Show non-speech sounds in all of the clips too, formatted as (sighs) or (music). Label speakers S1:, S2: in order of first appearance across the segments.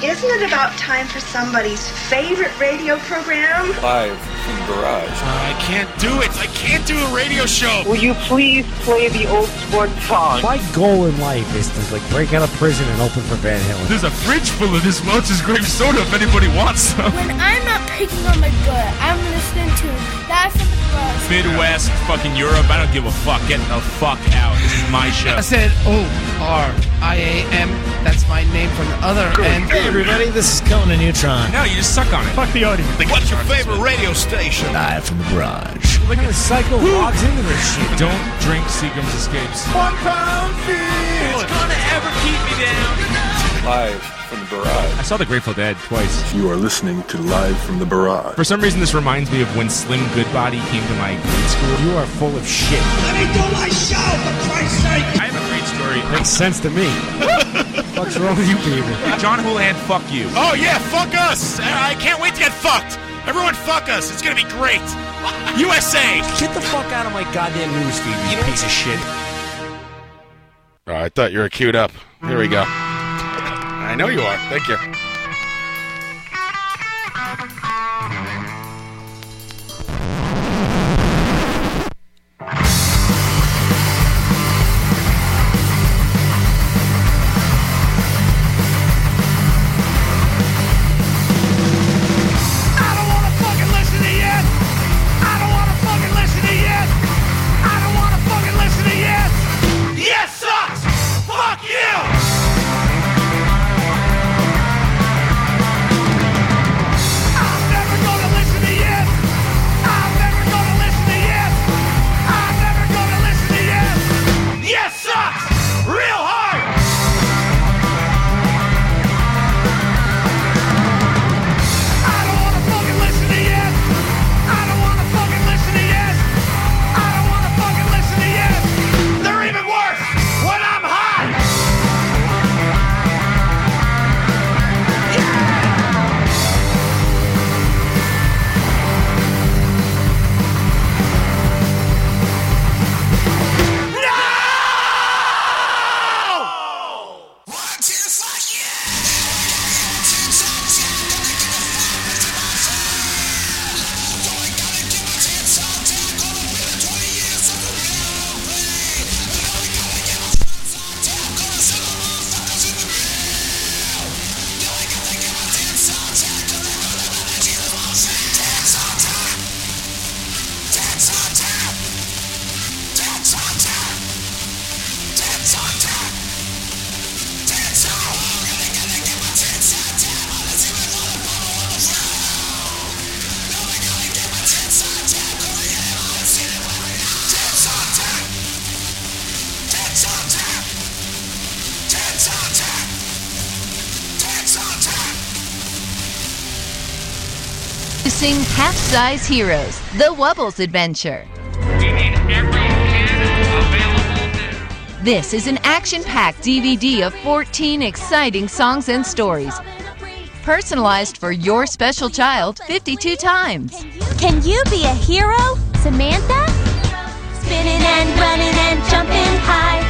S1: Isn't it about time for somebody's favorite radio program?
S2: Live from the garage.
S3: I can't do it. I can't do a radio show.
S4: Will you please play the old sport song?
S5: My goal in life is to like break out of prison and open for Van Halen.
S3: There's a fridge full of this Welch's grape soda if anybody wants some.
S6: When I'm not picking on my gut, I'm listening to Live from the Garage.
S3: (laughs) Midwest, fucking Europe. I don't give a fuck. Get the fuck out. This is my show.
S7: I said O R I A M. That's my name from the other end.
S5: Hey everybody, this is Conan Neutron.
S3: No, you just suck on it. Fuck the audience. What's your favorite radio station?
S5: Live from the garage. Look at the psycho logs into this shit.
S3: Don't drink Seagram's Escapes.
S5: One pound feet.
S3: gonna ever keep me down.
S2: Live from the garage.
S3: I saw The Grateful Dead twice.
S8: You are listening to Live from the Barrage.
S3: For some reason, this reminds me of when Slim Goodbody came to my grade school.
S5: You are full of shit.
S3: I have a great
S5: (laughs)
S3: story.
S5: Makes sense to me. What's wrong with you people?
S3: John Houlihan, fuck you.
S9: Oh yeah, fuck us! I I can't wait to get fucked. Everyone, fuck us! It's gonna be great. USA.
S5: Get the fuck out of my goddamn newsfeed, you piece of shit.
S9: Oh, I thought you were queued up. Here we go. I know you are. Thank you.
S10: I don't wanna fucking listen to yes. I don't wanna fucking listen to yes. I don't wanna fucking listen to yes. Yes sucks. Fuck you. I'm never gonna listen to yes. I'm never gonna listen to yes. I'm never gonna listen to yes. Yes sucks. Real hard. I don't wanna fucking listen to yes. I don't wanna fucking listen to yes. I don't wanna fucking listen to yes. They're even worse when I'm high.
S11: Sing Half Size Heroes, The Wubbles Adventure. This is an action packed DVD of 14 exciting songs and stories, personalized for your special child 52 times.
S6: Can you be a hero, Samantha? Spinning and running and jumping high.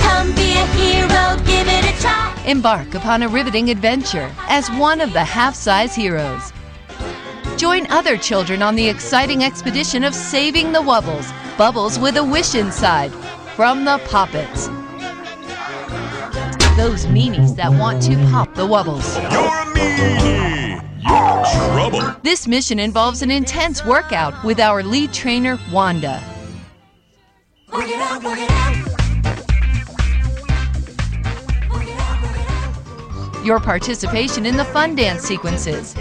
S6: Come be a hero, give it a try.
S11: Embark upon a riveting adventure as one of the half size heroes. Join other children on the exciting expedition of saving the Wubbles, Bubbles with a Wish Inside, from the Poppets. Those meanies that want to pop the Wubbles.
S9: You're a meanie. You're trouble.
S11: This mission involves an intense workout with our lead trainer, Wanda.
S6: Work it out, work it out. Work it out, work it out.
S11: your participation in the fun dance sequences,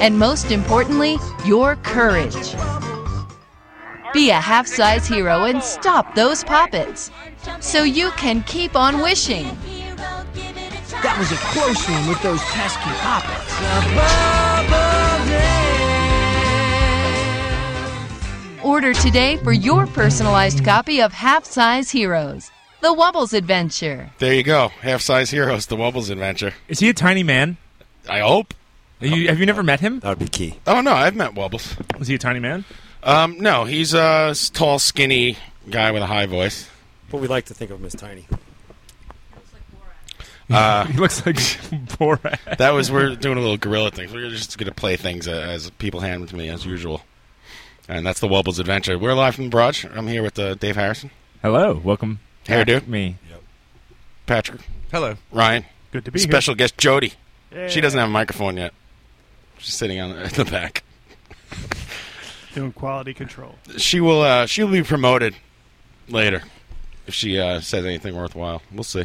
S11: and most importantly, your courage. Be a half size hero and stop those poppets so you can keep on wishing.
S6: That
S7: was a close one with those pesky poppets.
S11: Order today for your personalized copy of Half Size Heroes The Wubbles Adventure.
S9: There you go. Half size heroes. The Wubbles adventure.
S3: Is he a tiny man?
S9: I hope.
S3: You, have you never met him?
S5: That would be key.
S9: Oh no, I've met Wubbles.
S3: Was he a tiny man?
S9: Um, no, he's a s- tall, skinny guy with a high voice.
S5: But we like to think of him as tiny.
S9: Uh,
S3: he looks like (laughs) Borat.
S9: that was we're doing a little gorilla thing. We're just gonna play things uh, as people hand them to me as usual, and that's the Wubbles adventure. We're live from the barrage. I'm here with uh, Dave Harrison.
S3: Hello, welcome.
S9: Hairdo
S3: me.
S9: Patrick.
S3: Hello.
S9: Ryan.
S3: Good to be here.
S9: Special guest Jody. She
S3: Yeah.
S9: doesn't have a microphone yet. She's sitting on the, (laughs) in the back.
S12: Doing quality control.
S9: She will. Uh, she will be promoted later if she uh, says anything worthwhile. We'll see.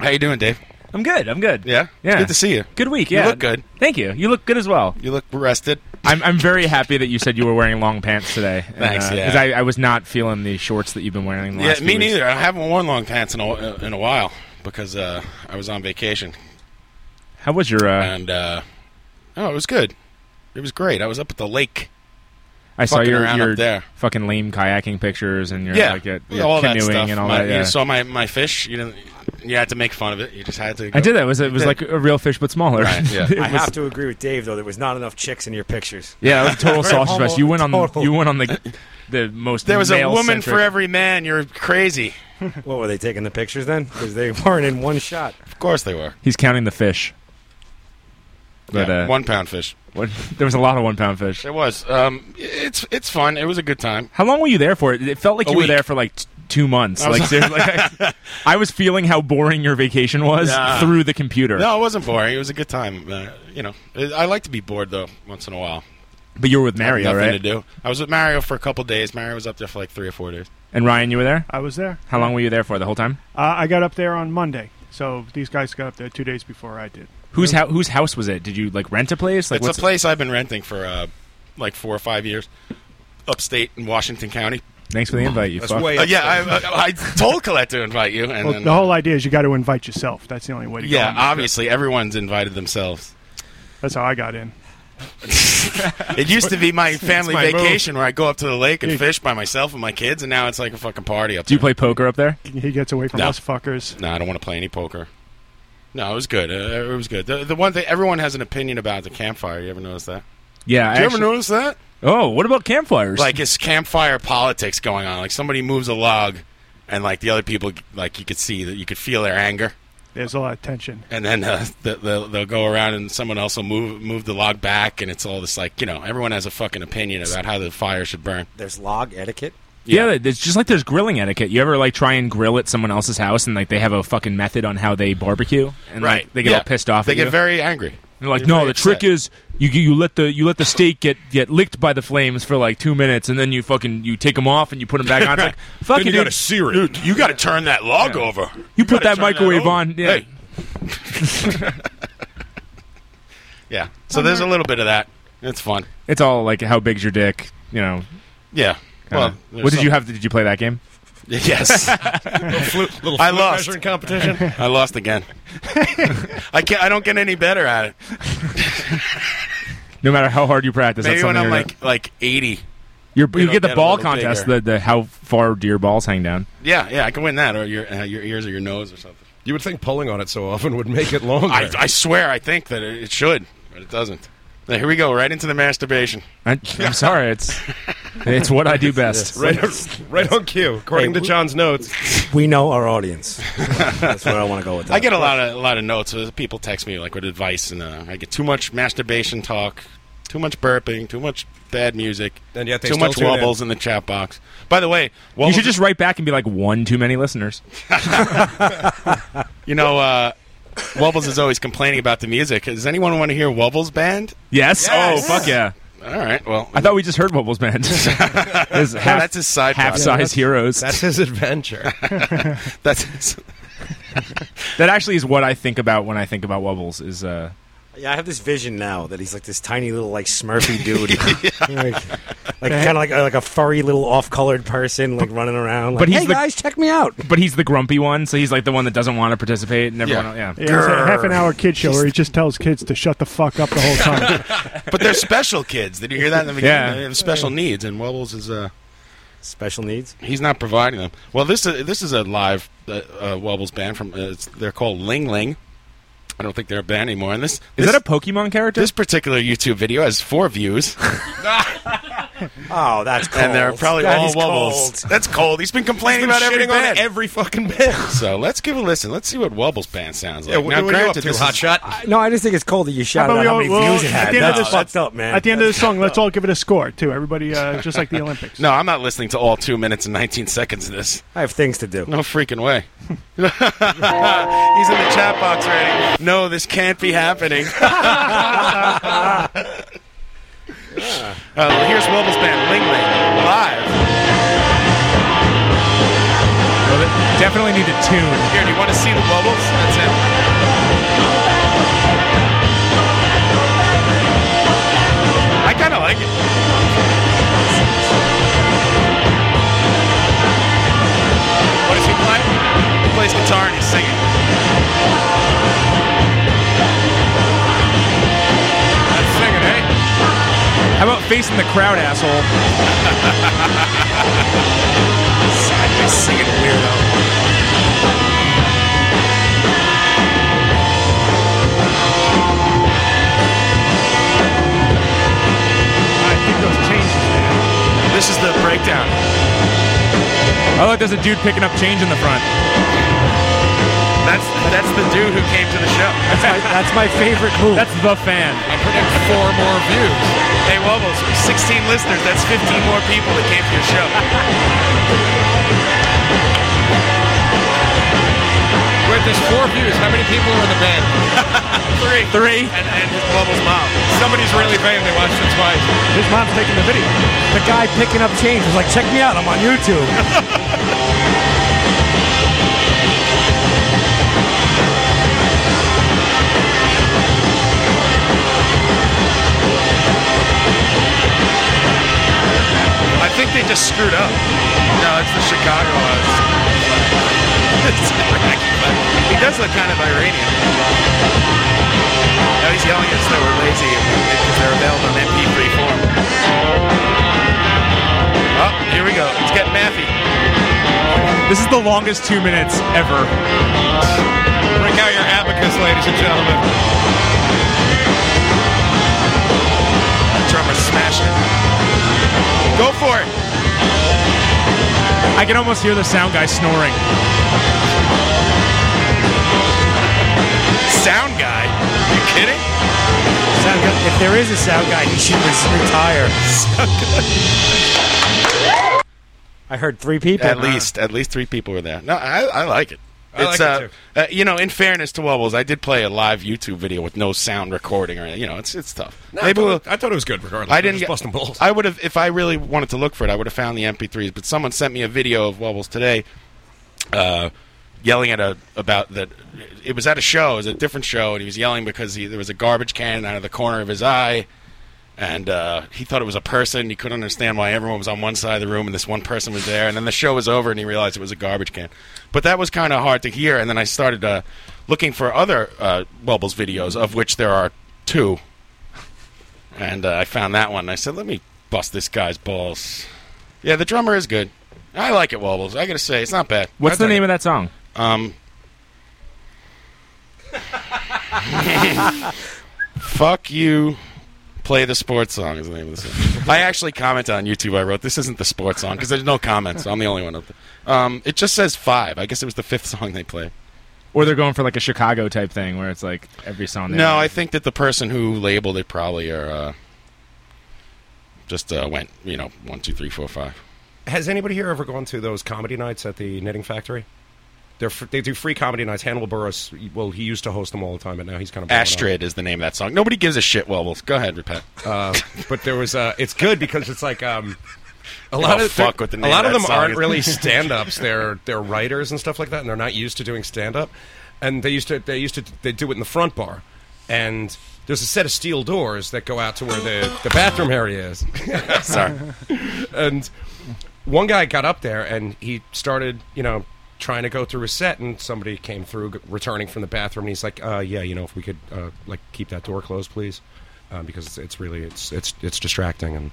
S9: How you doing, Dave?
S3: I'm good. I'm good.
S9: Yeah.
S3: Yeah.
S9: Good to see you.
S3: Good week.
S9: You
S3: Yeah.
S9: look good.
S3: Thank you. You look good as well.
S9: You look rested.
S3: I'm, I'm very happy that you said you were wearing long pants today.
S9: (laughs) Thanks, yeah.
S3: Because I, I was not feeling the shorts that you've been wearing. The last
S9: yeah, me
S3: few weeks.
S9: neither. I haven't worn long pants in a, in a while because uh, I was on vacation.
S3: How was your? Uh,
S9: and uh, oh, it was good. It was great. I was up at the lake.
S3: I saw
S9: fucking
S3: your
S9: around
S3: your
S9: up there.
S3: fucking lame kayaking pictures and your
S9: yeah,
S3: like at,
S9: Yeah,
S3: your
S9: all that
S3: canoeing
S9: stuff.
S3: and all
S9: My-
S3: that. Yeah.
S9: You saw my, my fish. You didn't. You had to make fun of it. You just had to.
S3: I
S9: go-
S3: did that. It was it was
S9: You (laughs)
S3: like
S9: did.
S3: a real fish but smaller? (laughs)
S5: (laughs)
S3: It
S5: I
S3: was-
S5: have to agree with Dave though. There was not enough chicks in your pictures.
S3: Yeah, that
S5: (laughs)
S9: (laughs)
S3: was total sausage fest. You went on
S5: Total.
S3: you went on the the most.
S9: There was a woman for
S3: male-centric-
S9: every man. You're crazy.
S5: What were they taking the pictures then? Because they weren't in one shot.
S9: Of course they were.
S3: He's counting the fish. But
S9: Yeah,
S3: uh,
S9: one pound fish.
S3: What, (laughs) there was a lot of one pound fish.
S9: It was. Um, it's it's fun. It was a good time.
S3: How long were you there for? It felt like
S9: A
S3: you
S9: week.
S3: were there for like t- two months.
S9: I was-
S3: Like,
S9: (laughs)
S3: seriously, like, I, I was feeling how boring your vacation was
S9: Nah.
S3: through the computer.
S9: No, it wasn't boring. It was a good time. Uh, you know, I like to be bored though once in a while.
S3: but you were with Mario,
S9: nothing
S3: right?
S9: to do. I was with Mario for a couple days. Mario was up there for like three or four days.
S3: And Ryan, you were there.
S12: I was there.
S3: How long were you there for? The whole time.
S12: Uh, I got up there on Monday, so these guys got up there two days before I did.
S3: Whose house? Whose house was it? Did you like rent a place? Like
S9: it's
S3: what's
S9: a place I've been renting for uh, like four or five years, upstate in Washington County.
S3: Thanks for the invite, you
S9: That's
S3: fuck. Oh,
S9: way uh, yeah, I, I, I told Colette to invite you, and
S12: Well,
S9: then,
S12: the whole idea is you got to invite yourself. That's the only way to go.
S9: yeah,
S12: on this trip.
S9: obviously everyone's invited themselves.
S12: That's how I got in.
S9: It used to be my family
S12: my move.
S9: vacation where I go up to the lake and fish by myself and my kids, and now it's like a fucking party up
S3: Do you
S9: there.
S3: play poker up there?
S12: He gets away from
S9: No.
S12: us fuckers.
S9: No, I don't want to play any poker. No, it was good. Uh, it was good. The, the one thing everyone has an opinion about the campfire. You ever notice that?
S3: Yeah.
S9: Do you ever notice that?
S3: Oh, what about campfires?
S9: Like it's campfire politics going on. Like somebody moves a log, and like the other people, like you could see that you could feel their anger,
S12: There's a lot of tension.
S9: and then uh, the, they'll, they'll go around and someone else will move move the log back, and it's all this like you know everyone has a fucking opinion about how the fire should burn.
S5: There's log etiquette.
S3: Yeah. it's just like there's grilling etiquette. You ever like try and grill at someone else's house and like they have a fucking method on how they barbecue and like,
S9: Right.
S3: they get
S9: Yeah.
S3: all pissed off.
S9: They
S3: at
S9: get
S3: you.
S9: very angry.
S3: They're like,
S9: They're
S3: no,
S9: very
S3: the trick is you you let the you let the steak get get licked by the flames for like two minutes and then you fucking you take them off and you put them back on. It's like,
S9: (laughs)
S3: fuck
S9: Then
S3: you,
S9: you
S3: dude.
S9: gotta sear it. Dude, you gotta turn that log over.
S3: You put
S9: gotta turn
S3: that
S9: that
S3: microwave
S9: over.
S3: on. Yeah.
S9: Hey. (laughs) Yeah. So there's a little bit of that. It's fun. (laughs)
S3: It's all like how big's your dick, you know.
S9: Yeah.
S3: kinda.
S9: Well, there's
S3: what did you
S9: some-
S3: have? Did you play that game?
S9: (laughs)
S3: (laughs)
S2: (laughs)
S9: Yes.
S3: little
S9: I
S3: flute
S9: lost.
S3: measuring competition.
S9: (laughs) I lost again. I can't. I don't get any better at it.
S3: No matter how hard you practice,
S9: Maybe
S3: that's
S9: when
S3: something
S9: I'm
S3: you're
S9: like like 80.
S3: You're,
S9: We
S3: you
S9: don't
S3: get the
S9: get a
S3: ball
S9: little
S3: contest,
S9: bigger.
S3: the, the how far do your balls hang down. (laughs)
S9: Yeah, yeah, I can win that, or your uh, your ears or your nose or something.
S2: You would think pulling on it so often would make it longer.
S9: I, I swear, I think that it, it should, but it doesn't. Now, here we go, right into the masturbation.
S3: I, (laughs) I'm sorry, it's it's what I do best.
S2: right, on, right on cue, according
S9: Hey,
S2: to John's notes.
S5: We know our audience. That's where I want to go with that.
S9: I get a lot of a lot of notes. uh, People text me like with advice, and uh, I get too much masturbation talk, too much burping, too much bad music,
S2: and yet they
S9: too
S2: still
S9: much
S2: tune in.
S9: wobbles in the chat box. By the way,
S3: you should just write back and be like one too many listeners.
S9: You know, uh, Wubbles is always complaining about the music. Does anyone want to hear Wubbles band?
S3: Yes? Oh, fuck yeah.
S9: All right. Well,
S3: I thought we just heard
S9: (laughs)
S3: Wobbles (laughs) Band. There's
S9: Yeah,
S3: half-
S9: that's his side
S3: half
S9: project.
S3: size heroes.
S2: That's his adventure.
S9: (laughs) that's his-
S3: (laughs) that actually is what I think about when I think about Wobbles. Is uh,
S5: Yeah, I have this vision now that he's like this tiny little like Smurfy dude, like, kind of like a, like a furry little off-colored person like running around. Like,
S3: But he's
S5: hey
S3: the-
S5: guys, check me out.
S3: but he's the grumpy one, so he's like the one that doesn't want to participate and everyone.
S9: Yeah.
S3: Yeah,
S12: Yeah, it's a half an hour kid show where he just tells kids to shut the fuck up the
S5: (laughs)
S12: whole time.
S9: but they're special kids. Did you hear that in the beginning?
S3: Yeah.
S9: They have special needs, and Wubbles is uh,
S5: special needs.
S9: He's not providing them. Well, this is this is a live uh, uh, Wubbles band from. Uh, it's, they're called Ling Ling. I don't think they're a band anymore. And this
S3: Is that a Pokemon
S12: (laughs)
S3: character?
S9: This particular YouTube video has four views.
S5: Oh, that's cold.
S9: And they're probably
S5: That
S9: all
S5: is
S9: wobbles.
S5: cold.
S9: That's cold. He's been complaining
S2: He's been
S9: about every
S2: shitting on
S9: band.
S2: every fucking band.
S9: So let's give a listen. Let's see what Wobble's band sounds like.
S2: Yeah, what-
S9: now,
S2: what are you
S9: granted,
S2: up to,
S9: this
S2: Hot
S9: is,
S2: Shot?
S5: I- No, I just think it's cold that you shouted
S12: about
S5: out
S12: we
S5: how
S12: all-
S5: many
S12: well,
S5: views it
S12: at
S5: had.
S12: the end of
S5: That's
S12: the-
S5: fucked up, man.
S12: At the end of the song, let's all give it a score too. Everybody, uh, just like the Olympics.
S9: No, I'm not listening to all two minutes and 19 seconds of this.
S5: I (laughs) have things to do.
S9: No freaking way. He's in the chat box already. No, this can't be happening. (laughs) Uh, here's Wobble's band, Ling Ling, live.
S3: Definitely need to tune.
S9: Here, do you want to see the Wobbles? That's it. I kind of like it. What does he play? He plays guitar and he's singing. That's singing, eh?
S3: How about facing the crowd, asshole?
S9: Sadly singing weirdo. (laughs) This is the breakdown.
S3: Oh, look, there's a dude picking up change in the front.
S9: That's that's the dude who came to the show.
S5: (laughs) That's my, that's my favorite move.
S3: That's the fan.
S9: I predict four more views. Hey, Wobbles, 16 listeners. That's 15 more people that came to your show. (laughs)
S2: Wait, there's four views. How many people are in the (laughs) band?
S9: Three.
S3: Three.
S9: And, and his Wobbles mom. Somebody's really vain. They watched it twice.
S12: His mom's taking the video.
S5: (laughs) The guy picking up change was like, check me out. I'm on YouTube.
S9: I think they just screwed up. No, it's the Chicago Oz. It's Iraqi, but he does look kind of Iranian. Now he's yelling at us that we're lazy because they're available in MP3 form. Oh, here we go. It's getting mathy.
S3: This is the longest two minutes ever.
S2: Bring out your abacus, ladies and gentlemen.
S9: The drummer's smashing it. Go for it.
S3: I can almost hear the sound guy snoring.
S9: uh, Sound guy. You kidding?
S5: Sound guy- if there is a sound guy, he should just retire. (laughs) I heard three people.
S9: At least, at least three people were there. No, I, I like it.
S2: I like
S9: it's
S2: it,
S9: uh,
S2: too.
S9: uh, you know, in fairness to Wubbles, I did play a live YouTube video with no sound recording or anything. You know, it's it's tough.
S2: No,
S9: Maybe
S2: I, thought,
S9: we'll.
S2: I thought it was good regardless.
S9: I didn't
S2: Just
S9: get.
S2: busting balls.
S9: I would have if I really wanted to look for it. I would have found the MP3s. But someone sent me a video of Wubbles today, uh, yelling at a about that. It was at a show. It was a different show, and he was yelling because he, there was a garbage can out of the corner of his eye and uh, he thought it was a person. He couldn't understand why everyone was on one side of the room and this one person was there. And then the show was over, and he realized it was a garbage can. But that was kind of hard to hear. And then I started uh, looking for other uh, Bubbles videos, of which there are two. And uh, I found that one. I said, "Let me bust this guy's balls." Yeah, the drummer is good. I like it, Wobbles. I gotta say, it's not bad.
S3: What's the name of that song?
S9: Um, fuck you. Play the sports song is the name of the song. I actually commented on YouTube. I wrote this isn't the sports song because there's no comments. I'm the only one up there. Um, it just says five. I guess it was the fifth song they played.
S3: Or they're going for like a Chicago type thing where it's like every song. they
S9: No,
S3: make.
S9: I think that the person who labeled it probably are uh, just uh, went you know one two three four five.
S2: Has anybody here ever gone to those comedy nights at the Knitting Factory? They're fr- they do free comedy nights. Hannibal Burris, well, he used to host them all the time, but now he's kind of blowing up.
S9: Astrid is the name of that song. Nobody gives a shit. Wobbles. Go ahead, repent.
S2: Uh, but there was uh, it's good because it's like um, a
S9: Oh,
S2: lot of
S9: fuck with the
S2: a
S9: name
S2: lot of
S9: of that
S2: them
S9: song
S2: aren't
S9: is-
S2: really stand ups. They're they're writers and stuff like that, and they're not used to doing stand up. And they used to they used to they do it in the front bar, and there's a set of steel doors that go out to where the the bathroom area is.
S9: Sorry.
S2: and one guy got up there and he started, you know, trying to go through his set, and somebody came through g- returning from the bathroom, and he's like, uh, "Yeah, you know, if we could uh, like keep that door closed, please, uh, because it's, it's really it's it's it's distracting." And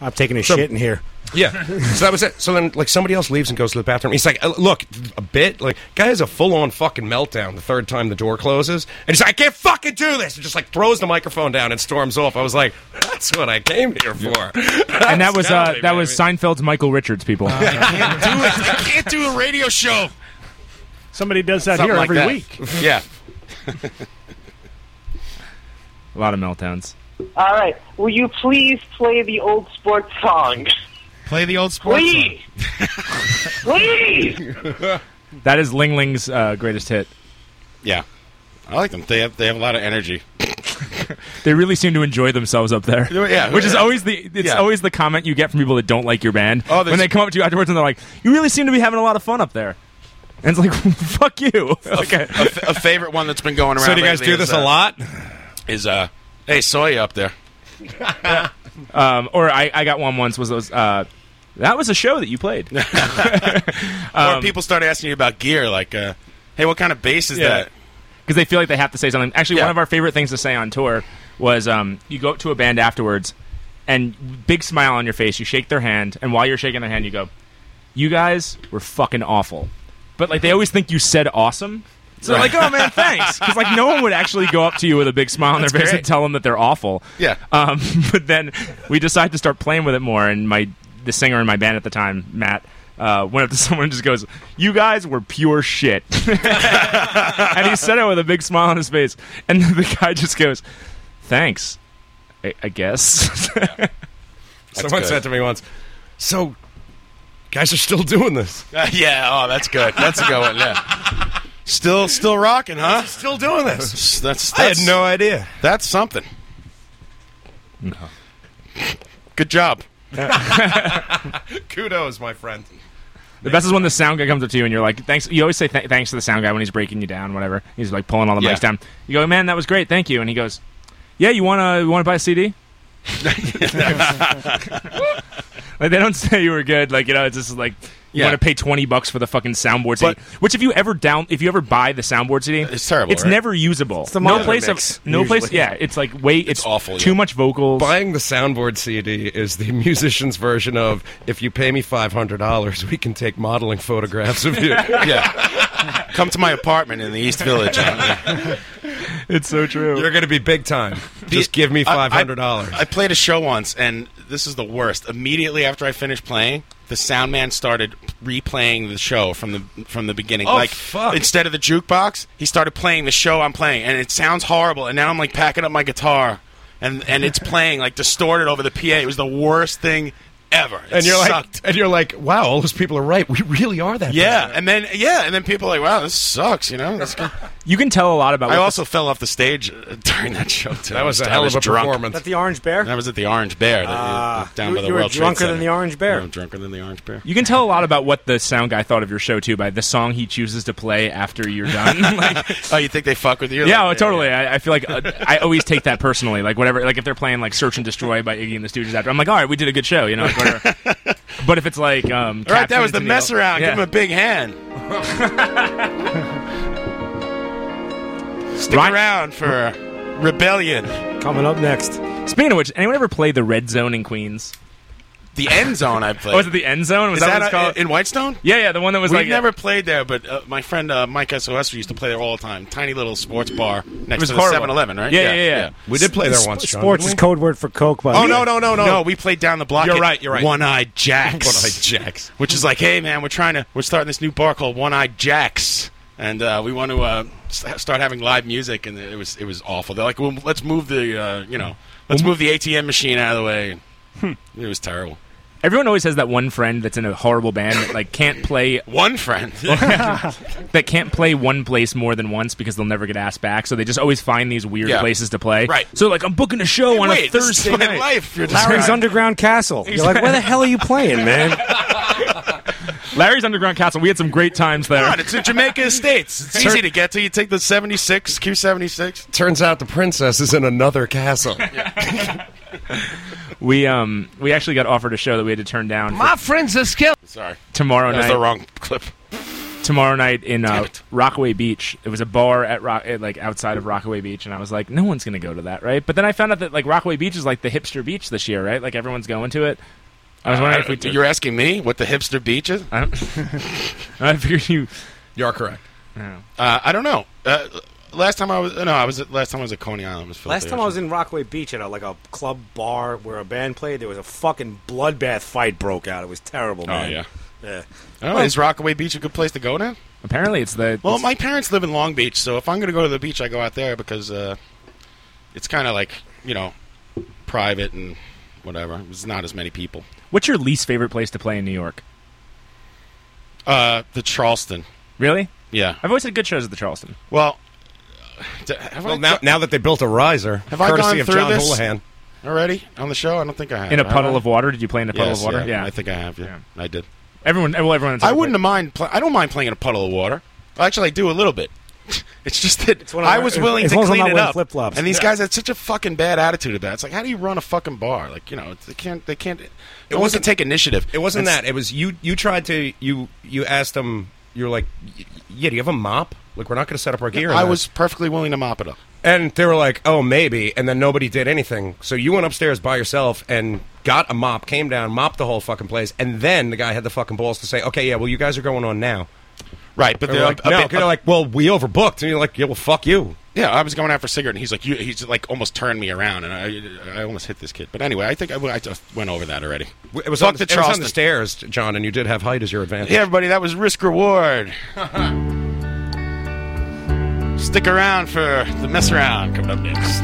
S5: I'm taking a
S2: So-
S5: shit in here.
S2: Yeah. so that was it. So then, like, somebody else leaves and goes to the bathroom. He's like, "Uh, look, a bit. Like, guy has a full on fucking meltdown the third time the door closes. And he's like, I can't fucking do this. And just, like, throws the microphone down and storms off. I was like, that's what I came here for.
S3: and that was uh, that was Seinfeld's Michael Richards. People,
S12: Uh-huh.
S9: I (laughs) can't do a radio show.
S12: Somebody does that
S3: Something
S12: here
S3: like
S12: every
S3: that.
S12: week.
S9: yeah.
S3: (laughs) a lot of meltdowns.
S4: (laughs) All right. Will you please play the old sports song?
S3: Play the
S9: (laughs)
S3: old
S4: Please. please.
S3: That is Ling Ling's uh, greatest hit.
S9: Yeah. I like them. They have they have a lot of energy.
S3: They really seem to enjoy themselves up there.
S9: Yeah.
S3: which is always the it's
S9: Yeah.
S3: always the comment you get from people that don't like your band
S9: Oh, there's-
S3: when they come up to you afterwards and they're like, "You really seem to be having a lot of fun up there," and it's like, (laughs) "Fuck you."
S9: A,
S3: okay.
S9: f- a favorite one that's been going
S3: So
S9: around.
S3: do you guys
S9: lately
S3: do this
S9: is,
S3: a
S9: uh,
S3: lot?
S9: Is uh, hey, saw you up there.
S3: (laughs) Um, or I, I got one once was was uh, that was a show that you played.
S9: (laughs)
S3: Um,
S9: or people start asking you about gear, like, uh, hey, what kind of bass is that?
S3: Because they feel like they have to say something. Actually, one of our favorite things to say on tour was um, you go up to a band afterwards and big smile on your face, you shake their hand, and while you're shaking their hand, you go, You guys were fucking awful. But like they always think you said awesome. So they're like,
S9: (laughs)
S3: oh man, thanks. Because like no one would actually go up to you with a big smile on their
S9: That's
S3: face
S9: great.
S3: and tell them that they're awful.
S9: Yeah.
S3: Um, (laughs) but then we decided to start playing with it more, and my the singer in my band at the time, Matt, uh, went up to (laughs) someone and just goes, "You guys were pure shit," (laughs) and he said it with a big smile on his face, and the guy just goes, "Thanks, I, I guess."
S2: (laughs)
S3: (laughs)
S2: Someone
S3: good.
S2: said to me once, so guys are still doing this.
S9: Uh, (laughs) yeah. Oh, that's good. That's a good one. Yeah. Still, still rocking, huh?
S2: Still doing this.
S9: (laughs) That's,
S2: I had
S9: that's
S2: no idea.
S9: That's something. No. Good job.
S2: (laughs) Kudos, my friend.
S3: the best is when the sound guy comes up to you and you're like, "Thanks." You always say th- thanks to the sound guy when he's breaking you down, whatever. He's like pulling all the
S9: Yeah.
S3: mics down. You go, "Man, that was great, thank you," and he goes, "Yeah, you wanna you wanna buy a
S9: (laughs)
S3: CD?" Like they don't say you were good. Like you know, it's just like you
S9: Yeah.
S3: want to pay twenty bucks for the fucking soundboard CD. Which if you ever down, if you ever buy the soundboard CD, it's
S9: terrible,
S3: It's
S9: right?
S3: never usable.
S9: It's the
S3: no
S9: monitor
S3: place
S9: mix,
S3: of no
S9: (laughs)
S3: place.
S9: usually.
S3: Yeah, it's like wait, it's,
S9: awful,
S3: Too
S9: yeah.
S3: much vocals.
S2: Buying the soundboard CD is the (laughs) musician's version of if you pay me five hundred dollars, we can take modeling photographs of you. (laughs)
S9: (laughs) yeah. Come to my apartment in the East Village.
S3: it's so true.
S2: You're going to be big
S9: (laughs)
S2: time. Just give me
S9: I- I-
S2: five hundred dollars.
S9: I played a show once, and this is the worst. Immediately after I finished playing, the sound man started replaying the show from the from the beginning.
S2: Oh,
S9: like
S2: fuck.
S9: instead of the jukebox, he started playing the show I'm playing, and it sounds horrible. And now I'm like packing up my guitar, and and it's playing like distorted over the PA. It was the worst thing ever. It
S2: And you're like,
S9: sucked.
S2: and you're like, wow, all those people are right. We really are that.
S9: yeah, and then yeah, and then people are like, wow, this sucks. You know, It's good.
S3: (laughs) You can tell a lot about.
S9: I
S3: what
S9: also fell off the stage uh, during that show too.
S2: That was a
S9: I
S2: hell of a
S9: drunk.
S2: performance.
S5: That's the Orange Bear.
S9: That was at the Orange Bear, that-
S5: Ah.
S9: down
S5: You-
S9: by the
S5: you were
S9: World Trade
S5: drunker than
S9: Center.
S5: the Orange Bear.
S9: Yeah, I'm drunker than the Orange Bear.
S3: You can tell a lot about what the sound guy thought of your show too by the song he chooses to play after
S9: (laughs)
S3: you're done. (laughs) like,
S9: Oh, you think they fuck with you?
S3: yeah, oh,
S9: Like,
S3: totally. I, I feel like uh, I always take that personally. Like whatever, like if they're playing like Search and Destroy by Iggy and the Stooges after, I'm like, all right, we did a good show, you know.
S9: (laughs)
S3: Like, whatever. but if it's like, um,
S9: All right,
S3: Captain
S9: that was the
S3: to
S9: mess
S3: Old-
S9: around.
S3: Yeah.
S9: Give him a
S5: (laughs)
S9: big hand. Stick around for rebellion.
S5: Coming up next.
S3: Speaking of which, anyone ever play the Red Zone in Queens?
S9: The end zone I played.
S3: Oh, was it the End Zone? Was
S9: Is
S3: that, what it's
S9: a-
S3: called?
S9: in Whitestone?
S3: yeah, yeah, the one that was
S9: we
S3: like
S9: never played there, but uh, my friend uh, Mike SOS used to play there all the time. Tiny little sports bar
S3: It
S9: next
S3: was
S9: to the
S3: horrible.
S9: 7-Eleven, right?
S3: Yeah, yeah, yeah.
S2: We did play there
S5: Sp-
S2: once. John,
S5: sports is
S2: didn't
S5: code word for coke, but
S9: Oh no, no, no, no!
S2: No,
S9: we played down the block.
S2: You're
S9: at
S2: right, you're right.
S9: One Eyed (laughs) Jacks.
S2: One-Eyed Jacks.
S9: Which is like, hey man, we're trying to we're starting this new bar called One Eyed Jacks, and uh, we want to uh, s- start having live music, and it was it was awful. They're like, well, let's move the uh, you know let's move the ATM machine out of the way. It was terrible.
S3: everyone always has that one friend that's in a horrible band that like can't play
S9: (laughs) One friend.
S3: (laughs) that can't play one place more than once because they'll never get asked back. So they just always find these weird
S9: Yeah.
S3: places to play.
S9: Right.
S3: So like I'm booking a show on a
S9: wait, this is
S3: Thursday
S9: my
S3: night.
S9: life. You're just-
S5: Larry's Underground Castle. You're like,
S9: (laughs)
S5: where the hell are you playing, man?
S3: (laughs) Larry's Underground Castle. We had some great times there.
S9: Come on, it's in Jamaica Estates. It's easy to get to. You take the 76, Q76. (laughs)
S2: we? Turns out the princess is in another castle.
S7: (laughs)
S3: We um we actually got offered a show that we had to turn down
S7: (laughs)
S3: for
S7: My friend's a skill.
S9: Sorry.
S3: tomorrow
S9: That was
S3: night.
S9: the wrong clip.
S3: tomorrow night in uh, Rockaway Beach. It was a bar at Rock, at, like outside of Rockaway Beach, and I was like, no one's gonna go to that, right? But then I found out that like Rockaway Beach is like the hipster beach this year, right? Like everyone's going to it. I was wondering
S9: Uh,
S3: if we
S9: you're asking me what the hipster beach is.
S3: I, figured you.
S2: You are correct.
S9: Uh, I don't know. Uh, last time I was no, I was at- last time I was at Coney Island. Was
S5: Last time I was in Rockaway Beach at a, like a club bar where a band played, there was a fucking bloodbath fight broke out. It was terrible,
S9: Oh,
S5: man.
S9: yeah.
S5: yeah.
S9: Oh, is Rockaway Beach a good place to go now?
S3: Apparently, it's the
S9: Well, my parents live in Long Beach, so if I'm going to go to the beach, I go out there because uh, it's kind of like you know private and whatever. There's not as many people.
S3: What's your least favorite place to play in New York?
S9: Uh, the Charleston.
S3: Really?
S9: Yeah.
S3: I've always had good shows at the Charleston.
S9: Well, d- have I
S2: Well, now, now that they built a riser,
S9: Have I
S2: courtesy
S9: gone
S2: of
S9: through
S2: John
S9: this
S2: Houlihan,
S9: already on the show? I don't think I have.
S3: In a
S9: Have
S3: puddle
S9: I?
S3: of water? Did you play in a puddle
S9: Yes,
S3: of water?
S9: Yeah,
S3: Yeah.
S9: I think I have. Yeah, I did.
S3: Everyone, well, everyone.
S9: I wouldn't mind. Pl- I don't mind playing in a puddle of water. Actually, I do a little bit. (laughs) It's just that
S5: of
S9: I
S5: our-
S9: was willing
S5: as
S9: to
S5: long as I'm
S9: clean
S5: not
S9: it
S5: wearing
S9: up.
S5: flip-flops.
S9: And these
S5: Yeah.
S9: guys had such a fucking bad attitude about it. It's like, how do you run a fucking bar? Like, you know, they can't. They can't. It wasn't take initiative.
S2: It wasn't
S9: It's-
S2: that. It was you. You tried to. You you asked them. You were like, "Y- "Yeah, do you have a mop? Like, we're not going to set up our gear." in
S9: I
S2: there."
S9: was perfectly willing to mop it up.
S2: And they were like, "Oh, maybe." And then nobody did anything. So you went upstairs by yourself and got a mop, came down, mopped the whole fucking place, and then the guy had the fucking balls to say, "Okay, yeah, well, you guys are going on now."
S9: Right, but
S2: they're
S9: they're
S2: like,
S9: a- a
S2: "No,"
S9: bit-
S2: they're like, "Well, we overbooked," and you're like, "Yeah, well, fuck you."
S9: Yeah, I was going out for a cigarette, and he's like, you, he's like almost turned me around, and I, I almost hit this kid. But anyway, I think I, I just went over that already.
S2: It was,
S9: Fuck
S2: on the,
S9: the
S2: it was on
S9: Charleston.
S2: the stairs, John, and you did have height as your advantage.
S9: Hey, everybody, that was risk reward. Stick around for the mess around coming up next.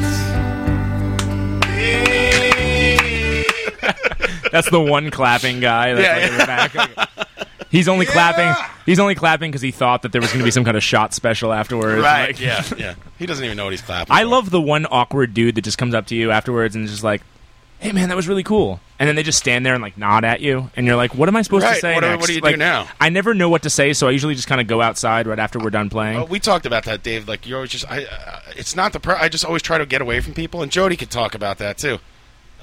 S3: That's the one clapping guy. That's
S13: Yeah,
S3: like in
S13: yeah.
S3: the back. He's only clapping. He's only clapping because he thought that there was going to be some kind of shot special afterwards.
S9: Right?
S2: (laughs)
S3: Like-
S9: yeah, yeah. He doesn't even know what he's clapping.
S3: (laughs) I love the one awkward dude that just comes up to you afterwards and is just like, "Hey, man, that was really cool." And then they just stand there and like nod at you, and you're like, "What am I supposed to
S9: Right,
S3: say?"
S9: what do- what
S3: next?
S9: do you do
S3: Like,
S9: now?
S3: I never know what to say, so I usually just kind of go outside right after we're done playing.
S9: Oh, we talked about that, Dave. Like you always just, I, uh, it's not the. Pro- I just always try to get away from people, and Jody could talk about that too.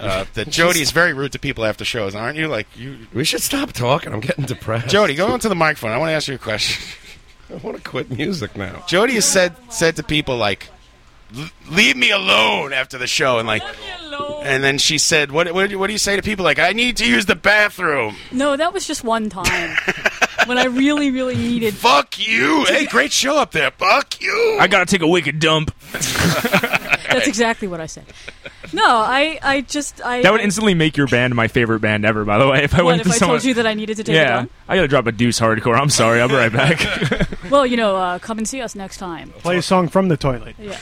S9: Uh, that Jody is very rude to people after shows, aren't you? Like you,
S2: We should stop (laughs) talking. I'm getting depressed.
S9: Jody, go onto the microphone. I want to ask you a question.
S2: (laughs) I want to quit music now.
S9: Jody has said said to people like, "L- "Leave me alone" after the show, and like, and then she said, "What what, do you- what do you say to people like, I need to use the bathroom"?
S14: No, that was just one
S3: (laughs)
S14: time when I really, really needed.
S9: Fuck you! Hey, great show up there. Fuck you!
S3: I gotta take
S9: (laughs)
S3: a wicked dump.
S14: That's exactly what I said. No, I, I just, I.
S3: That would instantly make your band my favorite band ever. By the way, if I
S14: What,
S3: went
S14: if
S3: to
S14: I
S3: someone,
S14: told you that I needed to take it
S3: yeah,
S14: on?
S3: I gotta drop a deuce hardcore. I'm sorry, I'll be
S9: (laughs)
S3: right back.
S14: Well, you know, uh, come and see us next time.
S12: Play a song from the toilet.
S14: Yeah,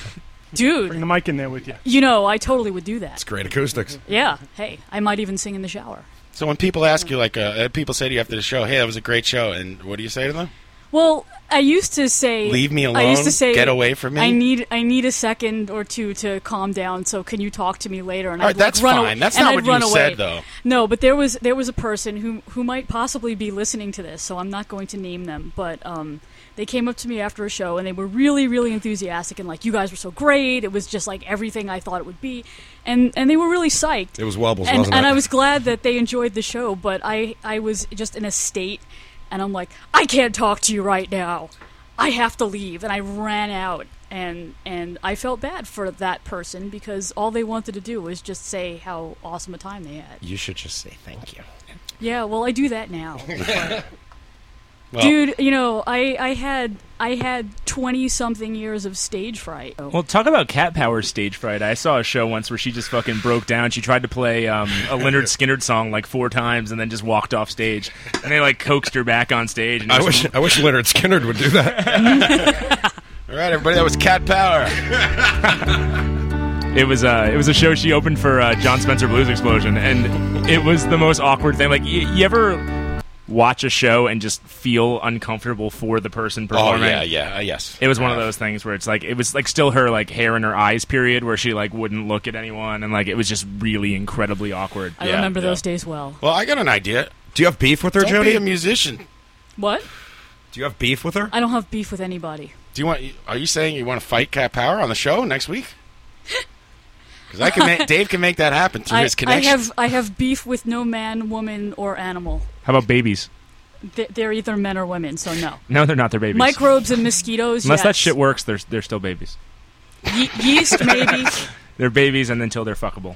S14: dude.
S12: Bring the mic in there with you.
S14: You know, I totally would do that.
S2: Great acoustics.
S14: Yeah. Hey, I might even sing in the shower.
S9: So when people ask you, like, uh, uh, people say to you after the show, "Hey, that was a great show," and what do you say to them?
S14: Well, I used to say,
S9: Leave me
S14: I
S9: alone?
S14: used to say,
S9: Get away from me?
S14: I need, I need a second or two to calm down. So can you talk to me later? And
S9: All
S14: I'd
S9: right, that's
S14: like, run
S9: fine.
S14: Away,
S9: That's
S14: and
S9: not
S14: I'd
S9: what
S14: run
S9: you
S14: away.
S9: said, though.
S14: No, but there was there was a person who who might possibly be listening to this, so I'm not going to name them. But um, they came up to me after a show and they were really really enthusiastic and like you guys were so great. It was just like everything I thought it would be, and and they were really psyched.
S2: It was Wobbles,
S14: and,
S2: wasn't
S14: and
S2: it?
S14: I was glad that they enjoyed the show, but I I was just in a state, and I'm like I can't talk to you right now. I have to leave, and I ran out. And and I felt bad for that person because all they wanted to do was just say how awesome a time they had.
S2: You should just say thank you.
S14: Yeah, well, I do that
S9: (laughs)
S14: now. But-
S2: Well-
S14: Dude, you know, I, I had I had twenty something years of stage fright.
S3: Well, talk about cat power stage fright. I saw a show once where she just fucking broke down. She tried to play um,
S9: (laughs)
S3: a Leonard Skinner song like four times and then just walked off stage. And they like coaxed her back on stage. And it
S2: I
S3: was-
S2: wish I wish Leonard Skinner would do that.
S9: All right, everybody, that was Cat Power.
S3: It was uh, it was a show she opened for uh, John Spencer Blues Explosion, and it was the most awkward thing. Like y- you ever watch a show and just feel uncomfortable for the person performing?
S9: Oh, yeah, yeah, uh, yes.
S3: It was one of those things where it's like it was like still her like hair in her eyes period where she like wouldn't look at anyone and like it was just really incredibly awkward.
S14: I remember those days well.
S9: Well, I got an idea.
S2: Do you have beef with
S9: her, Don't
S2: Jody?
S9: Be a musician.
S14: What?
S2: Do you have beef with her?
S14: I don't have beef with anybody.
S9: Do you want? Are you saying you want to fight Cat Power on the show
S14: (laughs)
S9: next week? Because I can. Make, Dave can make that happen through
S14: I,
S9: his
S14: I
S9: connection.
S14: have I have beef with no man, woman, or animal.
S3: How about babies?
S14: th- they're either men or women, so no.
S3: No, they're not. They're babies.
S14: Microbes and mosquitoes.
S3: Unless that
S14: yes.
S3: shit works, they're they're still babies.
S14: Ye- yeast, maybe.
S3: They're babies and until they're fuckable.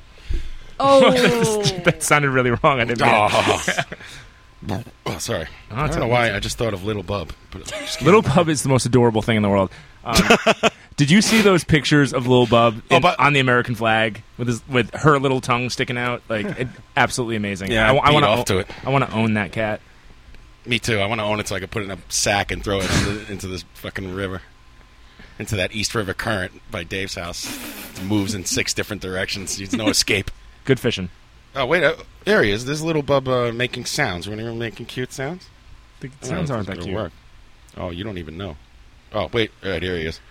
S14: Oh.
S3: (laughs) that sounded really wrong. I didn't. mean it.
S9: (laughs) Oh, sorry.
S3: Oh,
S9: I
S3: it's
S9: don't know
S3: all-
S9: why. I just thought of Little Bub. But just kidding.
S3: (laughs) Little Bub is the most adorable thing in the world.
S9: (laughs)
S3: Um, did you see those pictures of Little Bub
S9: Oh,
S3: in- on the American flag with his, with her little tongue sticking out? Like, it, absolutely amazing.
S9: Yeah, I,
S3: wa-
S9: want
S3: wanna
S9: off
S3: o-
S9: to it.
S3: I want to own that cat.
S9: Me too. I want to own it so I can put it in a sack and throw it into, into this fucking river, into that East River Current by Dave's house. It moves in six different directions. There's no escape.
S3: Good fishing.
S9: Oh wait, uh, there he is. There's little bub uh, making sounds. When you're making cute sounds,
S3: the
S15: sounds aren't that cute.
S9: Work. Oh, you don't even know. Oh wait, all right, here he is.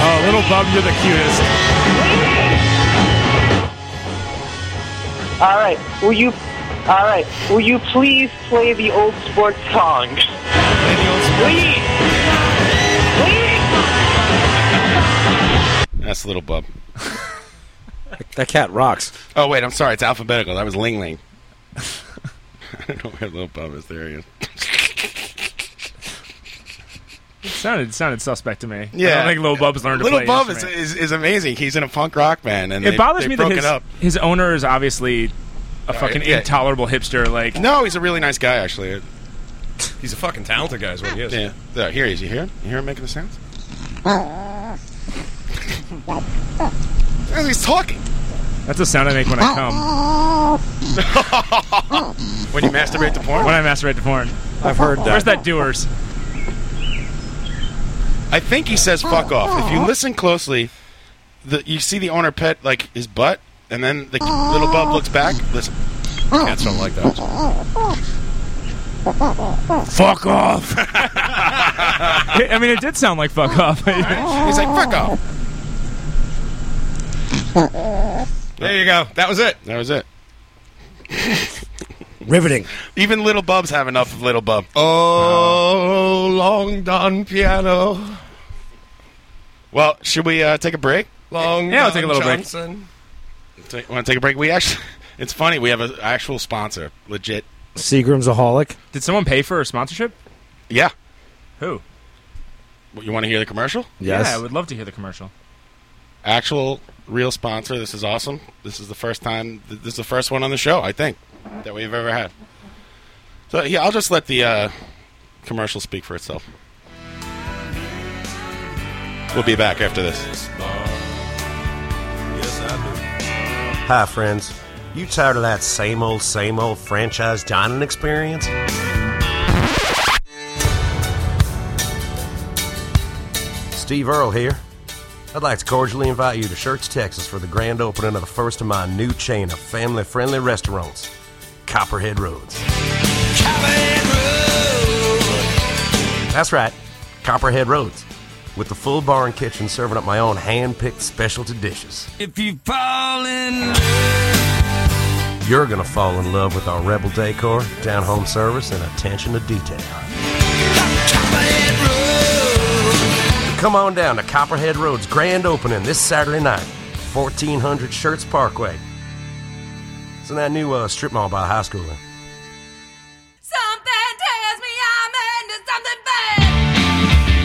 S15: Oh, little bub, you're the cutest.
S10: All right, will you? All right, will you please play the old sport song? Please,
S9: That's little bub.
S16: (laughs) that cat rocks.
S9: Oh wait, I'm sorry. It's alphabetical. That was Ling Ling. (laughs) I don't know where little bub is. There he is.
S3: It sounded sounded suspect to me. I
S9: Yeah.
S3: don't think Little Bub's learned to
S9: Little
S3: play an
S9: Bub is,
S3: instrument.
S9: is, is amazing. He's in a punk rock band, and
S3: it
S9: they,
S3: bothers
S9: they
S3: me that
S9: broke
S3: his,
S9: it up.
S3: his owner is obviously a
S9: No,
S3: fucking
S9: yeah.
S3: intolerable hipster. Like,
S9: No, he's a really nice guy, actually.
S17: He's a fucking talented guy, is what he is.
S9: Yeah, There, here he is. You hear him? You hear him making the sounds? As he's talking.
S3: that's the sound I make when I come.
S9: (laughs) when you masturbate to porn?
S3: When I masturbate to porn.
S16: I've heard that.
S3: Where's
S9: (laughs)
S3: that doers?
S9: I think he says "fuck off." If you listen closely, the, you see the owner pet like his butt, and then the little bub looks back. Listen, cats don't like that.
S3: Fuck off.
S9: (laughs)
S3: I mean, it did sound like fuck off.
S9: He's like, fuck off.
S17: There you go. That was it.
S9: Oh, That was it.
S16: Riveting.
S9: Even little bubs have enough of little bub. Oh, long don piano. Well, should we uh, take a break?
S17: Long
S9: Yeah,
S17: yeah,
S9: I'll
S17: I'll
S9: take a little break.
S17: Johnson.
S9: Want to take a break? We actually, (laughs) it's funny. We have an actual sponsor, legit.
S16: Seagram's a holic.
S3: Did someone pay for a sponsorship?
S9: Yeah.
S3: Who?
S9: What, You want to hear the commercial?
S3: Yeah, I would love to hear the commercial.
S9: actual real sponsor. This is awesome. This is the first time. th- This is the first one on the show, I think, that we've ever had. So yeah, I'll just let the uh, commercial speak for itself. We'll be back after this.
S2: Hi, friends. You tired of that same old, same old franchise dining experience? Steve Earle here. I'd like to cordially invite you to Shirts, Texas for the grand opening of the first of my new chain of family friendly restaurants, Copperhead Roads. That's right, Copperhead Roads, with the full bar and kitchen serving up my own hand picked specialty dishes.
S18: If you fall in
S2: You're gonna fall in love with our Rebel decor, down home service, and attention to detail. Come on down to Copperhead Road's grand opening this Saturday night, 1400 Shirts Parkway. It's in that new uh, strip mall by the high school.
S18: Something tells me I'm into something bad.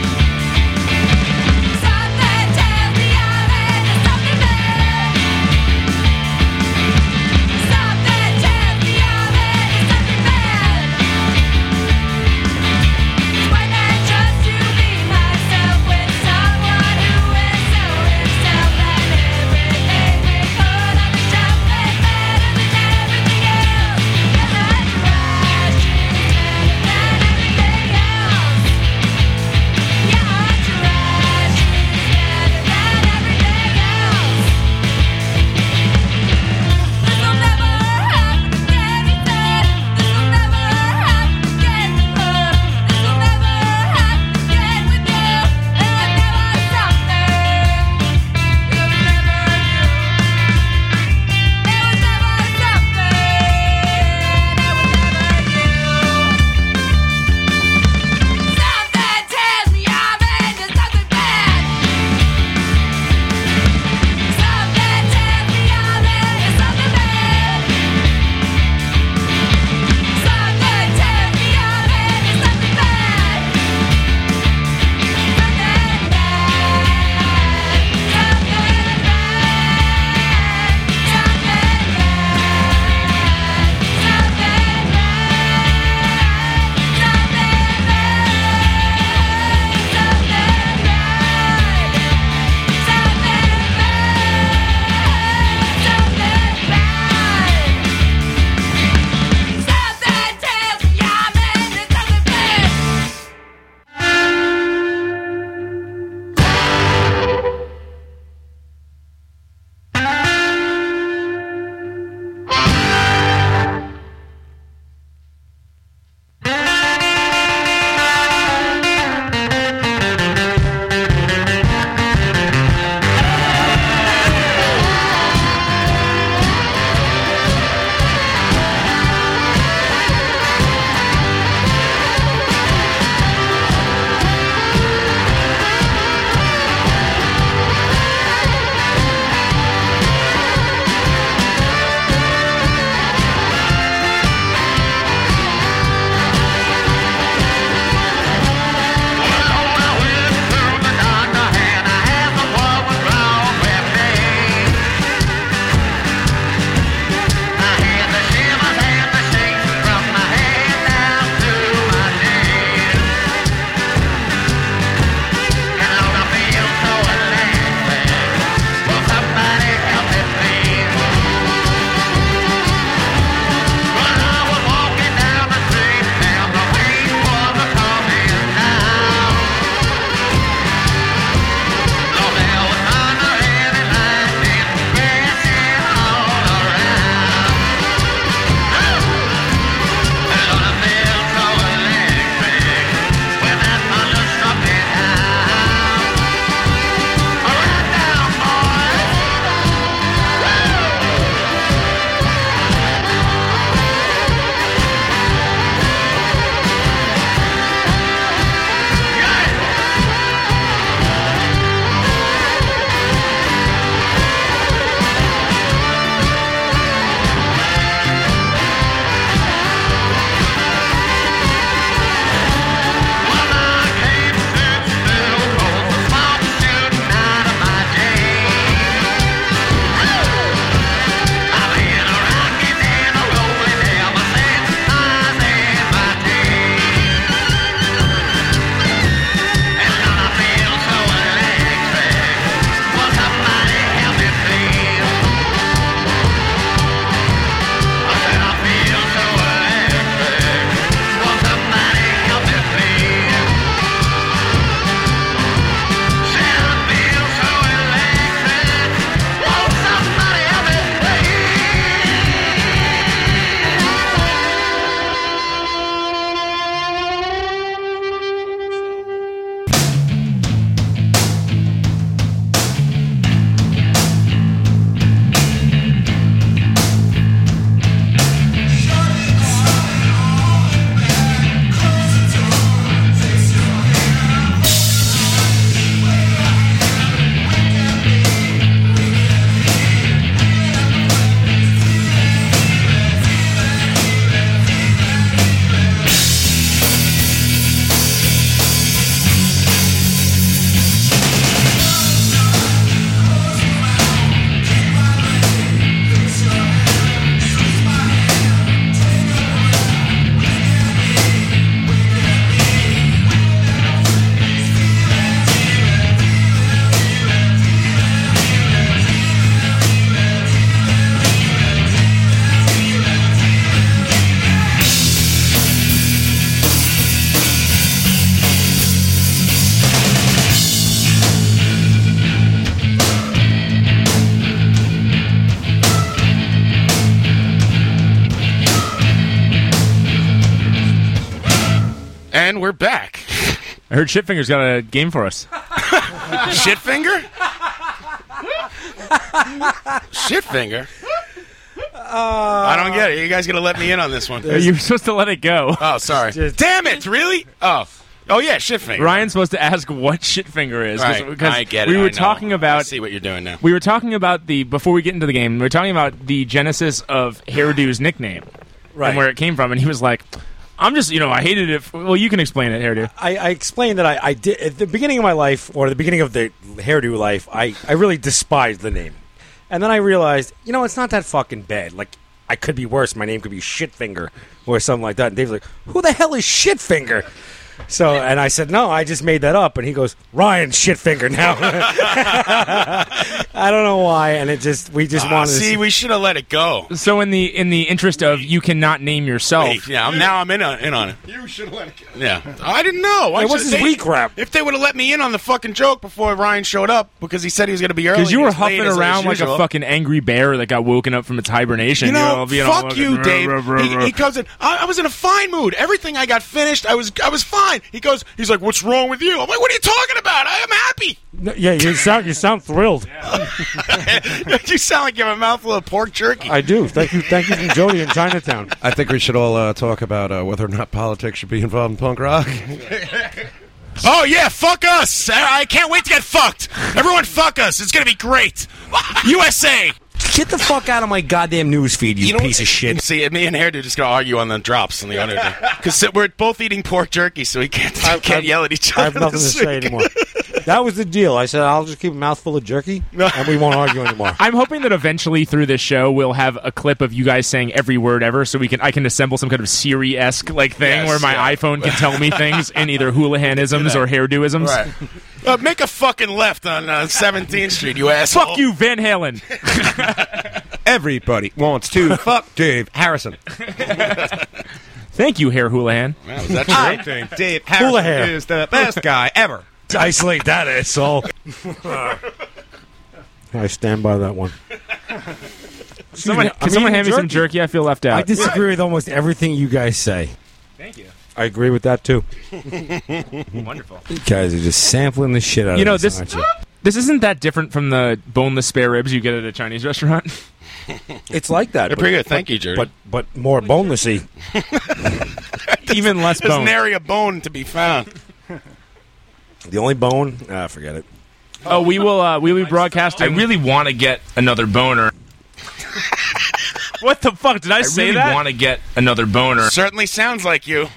S9: we're back.
S3: (laughs) I heard Shitfinger's got a game for us.
S9: (laughs) Shitfinger? (laughs) Shitfinger? I don't get it. You guys gonna let me in on this one?
S3: (laughs) You're supposed to let it go.
S9: Oh, sorry.
S3: (laughs)
S9: Damn it! Really? Oh, oh yeah, Shitfinger.
S3: Ryan's supposed to ask what Shitfinger is. 'cause-
S9: Right.
S3: because
S9: I get it.
S3: We
S9: I
S3: were
S9: know.
S3: talking about.
S9: I see what you're doing now.
S3: We were talking about the before we get into the game. We were talking about the genesis of Hairdo's nickname,
S5: Right.
S3: And where it came from. And he was like, "I'm just, you know, I hated it." f- Well, you can explain it, Hairdo.
S5: I, I explained that I, I did at the beginning of my life or the beginning of the hairdo life, I, I really despised the name. And then I realized, you know, it's not that fucking bad. Like I could be worse. My name could be Shitfinger or something like that. And Dave's like, Who the hell is Shitfinger? So and I said, No, I just made that up and he goes, Ryan Shitfinger now. (laughs) I don't know why, and it just we just
S9: Ah,
S5: wanted to
S9: see, we should have let it go.
S3: So in the in the interest of you cannot name yourself.
S9: Wait, yeah, I'm, now I'm in on, in on it.
S2: You should let it go.
S9: Yeah, I didn't know. I
S3: It was
S9: should've-
S3: his
S9: they-
S3: weak rap.
S9: If they would have let me in on the fucking joke before Ryan showed up, because he said he was going to be early.
S3: Because you
S9: he
S3: were
S9: was late as-
S3: huffing
S9: as
S3: around like a
S9: usual.
S3: fucking angry bear that got woken up from its hibernation.
S9: You know,
S3: all being all
S9: fuck
S3: fucking
S9: you,
S3: ruh,
S9: Dave.
S3: ruh, (laughs) ruh,
S9: he,
S3: ruh.
S9: he comes in. I, I was in a fine mood. Everything I got finished. I was I was fine. He goes. He's like, "What's wrong with you?" I'm like, "What are you talking about? I am happy." (laughs)
S5: No, yeah, you sound you
S3: (laughs)
S5: sound thrilled.
S9: you sound like you have a mouthful of pork jerky.
S5: I do. Thank you, thank you, from Jody in Chinatown.
S19: I think we should all uh, talk about uh, whether or not politics should be involved in punk
S5: (laughs)
S19: rock.
S9: Oh yeah, fuck us! I I can't wait to get fucked. Everyone, fuck us. It's gonna
S2: (laughs)
S9: be great. USA.
S5: Get the fuck out of my goddamn newsfeed, you, piece of shit.
S9: See, me and Hairdo just gonna argue on the drops and the other
S5: (laughs)
S9: because we're both eating pork jerky, so we can't (laughs) can't yell at each other.
S5: I
S2: (laughs)
S5: have nothing to
S9: this
S5: say
S9: week.
S5: anymore. That was the deal. I said I'll just keep a mouthful of
S2: (laughs)
S5: jerky, and we won't argue anymore.
S3: I'm hoping that eventually through this show we'll have a clip of you guys saying every word ever, so we can I can assemble some kind of Siri esque like thing
S9: Yes,
S3: where my
S9: yeah.
S3: iPhone can tell
S2: (laughs)
S3: me things in either Houlihanisms or hairdoisms.
S9: Right. (laughs) Uh, make a fucking left on uh, 17th Street, you asshole.
S3: Fuck you,
S9: (laughs)
S3: Van Halen.
S2: Everybody wants
S3: (laughs)
S2: to fuck Dave Harrison.
S3: Thank you, Hair Houlihan.
S9: Wow,
S2: that true? I think Dave Harrison
S3: Houlihan.
S2: is the best guy ever.
S5: To isolate that asshole. I stand by that one.
S9: (laughs)
S5: Excuse me,
S3: Someone, can someone
S5: comedian
S3: hand me some jerky? I feel left out.
S5: I disagree with almost everything you guys say.
S3: Thank you.
S5: I agree with that too.
S3: Wonderful.
S5: You guys are just sampling the shit out
S3: You
S5: of
S3: know
S5: this, aren't
S3: this.
S5: you?
S3: This isn't that different from the boneless spare ribs you get at a Chinese restaurant.
S5: It's like that.
S9: They're
S5: but-
S9: pretty good. Thank
S5: but-
S9: you, Jerry.
S5: But but more bonelessy.
S3: Even less
S9: There's
S5: bone.
S9: nary a bone to be found.
S5: The only bone. Ah, forget it.
S3: Oh, we will. Uh, we will be broadcasting. I really want to get another boner. what the fuck did I,
S9: say that?
S3: to get another boner.
S9: Certainly sounds like you.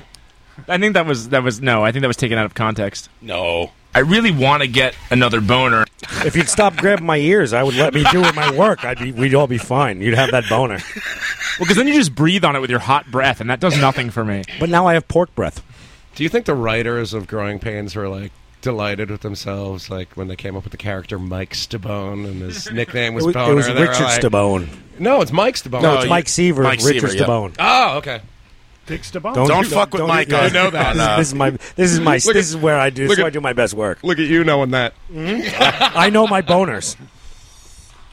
S3: I think that was that was no. I think that was taken out of context.
S9: No.
S3: I really want to get another boner.
S5: If you'd stop grabbing my ears, I would let me do my work. I'd be. We'd all be fine. You'd have that boner.
S3: Well, because then you just breathe on it with your hot breath, and that does nothing for me.
S5: But now I have pork breath.
S2: Do you think the writers of Growing Pains were like delighted with themselves, like when they came up with the character Mike Stabone and
S3: (laughs)
S2: his nickname was
S5: It was- it
S2: Boner?
S5: was
S2: they were
S5: Richard
S2: like-
S5: Stabone.
S2: No, it's Mike Stabone.
S5: No, it's No, Mike you- Seaver, Mike Richard Seaver, yeah. Stabone.
S2: Oh, okay.
S12: Dick Stabone.
S5: Don't,
S2: Oh, Don't fuck with
S5: don't-
S2: Mike
S5: yeah,
S2: on- know that. uh,
S5: This, is- this is my. This is my.
S2: Look at-
S5: this is where I do. This is
S2: look
S5: where I
S2: at-
S5: do my best work.
S2: Look at you knowing that.
S5: I know my boners.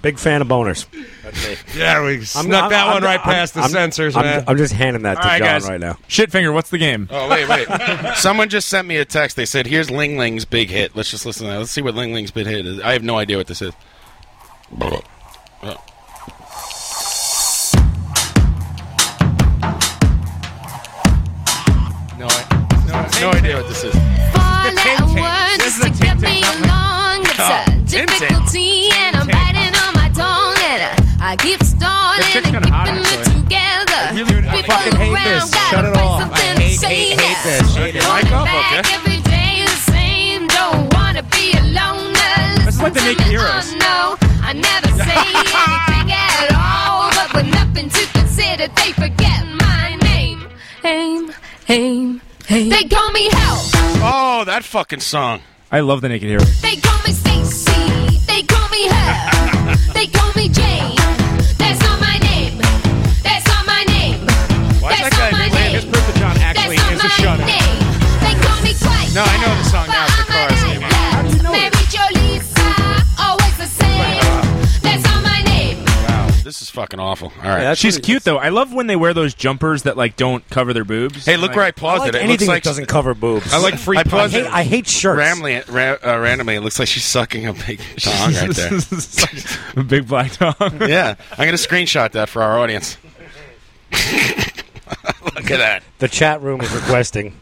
S5: Big fan of boners.
S2: Yeah, we snuck that one right past the
S5: (laughs)
S2: censors,
S5: I'm,
S2: man.
S5: I'm just handing that to
S3: All right,
S5: John
S3: guys.
S5: right now.
S3: Shitfinger, what's the game?
S9: Oh wait,
S3: (laughs)
S9: wait. Someone just sent me a text. They said, "Here's Ling Ling's big hit." Let's just listen to that. Let's see what Ling Ling's big hit is. I have no idea what this is. No, I, no, I- no idea what this is.
S13: Four
S9: letter words
S13: to get me along.
S9: It's a Oh,
S13: difficulty, and I'm biting on my tongue, and I keep
S3: This
S13: stalling
S3: chick's kinda hot, actually.
S13: together.
S3: I fucking hate this. Shut it off. I hate, hate, hate this. Shut it
S13: Back every day the same. Don't wanna be alone.
S3: This is like the Naked Heroes.
S13: No, I never
S3: (laughs)
S13: say anything at all. But with nothing to consider, they forget my name. Aim, aim, aim. They call me help.
S9: Oh, that fucking song.
S3: I love the Naked Hero.
S13: They call me Stacy. They call me
S9: (laughs)
S13: Hell. they call me Jane. That's not my name. That's not my name.
S9: Why is
S13: That's
S9: that
S13: not
S9: guy
S13: my
S9: playing-
S13: name.
S9: his proof of John actually
S13: That's not
S9: is a
S13: my
S9: shutout.
S13: name. They call me Quite.
S9: No, I know the song now. It's the chorus. Came on. uh-huh.
S13: Mary Jo Lisa. Always the same. That's not my name.
S9: (laughs) Wow, this is fucking awful. All right.
S3: she's cute though. I love when they wear those jumpers that like don't cover their boobs.
S9: Hey, look where I paused
S3: like
S9: it. It looks
S5: anything
S9: like-
S5: that doesn't cover boobs.
S9: I like free
S5: I,
S9: puns.
S5: hate, I hate shirts. (laughs)
S9: Randomly, ra- uh, randomly, it looks like she's sucking a big dong right there.
S3: a big black dong.
S9: (laughs) yeah, I'm gonna screenshot that for our audience. (laughs) Look at that.
S5: The chat room is requesting.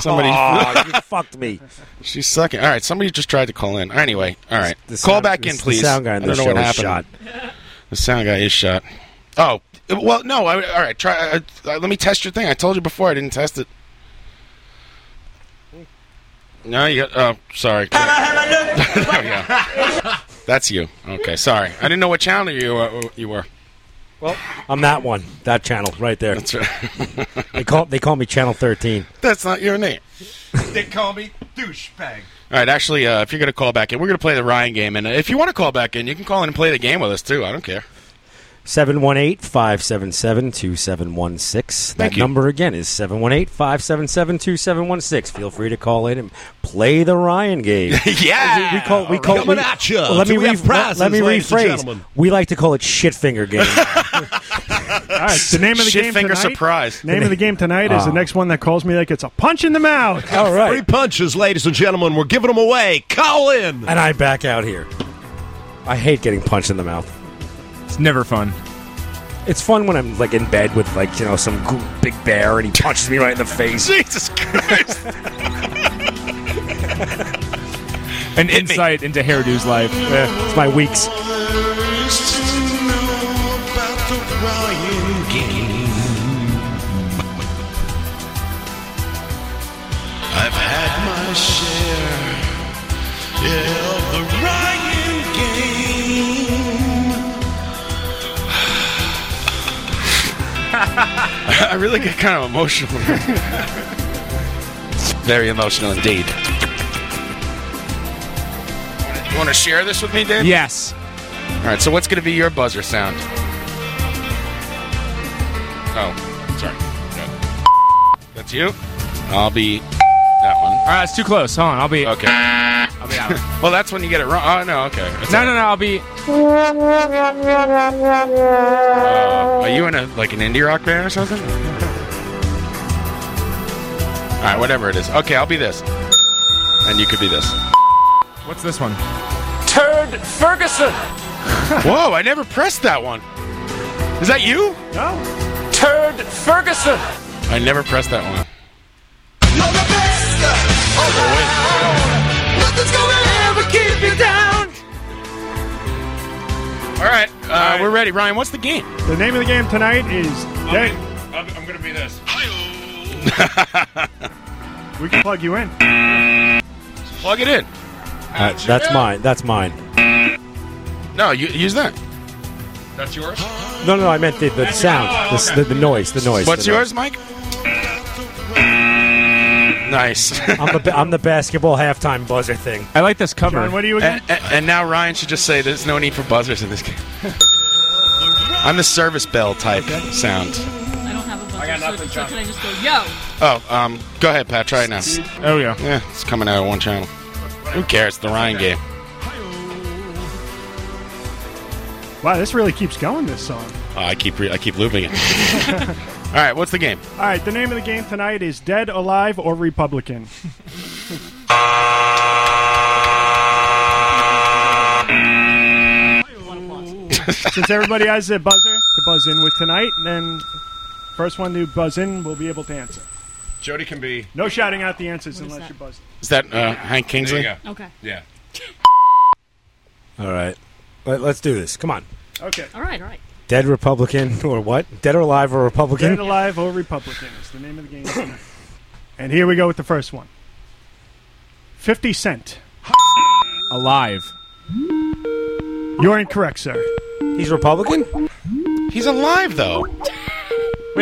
S9: Somebody (laughs)
S5: Aw, you fucked me.
S9: She's sucking. All right, somebody just tried to call in. Anyway, all right,
S5: The
S9: call
S5: sound-
S9: back in,
S5: the
S9: please.
S5: sound guy in
S9: I don't
S5: this
S9: know what
S5: show is
S9: happened. The sound guy is shot. Oh well, no. I, all right, try. Uh, uh, let me test your thing. I told you before I didn't test it. No, you. Got, oh, sorry. there we go. That's you. Okay, sorry. I didn't know what channel you uh, you were.
S5: Well, I'm that one, that channel right there. That's
S9: right.
S5: (laughs) they call they call me Channel 13.
S9: That's not your name.
S2: They call me douchebag.
S9: All right, actually, uh, if you're going to call back in, we're going to play the Ryan game. And uh, if you want to call back in, you can call in and play the game with us, too. I don't care. (laughs)
S5: 718-577-2716. That
S9: you.
S5: number again is 718-577-2716. Feel free to call in and play the Ryan
S13: (laughs)
S5: game.
S9: yeah.
S5: We call we call
S13: Ah, Coming
S5: we-
S13: at ya.
S5: Let
S13: Do
S5: me
S13: we have
S5: rephrase. Let, let me
S13: prizes, ladies and
S5: rephrase.
S13: gentlemen?
S5: We like to call it shitfinger game.
S12: All right, the name of the game tonight. Name of the game tonight is
S5: Ah.
S12: the next one that calls me that gets a punch in
S13: (laughs)
S12: the mouth.
S5: All right.
S12: Free punches, ladies and gentlemen. We're giving them away. Call in.
S5: And I back out here. I hate getting punched in the mouth.
S3: It's never fun.
S5: It's fun when I'm like in bed with like you know some goo- big bear and he punches me right in the
S9: (laughs)
S5: face.
S9: Jesus Christ. (laughs)
S3: An insight into hairdo's life.
S5: Yeah, it's my weeks.
S13: I've had my share yeah, of the Ryan game.
S9: I really get kind of
S2: (laughs)
S9: emotional. It's Very emotional indeed. You want to share this with me, Dave?
S3: Yes.
S9: All right, so what's going to be your buzzer sound? Oh, sorry. No. That's you? I'll be that one. All
S3: right, it's too close. Hold on, I'll be.
S9: Okay. I'll
S3: be out.
S9: well, that's when you get it wrong. Oh, no, okay. That's
S3: No,
S9: all
S3: no,
S9: right.
S3: no. I'll be.
S9: Are you in a like an indie rock band or something? All right, whatever it is. Okay, I'll be this, and you could be this.
S3: What's this one?
S13: Turd Ferguson.
S9: (laughs) Whoa! I never pressed that one. Is that you?
S13: No. Turd Ferguson.
S9: I never pressed that one.
S13: You're the best around. Nothing's gonna ever keep you down.
S9: All right, uh, we're ready. Ryan, what's the game?
S12: The name of the game tonight is
S13: (laughs)
S12: Dead.
S9: I'm, gonna be this.
S5: oh.
S12: We can plug you in.
S9: Plug it in.
S5: Uh, that's mine. That's mine.
S9: No, you, use that. That's yours.
S5: No, no, I meant the, the sound, the, s- the, the noise, the noise.
S9: Oh, What's
S5: the
S9: yours,
S5: noise.
S9: Mike? (laughs) Nice.
S5: (laughs) I'm the ba- I'm the basketball halftime buzzer thing.
S3: I like this cover.
S9: And, and- and now Ryan should just say there's no need for buzzers in
S5: (laughs)
S9: this game. I'm the service bell type sound.
S20: I don't have a buzzer. I got nothing, so, so can I just go, yo?
S9: Oh, um, go ahead, Pat. Try it now.
S3: Oh yeah.
S9: Yeah, it's coming out of one channel. Who cares? The Ryan game.
S12: Wow, this really keeps going, this song.
S9: Oh, I keep re- I keep
S3: (laughs)
S9: looping it. All right, what's the game?
S12: All right, the name of the game tonight is Dead, Alive, or Republican. Since everybody has a buzzer to buzz in with tonight, then first one to buzz in will be able to answer.
S2: Jody can be.
S12: No shouting out the answers unless you buzz.
S9: Is that uh, Hank Kingsley?
S2: There you go.
S20: Okay.
S2: Yeah.
S5: All right, Let, us do this. Come on,
S12: Okay.
S20: All right, all right.
S5: dead Republican (laughs) or what? Dead or alive or Republican?
S12: Dead, Alive, or Republican is the name of the game tonight. (coughs) and here we go with the first one. 50 Cent.
S3: (coughs) Alive.
S12: You're incorrect, sir.
S5: He's Republican?
S9: He's alive though.
S3: Wait,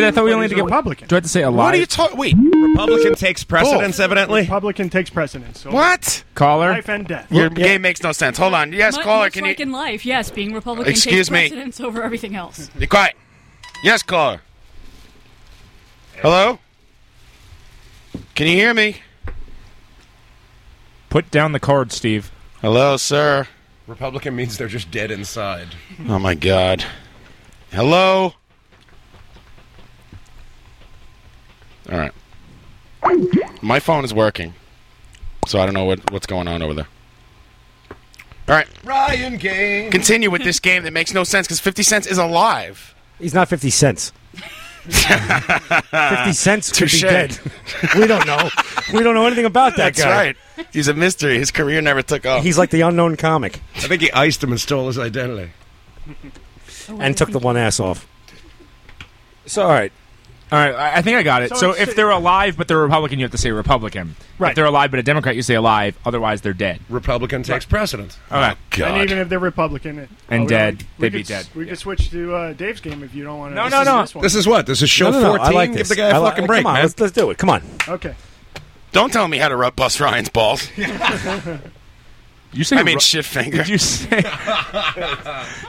S3: I thought we
S12: But
S3: only had
S12: he's
S3: to get
S12: Republican.
S3: Do I have to say alive?
S12: What are you
S9: talking? Wait,
S12: Republican
S9: takes
S12: precedence, evidently. Oh, Republican takes precedence. So
S9: What?
S3: Caller.
S12: Life and death.
S9: Your game makes no sense. Hold on. Yes,
S20: Mu-
S9: caller.
S20: much
S9: Can
S20: like
S9: you
S20: in life, yes, being Republican
S9: Excuse
S20: takes
S9: me.
S20: precedence over everything else.
S9: be quiet? Yes, caller. Hello. Can you hear me?
S3: Put down the card, Steve.
S9: Hello, sir.
S2: Republican means they're just dead inside.
S9: Oh my God. Hello. All right. My phone is working, so I don't know what, what's going on over there. All right.
S2: Ryan
S13: (laughs)
S2: Gang.
S9: Continue with this game that makes no sense because 50 Cent
S5: (laughs)
S9: is alive.
S5: He's not 50 cents. 50 cents could
S9: Ah, Touche.
S5: be dead. We don't know. We don't know anything about that
S9: That's
S5: guy.
S9: right. He's a mystery. His career never took off.
S5: He's like
S2: (laughs)
S5: the unknown comic
S2: I think he iced him and stole his identity.
S3: Oh,
S5: and took the one ass off. So all right,
S3: all right. I I think I got it.
S5: So
S3: So,
S5: it's-
S3: if they're alive but they're Republican, you have to say Republican. If
S12: Right.
S3: they're alive but a Democrat, you say alive. Otherwise, they're dead.
S2: Republican takes precedent.
S3: All right.
S9: Oh,
S12: And even if they're Republican, it-
S3: Oh,
S12: oh,
S3: And
S12: we
S3: dead.
S12: could- we
S3: They'd be
S12: could-
S3: dead.
S12: We could switch to uh, Dave's game if you don't want to.
S3: No, no, no.
S12: This, one.
S2: This is what? This is show
S5: No, no, no, I
S2: 14?
S5: like
S2: Give
S5: this.
S2: the guy a
S5: I li-
S2: fucking
S5: come
S2: break,
S5: on,
S2: man.
S5: let's- do it. Come on.
S12: Okay.
S9: Don't tell me how to rub bust Ryan's balls.
S3: You say
S9: I mean
S3: ru-
S9: shit finger.
S3: Did you say?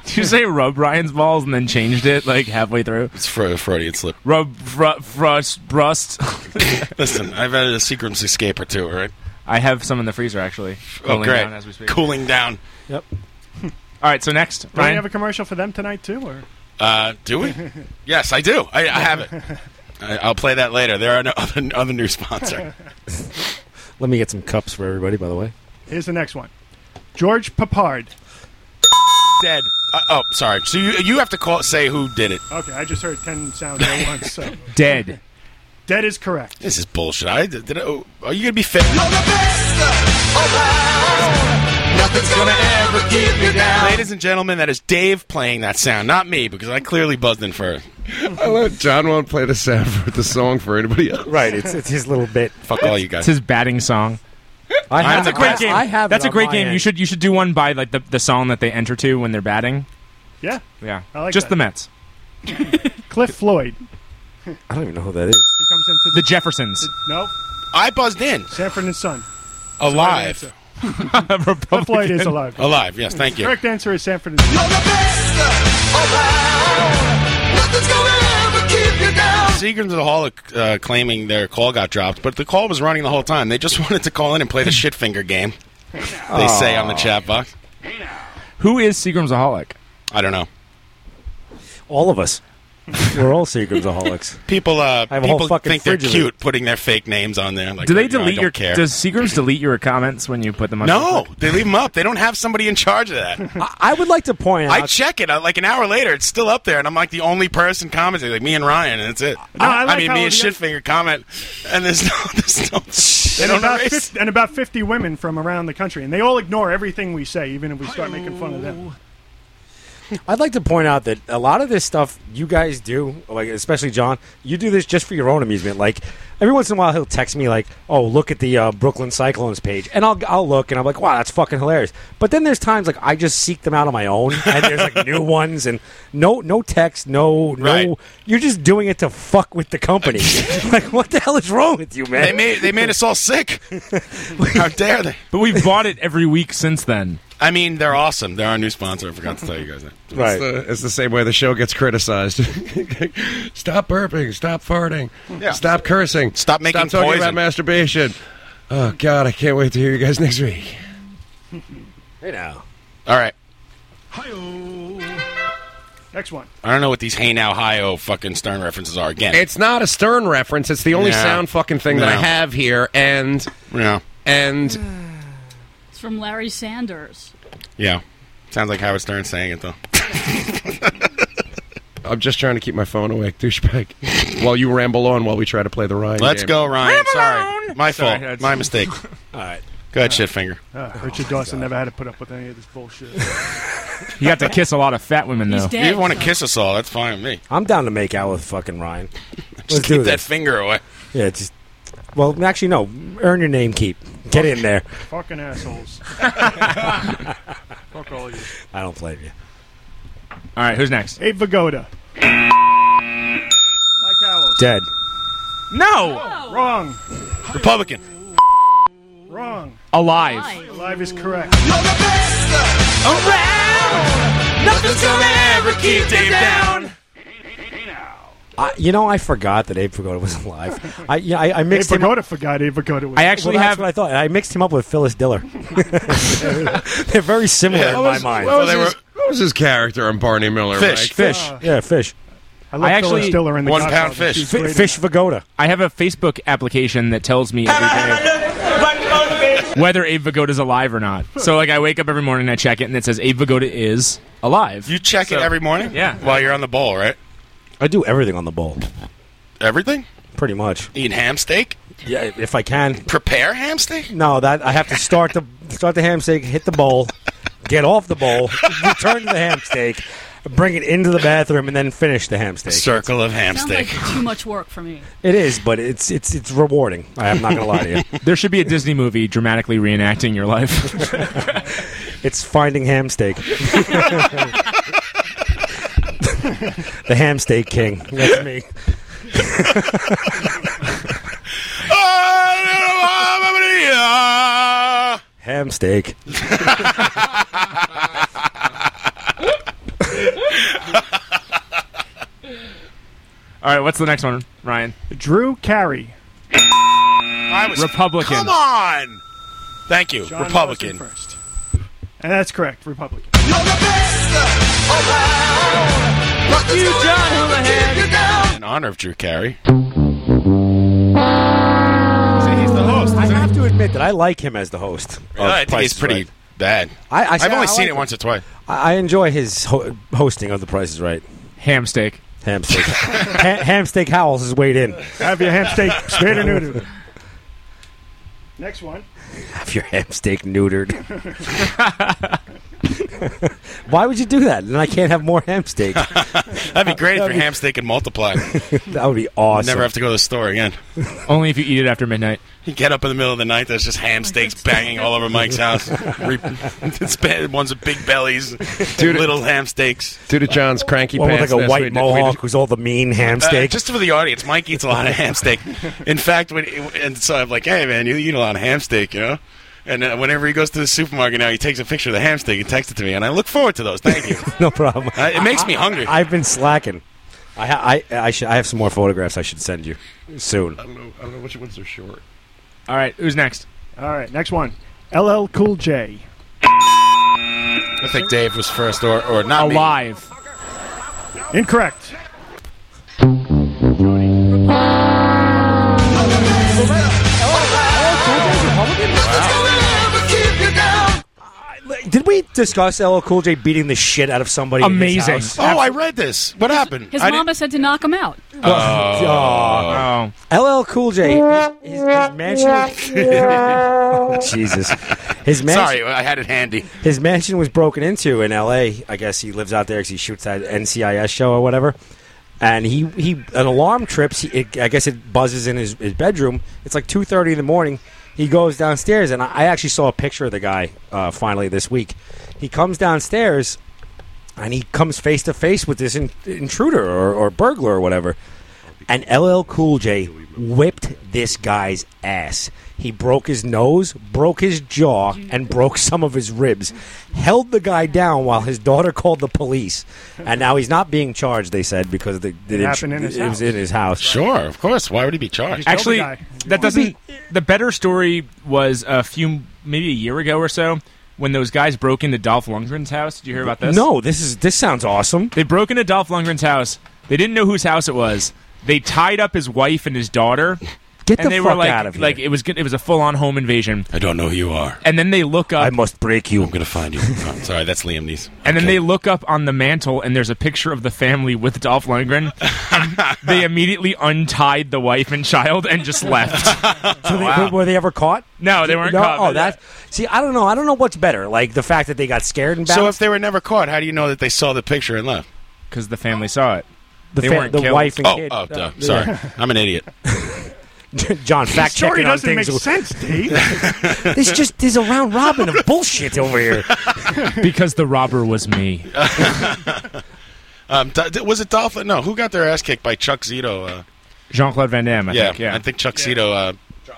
S3: did you say rub Ryan's balls and then changed it like halfway through?
S9: It's Fro- Freudian slip.
S3: Rub fr- frust
S9: (laughs)
S3: brust.
S9: Listen, I've had a secret escape or two. All right.
S3: I have some in the freezer actually.
S9: Oh,
S3: Cooling
S9: great.
S3: down as we speak.
S9: Cooling down.
S5: Yep.
S3: All right. So next,
S12: Don't we
S3: Ryan.
S12: have a commercial for them tonight too? Or
S9: Uh, do we? yes, I do. I, I have it. I, I'll play that later. There are no (laughs) other, other
S12: (laughs)
S9: new sponsor.
S5: let me get some cups for everybody. By the way,
S12: here's the next one. George Papard.
S9: Dead. Uh, oh, sorry. So you you have to call say who did it.
S12: Okay, I just heard ten sounds
S3: (laughs)
S12: at once. So
S3: Dead.
S12: dead is correct.
S9: This is bullshit. I did. did I, oh, are you gonna be fit? Nothing's gonna ever keep me down. Ladies and gentlemen, that is Dave playing that sound, not me, because I clearly buzzed in first.
S2: I let John won't play the sound for the song for anybody else.
S5: Right, it's it's his little
S2: (laughs)
S5: bit.
S9: Fuck all you guys.
S3: It's his batting song.
S5: I
S3: that's a
S5: have-
S3: great
S5: I-
S3: game.
S5: I have
S3: that's
S5: it
S3: a
S5: on
S3: great
S5: my
S3: game. You
S5: end.
S3: should you should do one by like the, the song that they enter to when they're batting.
S12: Yeah.
S3: Yeah,
S12: I like
S3: just
S12: that.
S5: (laughs)
S3: the Mets,
S12: Cliff Floyd.
S5: I don't even know who that is.
S12: He comes into
S3: the Jeffersons,
S12: no
S9: I buzzed in.
S12: Sanford and Son.
S9: Alive.
S3: (laughs)
S12: Cliff Floyd
S9: (laughs)
S12: is alive.
S9: Alive. Yes. Thank you.
S12: Correct answer is Sanford and Son.
S9: Seagrams of the Hall uh, claiming their call got dropped, but the call was running the whole time. They just (laughs) wanted to call in and play the shit finger game. They say on the chat box.
S3: Who is Seagramsaholic?
S9: I don't know.
S5: All of us. (laughs) We're all Seagramsaholics.
S9: People, uh,
S5: I have a whole
S9: people
S5: fucking
S9: think they're
S5: fridge of
S9: cute
S5: it.
S9: putting their fake names on there. Like,
S3: do they
S9: you know, I
S3: delete
S9: don't
S3: your?
S9: care?
S3: Does Seagrams delete your comments when you put them on?
S9: no, they leave them up. They don't have somebody in charge of that.
S5: (laughs) I, I would like to point out.
S9: I check it uh, like an hour later. It's still up there, and I'm like the only person commenting, like me and Ryan, and that's it.
S12: No, I like
S9: mean,
S12: how
S9: me and
S12: the-
S9: Shitfinger comment, and there's (laughs) no, there's no, they
S12: and
S9: don't
S12: about,
S9: erase.
S12: 50, and about 50 women from around the country, and they all ignore everything we say, even if we start making fun of them.
S5: (laughs) I'd like to point out that a lot of this stuff you guys do, like especially John, you do this just for your own amusement. Like every once in a while, he'll text me like, "Oh, look at the uh, Brooklyn Cyclones page," and I'll I'll look and I'm like, "Wow, that's fucking hilarious." But then there's times like I just seek them out on my own, and there's like new ones and no no text, no no.
S9: Right.
S5: You're just doing it to fuck with the company. (laughs) like what the hell is wrong with you, man?
S9: They made they made us
S5: (laughs)
S9: all sick. How dare they?
S3: But we've bought it (laughs) every week since then.
S9: I mean, they're awesome. They're our new sponsor. I forgot to tell you guys that.
S5: Right.
S2: It's the, it's the same way the show gets criticized. stop burping. (laughs) Stop farting.
S9: Yeah.
S2: Stop cursing.
S9: Stop making
S2: Stop talking
S9: poison.
S2: about masturbation. Oh God, I can't wait to hear you guys next week.
S5: Hey now,
S9: All right.
S12: Next one.
S9: I don't know what these Hey Now Hi Oh fucking Stern references are again.
S2: It's not a Stern reference. It's the only
S9: No.
S2: sound fucking thing that I
S9: No.
S2: have here, and
S9: yeah.
S2: and
S20: It's from Larry Sanders.
S9: Yeah. Sounds like Howard Stern saying it though.
S2: I'm just trying to keep my phone awake, (laughs) douchebag. while you ramble on, while we try to play the Ryan.
S9: Let's
S2: game.
S9: go, Ryan. Sorry. My
S3: Sorry,
S9: fault.
S3: that's-
S9: My
S3: (laughs)
S9: mistake.
S5: all right.
S9: Go ahead, shitfinger.
S12: Uh,
S9: Oh,
S12: Richard Dawson never had to put up with any of this bullshit.
S9: (laughs)
S3: You got to kiss a lot of fat women though.
S9: If you want to kiss us all, that's fine with me.
S5: I'm down to make out with fucking Ryan.
S9: Just
S5: Let's
S9: keep
S5: do
S9: that
S5: this.
S9: finger away.
S5: Yeah, just well, actually, no. Earn your name, keep get in there.
S12: Fucking
S3: (laughs)
S12: assholes. Fuck all you.
S5: I don't blame you.
S3: All right, who's next?
S12: Abe Vigoda. Mike Howell.
S5: Dead.
S3: No,
S12: Oh. Wrong.
S9: Republican.
S12: Wrong.
S3: alive.
S12: Live is correct.
S13: Nothing's gonna ever keep Dave down.
S5: I, you know, I forgot that Abe Vigoda was alive. I, yeah, I, I
S12: Abe
S5: mixed him. Up.
S12: Vigoda forgot Abe Vigoda was.
S3: I actually
S5: well, that's
S3: have.
S5: what I thought.
S12: (laughs)
S5: (laughs) I mixed him up with Phyllis Diller. They're very similar in my mind.
S9: Well, they were
S2: was his character on Barney Miller?
S5: Fish,
S2: Mike? Uh,
S5: fish. yeah, fish.
S12: I love Phyllis Diller in the Godfather. She's
S3: Fi-
S12: great.
S5: Vigoda.
S3: I have a Facebook application that tells me every day whether Abe Vigoda is alive or not. So like I wake up every morning and I check it and it says Abe Vigoda is alive.
S9: You check it every morning?
S3: Yeah.
S9: While you're on the bowl, right?
S5: I do everything on the bowl.
S9: Everything?
S5: Pretty much.
S9: Eat ham steak?
S5: Yeah, if I can.
S9: Prepare ham steak?
S5: No, that I have to start the start the ham steak, hit the bowl, get off the bowl, return to the ham steak, bring it into the bathroom, and then finish the ham steak.
S9: Circle of ham
S20: Sounds like (laughs) too much work for me.
S5: It is, but it's it's it's rewarding. I'm not gonna lie to you.
S3: (laughs) there should be a Disney movie dramatically reenacting your life.
S5: (laughs) It's finding ham
S9: (laughs)
S5: steak. the ham steak king. That's
S9: (laughs)
S5: me. ham steak. (laughs)
S3: All right, what's the next one, Ryan?
S12: Drew Carey.
S9: I was
S3: Republican.
S9: Come on. Thank you.
S12: John
S9: Republican.
S12: Wilson first. And that's correct, Republican.
S13: Fuck you, John Houlihan.
S9: In honor of Drew Carey.
S5: Oh, I have to admit that I like him as the host. of
S9: Oh, I think
S5: Price
S9: he's
S5: is
S9: pretty
S5: Right.
S9: bad.
S5: I, I,
S9: have only
S5: I
S9: seen
S5: like
S9: it once
S5: (laughs)
S9: or twice.
S5: I I enjoy his ho- hosting of The Price is Right.
S3: Ham steak.
S5: Ham (laughs) steak. ha- ham steak Howells has weighed in.
S12: Have your ham steak spayed or neutered. Next one.
S5: Have your ham steak neutered. (laughs) Why would you do that? Then I can't have more ham steak. (laughs)
S9: That'd be great if your ham steak could multiply.
S5: that would be awesome.
S9: Never have to go to the store again.
S3: (laughs) Only if you eat it after midnight.
S9: You get up in the middle of the night, there's just ham steaks banging all over
S5: (laughs)
S9: Mike's house. Re- it's bad. One's with big bellies,
S2: Dude,
S9: little ham steaks.
S2: Due to John's cranky
S5: One with
S2: pants,
S5: like a
S2: last
S5: white
S2: week, we-
S5: mohawk who's all the mean ham
S9: Uh,
S5: steak. (laughs)
S9: just for the audience, Mike eats a lot of ham steak. In fact, when and so I'm like, hey man, you eat a lot of ham steak, you know. And uh, whenever he goes to the supermarket now, he takes a picture of the ham steak and texts it to me, and I look forward to those. Thank you.
S5: no problem.
S9: Uh, it makes me hungry.
S5: I, have been slacking. I, ha- I, I, should, I have some more photographs I should send you soon.
S2: I don't know. I don't know which ones are short.
S3: All right, who's next?
S12: All right, next one. LL Cool J.
S9: I think Dave was first, or or not me.
S3: alive.
S12: Incorrect.
S5: Did we discuss LL Cool J beating the shit out of somebody? in his
S3: Amazing.
S5: house?
S9: Oh, I read this. What happened?
S20: His
S9: I didn't-
S20: mama said to knock him out.
S5: Oh. LL Cool J.
S9: Oh.
S5: His, his mansion. (laughs) Jesus. His mansion.
S9: Sorry, I had it handy.
S5: His mansion was broken into in L.A. I guess he lives out there because he shoots that NCIS show or whatever. And he, he an alarm trips. He, it, I guess it buzzes in his, his bedroom. It's like two thirty in the morning. He goes downstairs, and I, I actually saw a picture of the guy uh, finally this week. He comes downstairs, and he comes face to face with this in, intruder or, or burglar or whatever. And LL Cool J whipped this guy's ass. He broke his nose, broke his jaw, and broke some of his ribs. Held the guy down while his daughter called the police. And now he's not being charged, they said, because the, the
S12: It happened in his
S5: it
S12: house.
S5: was in his house.
S9: Sure, of course. Why would he be charged?
S3: Actually, that doesn't. The better story was a few, maybe a year ago or so, when those guys broke into Dolph Lundgren's house. Did you hear about this?
S5: No, this is this sounds awesome.
S3: They broke into Dolph Lundgren's house. They didn't know whose house it was. They tied up his wife and his daughter.
S5: Get
S3: and
S5: the
S3: they
S5: fuck
S3: were like,
S5: out of here.
S3: Like it was, good- it was a full-on home invasion.
S9: I don't know who you are.
S3: And then they look up.
S5: I must break you. I'm (laughs)
S9: gonna find you. Oh, sorry, that's Liam Neeson.
S3: And then they look up on the mantle, and there's a picture of the family with Dolph Lundgren.
S9: (laughs)
S3: And they immediately untied the wife and child and
S9: (laughs)
S3: just left.
S5: (laughs) So they, were- Were they ever caught?
S3: No, they weren't
S5: No?
S3: caught,
S5: Oh,
S3: but-
S5: that. See, I don't know. I don't know what's better, like the fact that they got scared and
S9: So
S5: bounced.
S9: if they were never caught, how do you know that they saw the picture and left?
S3: Because the family saw it.
S5: The They fa- weren't the killed. wife and
S9: oh,
S5: kid.
S9: Oh, duh.
S5: Uh, (laughs)
S9: sorry.
S5: yeah.
S9: I'm an idiot.
S5: John, fact
S12: story
S5: checking on
S12: doesn't
S5: things.
S12: make sense,
S5: (laughs)
S12: Dave.
S5: This (laughs) just is a round
S12: (laughs)
S5: robin of bullshit over here.
S3: (laughs) because the robber was me.
S9: Um, do- d- was it Dolph? No, who got their ass kicked by Chuck Zito? Uh,
S3: Jean Claude Van Damme, I
S9: yeah,
S3: think. Yeah.
S9: I think Chuck Zito uh,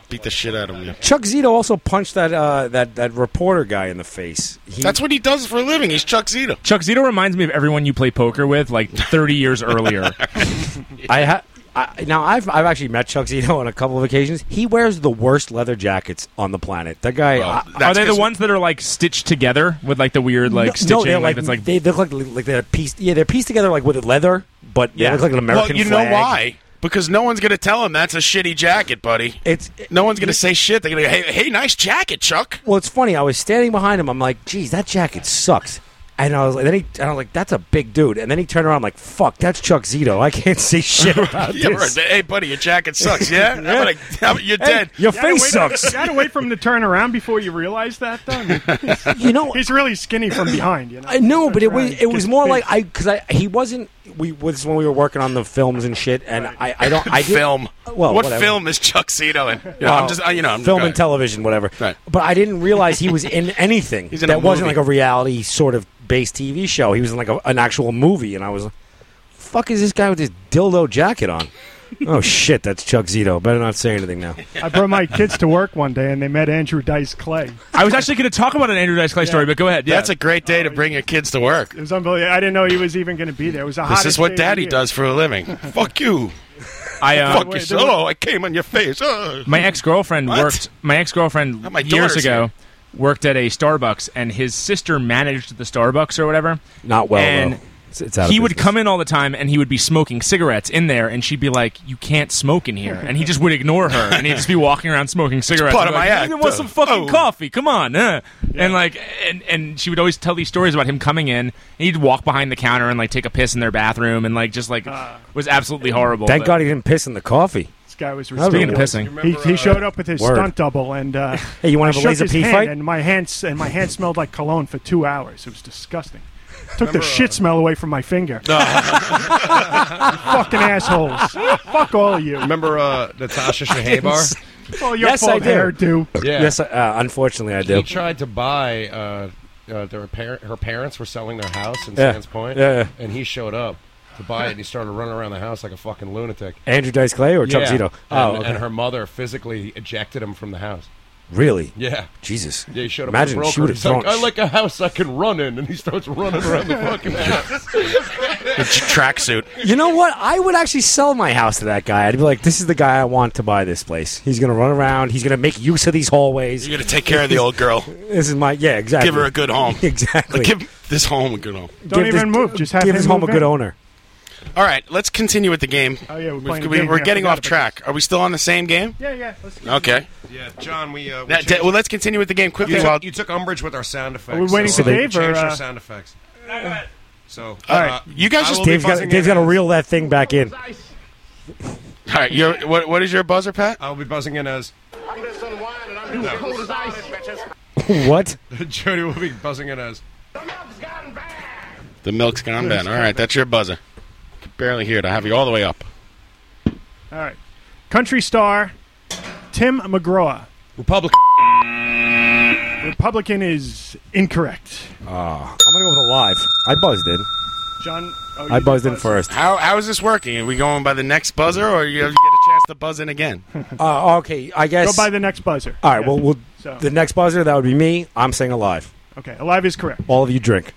S9: beat the shit out of him. yeah.
S5: Chuck Zito also punched that uh, that that reporter guy in the face. He,
S9: That's what he does for a living. He's Chuck Zito. (laughs)
S3: Chuck Zito reminds me of everyone you play poker with like 30 years earlier.
S5: I ha- I, now I've I've actually met Chuck Zito on a couple of occasions. He wears the worst leather jackets on the planet. That guy. I-
S3: Are they the ones that are like stitched together with like the weird like
S5: no,
S3: stitching?
S5: they're like,
S3: it's like
S5: they look like like they're pieced. Yeah, they're pieced together like with leather, but they look like an American.
S9: Well, you
S5: flag.
S9: know why? Because no one's going to tell him that's a shitty jacket, buddy.
S5: It's
S9: no one's going
S5: (laughs)
S9: to say shit. They're going to go, hey, hey, nice jacket, Chuck.
S5: Well, it's funny. I was standing behind him. I'm like, geez, that jacket sucks. And I was like, then he, and I was like, that's a big dude. And then he turned around, I'm like, fuck, that's Chuck Zito. I can't
S9: (laughs)
S5: say shit about
S9: Yeah,
S5: this.
S9: right. Hey, buddy, your jacket
S5: (laughs)
S9: sucks. Yeah, How about I- how about- you're dead.
S5: your
S12: You gotta
S5: face
S12: wait-
S5: sucks.
S12: You gotta wait for him to turn around before you realize that, (laughs) though.
S5: you know,
S12: he's really skinny from behind. You know,
S5: I know, but it was
S12: Right.
S5: it was
S12: Just
S5: more
S12: big.
S5: like I because I he wasn't we was when we were working on the films and shit, and I I
S9: (laughs)
S5: don't I did,
S9: film.
S5: well
S9: what
S5: whatever.
S9: film is Chuck Zito in? You know,
S5: Well,
S9: I'm just, I, you know, I'm
S5: film and
S9: go ahead.
S5: television, whatever. But I didn't realize he was in (laughs) anything
S9: He's in a
S5: that wasn't
S9: movie.
S5: like a reality sort of based TV show. He was in like a, an actual movie, and I was like, "Fuck is this guy with this dildo jacket on?" oh (laughs) shit, that's Chuck Zito. Better not say anything now.
S12: I brought my kids to work one day and they met Andrew Dice Clay.
S3: I was actually going to talk about an Andrew Dice Clay story, but go ahead.
S9: That's a great day to bring your kids to work.
S12: It was unbelievable. I didn't know he was even going to be there. It was a
S9: This is what Daddy does for a living.
S5: (laughs)
S9: Fuck you.
S3: I, uh,
S9: fuck yourself. Oh, I came on your face. Oh.
S3: My ex girlfriend worked. My ex girlfriend
S9: Not my
S3: years
S9: daughter's
S3: ago
S9: here.
S3: worked at a Starbucks, and his sister managed the Starbucks or whatever.
S5: Not (laughs) well,
S3: And
S5: though. It's- it's out of
S3: he would come in all the time, and he would be smoking cigarettes in there, and she'd be like, "You can't smoke in here," and he just would ignore her, and he'd just be walking aaround smoking cigarettes.
S9: part
S3: and
S9: of
S3: be
S9: my
S3: like,
S9: act,
S3: "You want
S9: uh,
S3: some fucking
S9: oh."
S3: coffee? Come on, uh." and like, and and she would always tell these stories about him coming in, and he'd walk behind the counter and like take a piss in their bathroom, and like just like
S9: Ah.
S3: was absolutely horrible.
S5: Thank
S3: but-
S5: God he didn't piss in the coffee.
S12: This guy was
S5: That'd be
S12: ridiculous.
S5: pissing.
S12: He, he showed up with his
S5: Word.
S12: stunt double, and uh,
S5: (laughs) Hey, you wanna
S12: I
S5: have a
S12: shook
S5: laser
S12: his
S5: pee
S12: hand,
S5: fight?
S12: And my hands and my hand smelled like cologne for two hours. It was disgusting. Took the shit smell away from my finger. Fucking
S5: (laughs)
S12: assholes! Fuck all of you.
S2: Remember uh, Natasha Shahabar?
S5: Oh,
S12: All your
S2: Yes, I
S12: fault,
S2: do.
S12: hairdo.
S2: Yeah.
S5: Yes, uh, unfortunately, I do.
S2: He tried to buy. Uh, uh, their par- her parents were selling their house in
S5: Yeah.
S2: Sands Point,
S5: Yeah, yeah.
S2: and he showed up to buy it. and He started running around the house like a fucking lunatic.
S5: Andrew Dice Clay or Chuck
S2: Yeah.
S5: Zito?
S2: And,
S5: Oh, okay.
S2: and her mother physically ejected him from the house.
S5: Really?
S2: Yeah.
S5: Jesus.
S2: Yeah, he showed up. with a
S5: Imagine
S2: broker.
S5: she would have
S2: He's like,
S5: thrown.
S2: I like a house I can run in, and he starts running around the fucking house.
S9: tracksuit.
S5: You know what? I would actually sell my house to that guy. I'd be like, "This is the guy I want to buy this place. He's going to run around. He's going to make use of these hallways.
S9: You're going to take care of the old girl.
S5: (laughs) This is my yeah, exactly.
S9: Give her a good home.
S5: (laughs) exactly.
S9: Like, give this home a good home.
S12: Don't
S5: Give
S12: even
S5: this-
S12: move. Just have
S5: give
S12: him
S5: his home
S12: move
S5: a good
S12: in.
S5: owner.
S9: All right, let's continue with the game.
S12: Oh yeah, we're playing.
S9: We've- we
S12: a game
S9: are
S12: here. I
S9: getting
S12: forgot
S9: off
S12: about
S9: track. Are we still on the same game?
S12: Yeah, yeah. Let's
S9: Okay.
S2: Yeah, John, we. Uh, we
S9: That-
S2: changed-
S9: well, let's continue with the game quickly.
S2: You
S9: while-
S2: took, you took umbrage with our sound effects.
S12: we waiting
S2: so
S12: for
S2: we
S12: Dave, or,
S2: changed
S12: uh,
S2: our sound effects. So, uh,
S9: All right. Uh, You guys
S2: I
S9: just-
S2: will be
S5: Dave's got
S2: buzzing
S5: Dave's
S2: in
S5: got to
S2: as-
S5: reel that thing back in.
S9: All right, your, what, what is your buzzer, Pat?
S2: I'll be buzzing in as.
S5: (laughs)
S2: (laughs)
S5: what?
S2: Jody will be buzzing in as.
S9: The milk's gone Ben. All right, that's your buzzer. Can barely hear it. I have you all the way up.
S12: All right. Country star Tim McGraw.
S2: Republican.
S12: Republican is incorrect.
S5: Ah, I'm gonna go with alive. I buzzed in.
S12: John. Oh,
S5: I buzzed in first.
S9: (laughs) How how is this working? Are we going by the next buzzer, or you, you get a chance to buzz in again?
S5: (laughs) Uh, okay, I guess.
S12: Go by the next buzzer.
S5: All right. Well, we'll
S12: So-
S5: the next buzzer that would be me. I'm saying alive.
S12: Okay. Alive is correct.
S5: All of you drink.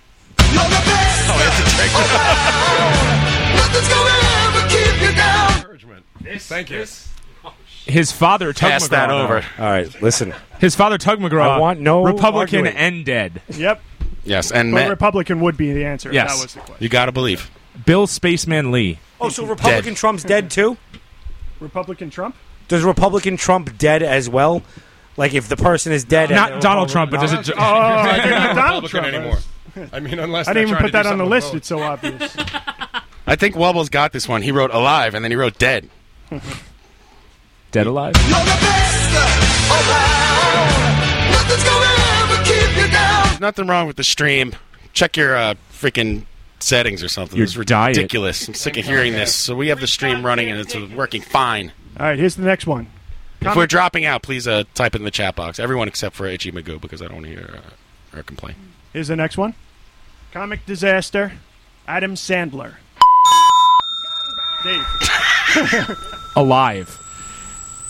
S2: Thank you.
S3: His father, Tug
S9: Pass that
S3: McGraw,
S9: over.
S5: All right, listen.
S3: His father, Tug McGraw,
S5: I want no
S3: Uh, Republican
S5: arguing.
S3: and dead.
S12: Yep.
S9: Yes, and
S12: But
S9: Matt,
S12: Republican would be the answer. if
S3: Yes.
S12: That was the question.
S9: you got to believe.
S3: Bill Spaceman Lee.
S5: Oh, so Republican Trump's dead too?
S12: Republican Trump?
S5: Does Republican Trump dead as well? Like if the person is dead, and
S3: Not
S5: they're
S3: Donald Trump, but does it?
S21: (laughs)
S12: Oh,
S3: (laughs)
S12: I didn't have Donald
S2: Republican
S12: Trump.
S2: anymore. I mean, unless
S12: I
S2: they're
S12: didn't
S2: trying to do
S12: even put that on the
S2: something
S12: list.
S2: with
S12: It's so obvious.
S9: I think Wubbles got this one. He wrote alive, and then he wrote dead.
S3: (laughs) Dead alive.
S9: There's nothing wrong with the stream. Check your uh, freaking settings or something.
S3: Your
S9: it's
S3: diet.
S9: ridiculous. I'm sick of hearing this. So we have the stream running, and it's uh, working fine.
S12: All right. Here's the next one.
S9: If we're dropping out, please uh, type in the chat box. Everyone except for Itchy Magoo, because I don't want to hear uh, her complain.
S12: Here's the next one. Comic disaster. Adam Sandler. Dave.
S3: Alive.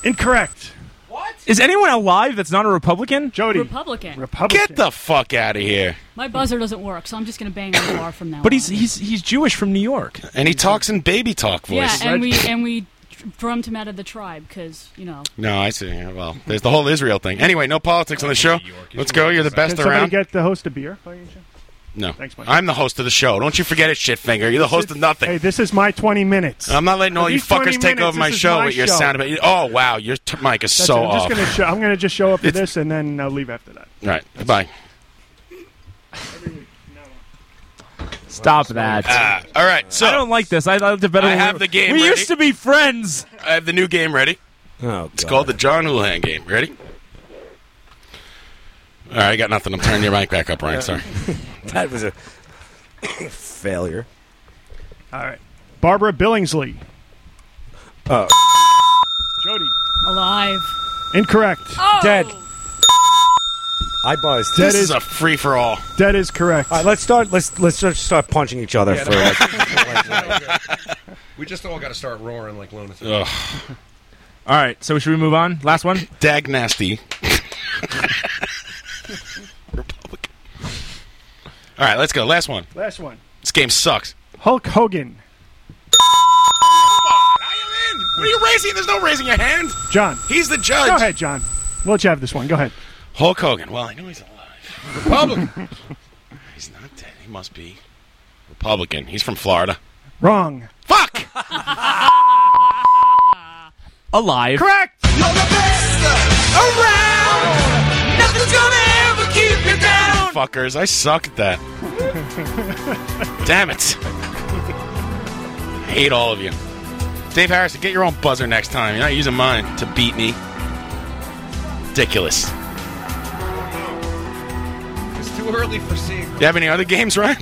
S12: Incorrect.
S3: Is anyone alive that's not a Republican?
S12: Jody.
S20: Republican.
S12: Republican.
S9: Get the fuck out of here.
S20: My buzzer doesn't work, so I'm just going to bang on the bar from now.
S3: But he's he's he's Jewish from New York.
S9: And he talks in baby talk
S20: on. yeah,
S9: voice.
S20: and we and we drummed him out of the tribe because you know.
S9: No, I see. Yeah, Well, there's the whole Israel thing. Anyway, no politics on the show. Let's go. You're the
S12: Can
S9: best
S12: somebody
S9: around.
S12: get the host a beer? by any chance?
S9: No,
S12: Thanks, Mike.
S9: I'm the host of the show. Don't you forget it, shitfinger. You're the host of nothing.
S12: Hey, this is my 20 minutes.
S9: I'm not letting all you
S12: These 20
S9: fuckers take
S12: minutes,
S9: over my
S12: this is
S9: show
S12: my
S9: with your
S12: show.
S9: sound. About, oh wow, your t- mic is
S12: That's
S9: so
S12: it. I'm
S9: off.
S12: just gonna show. I'm gonna just show up for this and then I'll leave after that.
S9: All right, goodbye.
S3: Stop that.
S9: Ah, all right, so
S3: I don't like this. I liked it better.
S9: I
S3: when we
S9: have
S3: were-
S9: the game
S3: We
S7: (laughs)
S9: ready.
S3: used to be friends.
S9: I have the new game ready.
S5: Oh,
S9: it's called the John Houlihan game. Ready? All right, I got nothing. I'm turning your mic back up, Ryan. Sorry.
S5: (laughs) that was a (coughs) failure.
S12: All right. Barbara Billingsley.
S5: Oh.
S12: Jody.
S20: Alive. Oh!
S12: Incorrect.
S14: Oh.
S5: Dead. I buzzed.
S12: That This is is- a
S9: free for all.
S12: That is correct.
S5: All right, let's start. Let's let's just start punching each other
S2: Yeah,
S5: for.
S2: no.
S5: Like,
S2: we just all got to start roaring like lunatics.
S3: All right, so should we move on? Last one.
S9: Dag nasty. All right, let's go. Last one.
S12: Last one.
S9: This game sucks.
S12: Hulk Hogan.
S9: What are you raising? There's no raising your hand.
S12: John.
S9: He's the judge.
S12: Go ahead, John. We'll let you have this one. Go ahead.
S9: Hulk Hogan. Well, I know he's alive. (laughs) Republican. he's not dead. He must be Republican. He's from Florida.
S12: Wrong.
S9: Fuck.
S3: Alive.
S12: Correct.
S13: Around, nothing's gonna ever keep you down.
S9: Fuckers, I suck at that. Damn it. Hate all of you. Dave Harrison, get your own buzzer next time. You're not using mine to beat me. Ridiculous.
S2: It's too early for seeing.
S9: You have any other games, right?
S12: (laughs)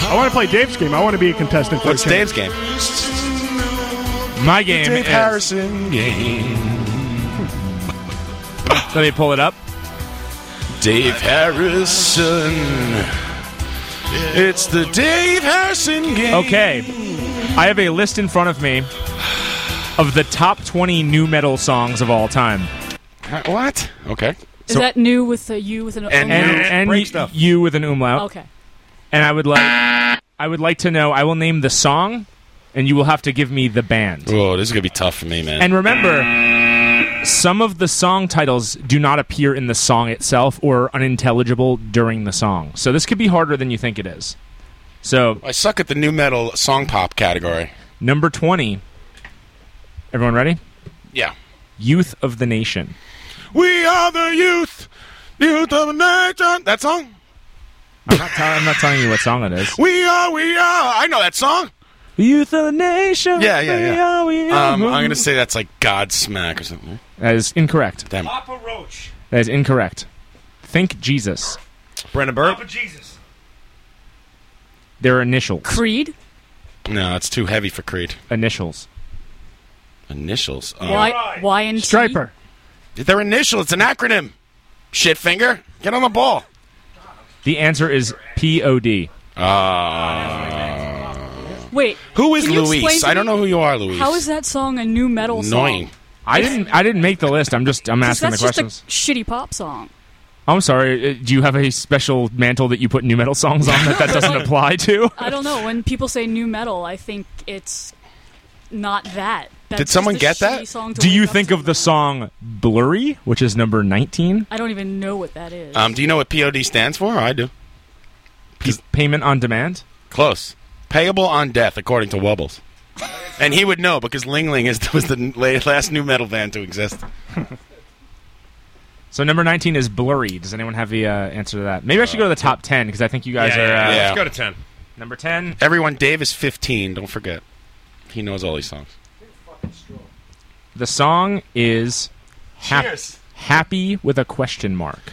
S12: I want to play Dave's game. I want to be a contestant. For
S9: What's
S12: a change.
S9: Dave's game?
S3: My game
S9: Dave
S3: is
S9: Harrison game.
S3: Let me pull it up.
S9: Dave Harrison. It's the Dave Harrison game.
S3: Okay. I have a list in front of me of the top 20 new metal songs of all time.
S9: What? Okay.
S20: Is that new with a U with an
S3: and, and,
S20: umlaut?
S3: y- you with an umlaut.
S20: Okay.
S3: And I would like I would like to know I will name the song and you will have to give me the band.
S9: Whoa, this is gonna be tough for me, man.
S3: And remember some of the song titles do not appear in the song itself or are unintelligible during the song. So this could be harder than you think it is. So
S9: I suck at the new metal song pop category.
S3: number 20. Everyone ready?
S9: Yeah.
S3: Youth of the Nation.
S9: We are the youth, youth of the nation. That song?
S3: I'm not, tell- I'm not telling you what song it is.
S9: We are, we are. I know that song.
S3: Youth of the nation.
S9: Yeah, yeah, yeah.
S3: We are, we are.
S9: Um, I'm gonna say that's like Godsmack or something.
S3: That is incorrect.
S9: Damn.
S3: Papa Roach. That is incorrect. Think Jesus.
S9: Brendan Burke.
S12: Jesus.
S3: Their initials.
S20: Creed.
S9: No, it's too heavy for Creed.
S3: Initials.
S9: Initials. Oh.
S20: Y Y and Striper.
S9: Their initial. It's an acronym. Shitfinger, get on the ball.
S3: The answer is P.O.D.
S20: Wait.
S9: Ah. Who is
S20: can you explain
S9: Luis?
S20: to
S9: I don't
S20: me
S9: know who you are, Luis.
S20: How is that song a new metal song?
S9: Annoying.
S3: I didn't. I didn't make the list. I'm just. I'm
S20: 'Cause
S3: asking the
S20: that's just
S3: questions.
S20: a shitty pop song.
S3: I'm sorry. uh, Do you have a special mantle that you put new metal songs on that that
S20: (laughs)
S3: doesn't apply to?
S20: I don't know. When people say new metal, I think it's not that. That's
S3: Did someone
S20: just
S3: get
S20: a shitty
S3: that?
S20: Song to
S3: Do you
S20: wake up
S3: think
S20: to.
S3: of the song "Blurry," which is number 19?
S20: I don't even know what that is.
S9: Um, do you know what POD stands for? I do.
S3: payment on demand.
S9: Close. Payable on death, according to Wubbles. and he would know because Ling Ling is, was the la- last new metal band to exist.
S3: So number 19 is "Blurry." Does anyone have the uh, answer to that? Maybe I should go to the
S2: Uh,
S3: top 10 because I think you guys are. Uh,
S9: to ten.
S3: Number ten.
S9: Everyone, Dave is fifteen. Don't forget, he knows all these songs.
S3: The song is hap-
S9: Cheers.
S3: Happy with a question mark.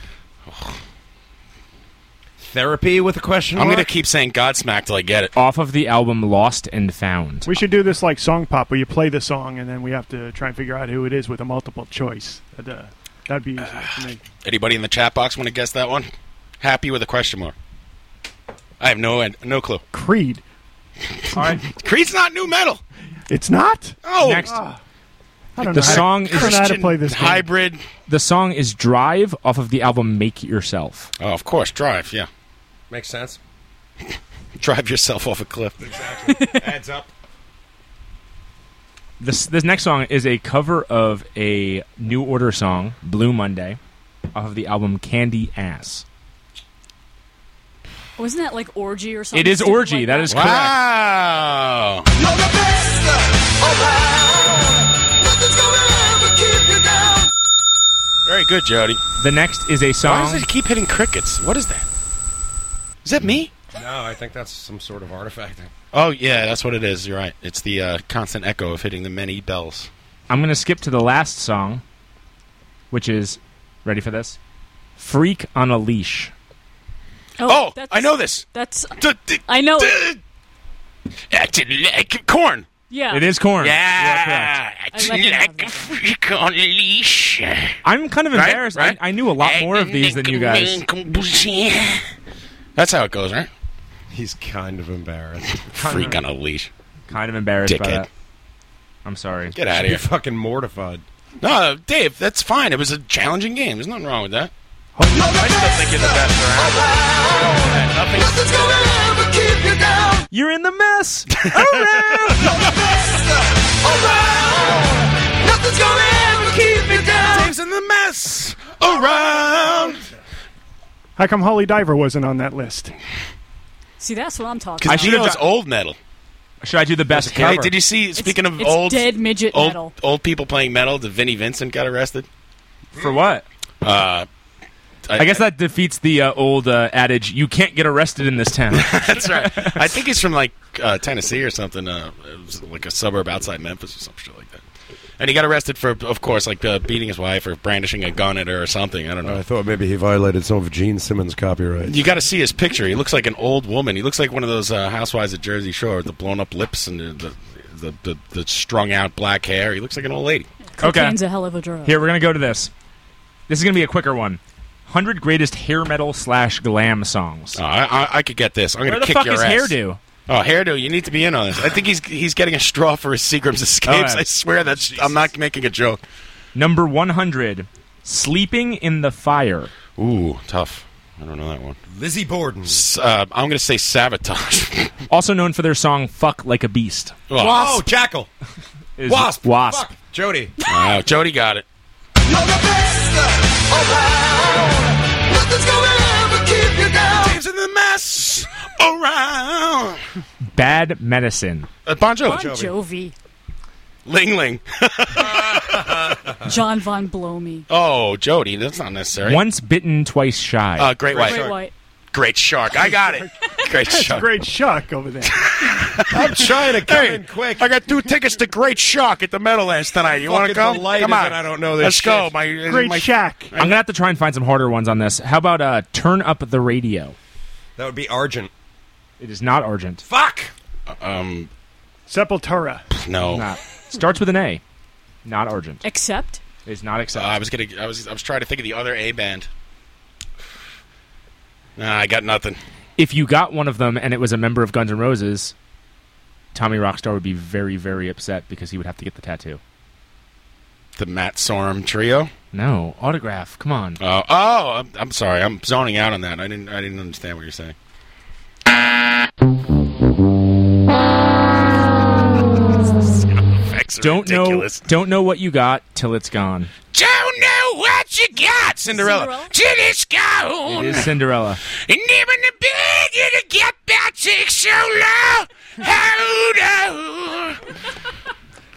S2: Therapy with a question.
S9: I'm
S2: mark?
S9: gonna keep saying Godsmack till I get it.
S3: Off of the album Lost and Found.
S12: We should do this like song pop, where you play the song and then we have to try and figure out who it is with a multiple choice. That'd, uh, that'd be easy for me.
S9: Anybody in the chat box want to guess that one? Happy with a question mark. I have no ed- no clue. (laughs)
S12: Creed.
S3: All right.
S9: Creed's not new metal.
S12: It's not.
S9: Oh,
S3: Next.
S12: I don't
S3: the
S12: know how to-
S3: song
S12: I
S3: is
S12: don't know how to play this game.
S9: hybrid.
S3: The song is Drive off of the album Make It Yourself.
S9: Oh, of course, drive. Yeah,
S2: Makes sense. (laughs)
S9: drive yourself off a cliff.
S2: Exactly. Adds up.
S3: This this next song is a cover of a New Order song, Blue Monday, off of the album Candy Ass.
S14: Wasn't that like orgy or something?
S3: It is
S14: stupid
S3: orgy.
S14: like
S3: that is correct.
S9: Wow. Very good, Jody.
S3: The next is a song.
S9: Why does it keep hitting crickets? What is that? Is that me?
S2: No, I think that's some sort of artifact.
S9: Oh yeah, that's what it is. You're right. It's the uh, constant echo of hitting the many bells.
S3: I'm going to skip to the last song, which is ready for this? Freak on a Leash.
S9: Oh, I know this.
S14: That's
S9: I
S14: know.
S9: Acting like corn.
S14: Yeah.
S3: It is corn.
S9: Yeah,
S3: correct.
S9: acting like a freak on a leash.
S3: I'm kind of
S9: Right?
S3: embarrassed. I-
S9: Right?
S3: I, knew a lot more of these than you guys.
S9: That's how it goes, right?
S2: He's kind of embarrassed.
S9: (laughs) Freak on a leash.
S3: Kind of embarrassed by
S9: Dickhead.
S3: that. I'm sorry.
S9: Get out of
S2: You're
S9: here.
S2: fucking mortified.
S9: No, Dave, that's fine. It was a challenging game. There's nothing wrong with that. I still think you're the best around. Nothing.
S3: You're in the mess.
S10: Nothing's gonna ever keep me down. Dave's in the mess around.
S12: How come Holy Diver wasn't on that list?
S14: See, that's what I'm talking
S9: Because
S14: about.
S9: Gino's old metal.
S3: Should I do the best
S9: Hey,
S3: cover?
S9: did you see? Speaking of
S14: it's
S9: old,
S14: dead midget
S9: old,
S14: metal.
S9: old people playing metal, the Vinnie Vincent got arrested.
S3: For what? (laughs)
S9: Uh,
S3: I, guess that defeats the uh, old uh, adage: "You can't get arrested in this town."
S9: That's right. I think he's from like uh, Tennessee or something, uh, it was like a suburb outside Memphis or some shit like that. And he got arrested for, of course, like uh, beating his wife or brandishing a gun at her or something. I don't know.
S2: I thought maybe he violated some of Gene Simmons'
S3: Oh,
S2: copyright.
S9: You got to see his picture. He looks like an old woman. He looks like one of those uh, housewives at Jersey Shore with the blown up lips and the the, the, the the strung out black hair. He looks like an old (laughs) lady.
S14: Cocaine's a hell of a drug.
S3: Here we're gonna go to this. This is gonna be a quicker one. Hundred greatest hair metal slash glam songs.
S9: Oh, I, I, I could get this. I'm going
S3: Where
S9: to
S3: the
S9: kick
S3: fuck
S9: your
S3: is
S9: ass.
S3: hairdo?
S9: Oh, hairdo! You need to be in on this. I think he's he's getting a straw for his Seagram's escapes.
S3: Oh, yeah.
S9: I swear that's. I'm not making a joke.
S3: Number one hundred, "Sleeping in the Fire."
S9: Ooh, tough. I don't know that one.
S2: Lizzie Borden.
S9: S- uh, I'm going to say sabotage.
S3: (laughs)
S9: (laughs)
S3: also known for their song "Fuck Like a Beast."
S2: Oh, Jackal.
S3: (laughs) Is-
S2: Wasp.
S3: Wasp.
S2: Fuck. Jody.
S9: Wow, Jody got it.
S10: Nothing's gonna ever keep you down. Dave's in the mess (laughs) around.
S3: Bad Medicine.
S9: Uh, bon Jovi.
S14: Bon Jovi.
S9: Ling Ling.
S14: John Von Blomey.
S9: (laughs) Oh, Jody, that's not necessary.
S3: Once bitten, twice shy.
S9: Uh, great white.
S14: Great White.
S9: Great shark. I
S14: (laughs)
S9: got it. (laughs) Great
S12: That's
S9: shark.
S12: great shuck over there.
S9: I'm trying to come
S12: in
S9: quick. I got two tickets to Great Shark at the Meadowlands tonight. You want to
S2: Fucking
S9: go?
S2: delighted
S9: Come on.
S2: that I don't know this
S9: Let's
S2: shit.
S9: go. My uh,
S12: Great
S9: my,
S12: shack.
S3: I'm gonna have to try and find some harder ones on this. How about uh, "Turn Up the Radio"?
S2: That would be Argent.
S3: It is not Argent.
S2: Fuck.
S9: Um,
S12: Sepultura.
S9: no.
S3: Not. Starts with an A. Not Argent.
S14: Except
S3: It is not accepted.
S9: Uh, I was gonna. I was. I was trying to think of the other A band. Nah, I got nothing.
S3: if you got one of them and it was a member of Guns N' Roses, Tommy Rockstar would be very, very upset because he would have to get the tattoo.
S9: The Matt Sorum trio.
S3: No autograph. Come on.
S9: Uh, oh, I'm, I'm sorry. I'm zoning out on that. I didn't. I didn't understand what you're saying. Effects are
S3: Don't know.
S9: ridiculous.
S3: Don't know what you got till it's gone.
S10: Don't know what you got,
S9: Cinderella.
S10: Till it's
S3: It
S10: gone.
S3: is Cinderella.
S10: And even the big you to get back takes so long. Hold on.